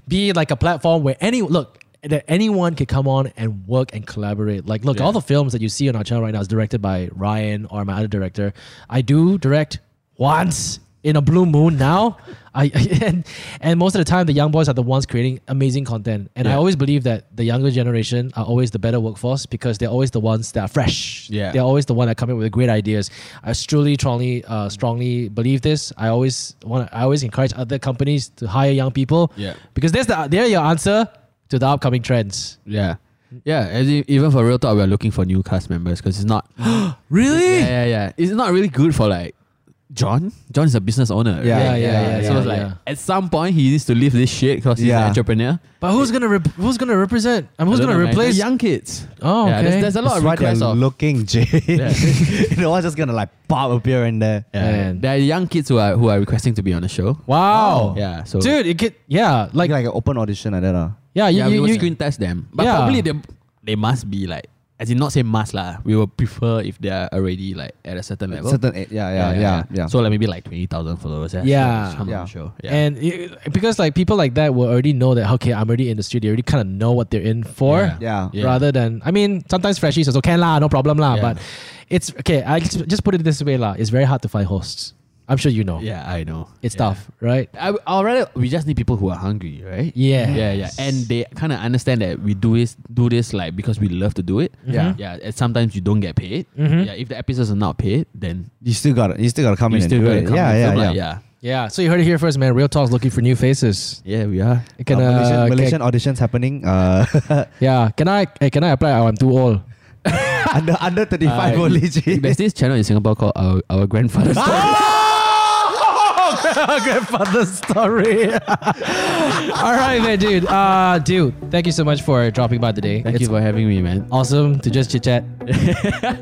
Speaker 1: be like a platform where any look that anyone can come on and work and collaborate. Like, look,
Speaker 3: Yeah.
Speaker 1: all the films that you see on our channel right now is directed by Ryan or my other director. I do direct once in a blue moon now. I and, and most of the time the young boys are the ones creating amazing content. And I
Speaker 3: Yeah.
Speaker 1: always believe that the younger generation are always the better workforce because they're always the ones that are fresh.
Speaker 3: Yeah.
Speaker 1: They're always the one that come up with great ideas. I truly, strongly, uh, strongly believe this. I always want. I always encourage other companies to hire young people.
Speaker 3: Yeah.
Speaker 1: Because there's the they're your answer to the upcoming trends.
Speaker 3: Yeah. Yeah, as in, even for real talk, we are looking for new cast members because it's not. yeah,
Speaker 1: Really?
Speaker 3: yeah, yeah. It's not really good for like John. John is a business owner.
Speaker 2: Yeah, yeah,
Speaker 3: right?
Speaker 2: yeah,
Speaker 3: So
Speaker 2: yeah,
Speaker 3: it's like
Speaker 1: yeah.
Speaker 3: at some point he needs to leave this shit because he's
Speaker 2: Yeah.
Speaker 3: an entrepreneur.
Speaker 1: But who's gonna rep- who's gonna represent? I mean, who's
Speaker 3: I don't
Speaker 1: gonna
Speaker 3: know, man.
Speaker 1: replace?
Speaker 3: They're young kids?
Speaker 1: Oh,
Speaker 3: yeah,
Speaker 1: okay.
Speaker 3: there's, there's a lot
Speaker 2: That's
Speaker 3: of
Speaker 2: why they're
Speaker 3: requests of
Speaker 2: looking, Jade.
Speaker 3: Yeah.
Speaker 2: you know what's just gonna like pop appear in there.
Speaker 3: yeah,
Speaker 1: Man.
Speaker 3: there are young kids who are who are requesting to be on the show.
Speaker 1: wow.
Speaker 3: Oh, Yeah, so
Speaker 1: Dude, it could yeah, like
Speaker 2: Like like an open audition like that. Uh.
Speaker 1: yeah, you,
Speaker 3: yeah, we
Speaker 1: you,
Speaker 3: will
Speaker 1: you-
Speaker 3: screen test them, but
Speaker 1: Yeah.
Speaker 3: probably they they must be like as in not say must lah. We will prefer if they are already like at a certain level.
Speaker 2: Certain, yeah, yeah, yeah, yeah.
Speaker 3: So like maybe like twenty thousand followers. Yeah,
Speaker 1: Yeah.
Speaker 3: sure, I'm
Speaker 2: Yeah.
Speaker 3: sure. Yeah.
Speaker 1: And it, because like people like that will already know that okay, I'm already in the street. They already kind of know what they're in for.
Speaker 3: Yeah.
Speaker 2: yeah,
Speaker 3: Yeah.
Speaker 1: Rather than I mean, sometimes freshies also can lah, no problem lah.
Speaker 3: Yeah.
Speaker 1: But it's okay. I just, just put it this way lah. It's very hard to find hosts. I'm sure you know.
Speaker 3: yeah, I know.
Speaker 1: It's
Speaker 3: yeah.
Speaker 1: tough, right?
Speaker 3: I I'd rather we just need people who are hungry, right?
Speaker 1: Yeah.
Speaker 3: Yeah, yeah. And they kind of understand that we do this do this like because we love to do it.
Speaker 1: Yeah.
Speaker 3: Yeah. And sometimes you don't get paid.
Speaker 1: Mhm.
Speaker 3: Yeah. If the episodes are not paid, then
Speaker 2: You still got to You still got to come in
Speaker 3: you
Speaker 2: and
Speaker 3: still
Speaker 2: do
Speaker 3: gotta
Speaker 2: it.
Speaker 3: come
Speaker 2: yeah,
Speaker 3: and
Speaker 2: yeah,
Speaker 3: film,
Speaker 2: yeah,
Speaker 3: like, yeah.
Speaker 1: Yeah. So you heard it here first, man. Real talk's looking for new faces.
Speaker 3: Yeah, we are.
Speaker 1: It Can,
Speaker 2: Uh, Malaysian,
Speaker 1: uh, can-
Speaker 2: Malaysian auditions happening. Uh,
Speaker 1: yeah. Can I? eh, Can I apply? Oh, I'm too old.
Speaker 2: under under thirty five
Speaker 3: Uh,
Speaker 2: only.
Speaker 3: There's this channel in Singapore called Our, Our Grandfather's
Speaker 1: Ah!
Speaker 3: Story.
Speaker 1: grandfather's story. All right, man, dude. Uh, dude, thank you so much for dropping by today.
Speaker 3: Thank
Speaker 1: it's
Speaker 3: you for having me, man.
Speaker 1: awesome to just chit chat.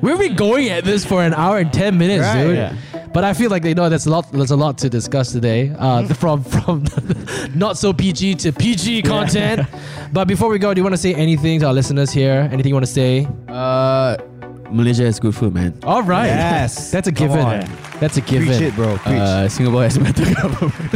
Speaker 1: We've been going at this for an hour and ten minutes,
Speaker 2: Right.
Speaker 1: dude.
Speaker 3: Yeah.
Speaker 1: But I feel like they know that's a lot. There's a lot to discuss today.
Speaker 2: Mm-hmm.
Speaker 1: Uh, from from not so PG to PG content. but before we go, do you want to say anything to our listeners here? Anything you want to say?
Speaker 3: Uh, Malaysia has good food, man.
Speaker 1: All right.
Speaker 2: Yes.
Speaker 1: That's a
Speaker 2: Come
Speaker 1: given.
Speaker 2: on.
Speaker 1: That's a given.
Speaker 2: Preach it, bro. Preach.
Speaker 3: Uh, Singapore has better government.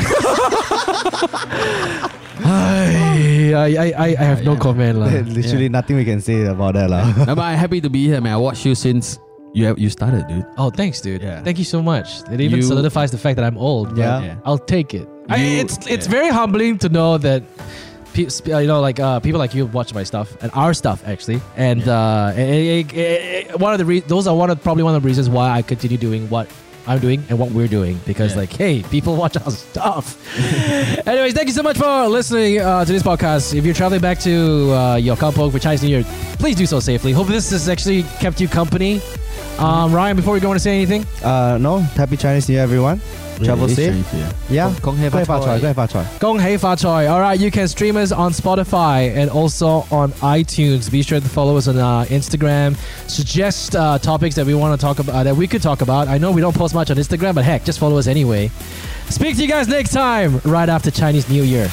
Speaker 1: I, I, I, I have no comment lah.
Speaker 2: Literally nothing we can say about that, lah.
Speaker 3: no, but I'm happy to be here, man. I watched you since you have, you started, dude.
Speaker 1: Oh, thanks, dude.
Speaker 3: Yeah.
Speaker 1: Thank you so much. It even
Speaker 3: You-
Speaker 1: solidifies the fact that I'm old.
Speaker 2: Yeah.
Speaker 1: but I'll take it. I,
Speaker 3: You-
Speaker 1: it's it's
Speaker 3: yeah.
Speaker 1: very humbling to know that, pe- sp- uh, you know, like uh, people like you watch my stuff and our stuff actually, and uh, eh, eh, eh, eh, eh, one of the re- those are one of probably one of the reasons why I continue doing what. I'm doing and what we're doing because,
Speaker 3: Yeah.
Speaker 1: like, hey, people watch our stuff. Anyways, thank you so much for listening uh, to this podcast. If you're traveling back to uh, your kampong for Chinese New Year, please do so safely. Hope this has actually kept you company. Um, Ryan, before we go, want to say anything?
Speaker 2: Uh, no, happy Chinese New Year, everyone. Travel safe. Yeah.
Speaker 3: Kong hei
Speaker 2: Go far
Speaker 3: fat
Speaker 2: try.
Speaker 3: choy.
Speaker 2: Go far try.
Speaker 1: Gong Hei Fa Choi. All right, you can stream us on Spotify and also on iTunes. Be sure to follow us on uh, Instagram. Suggest uh, topics that we want to talk about, that we could talk about. I know we don't post much on Instagram, but heck, just follow us anyway. Speak to you guys next time, right after Chinese New Year.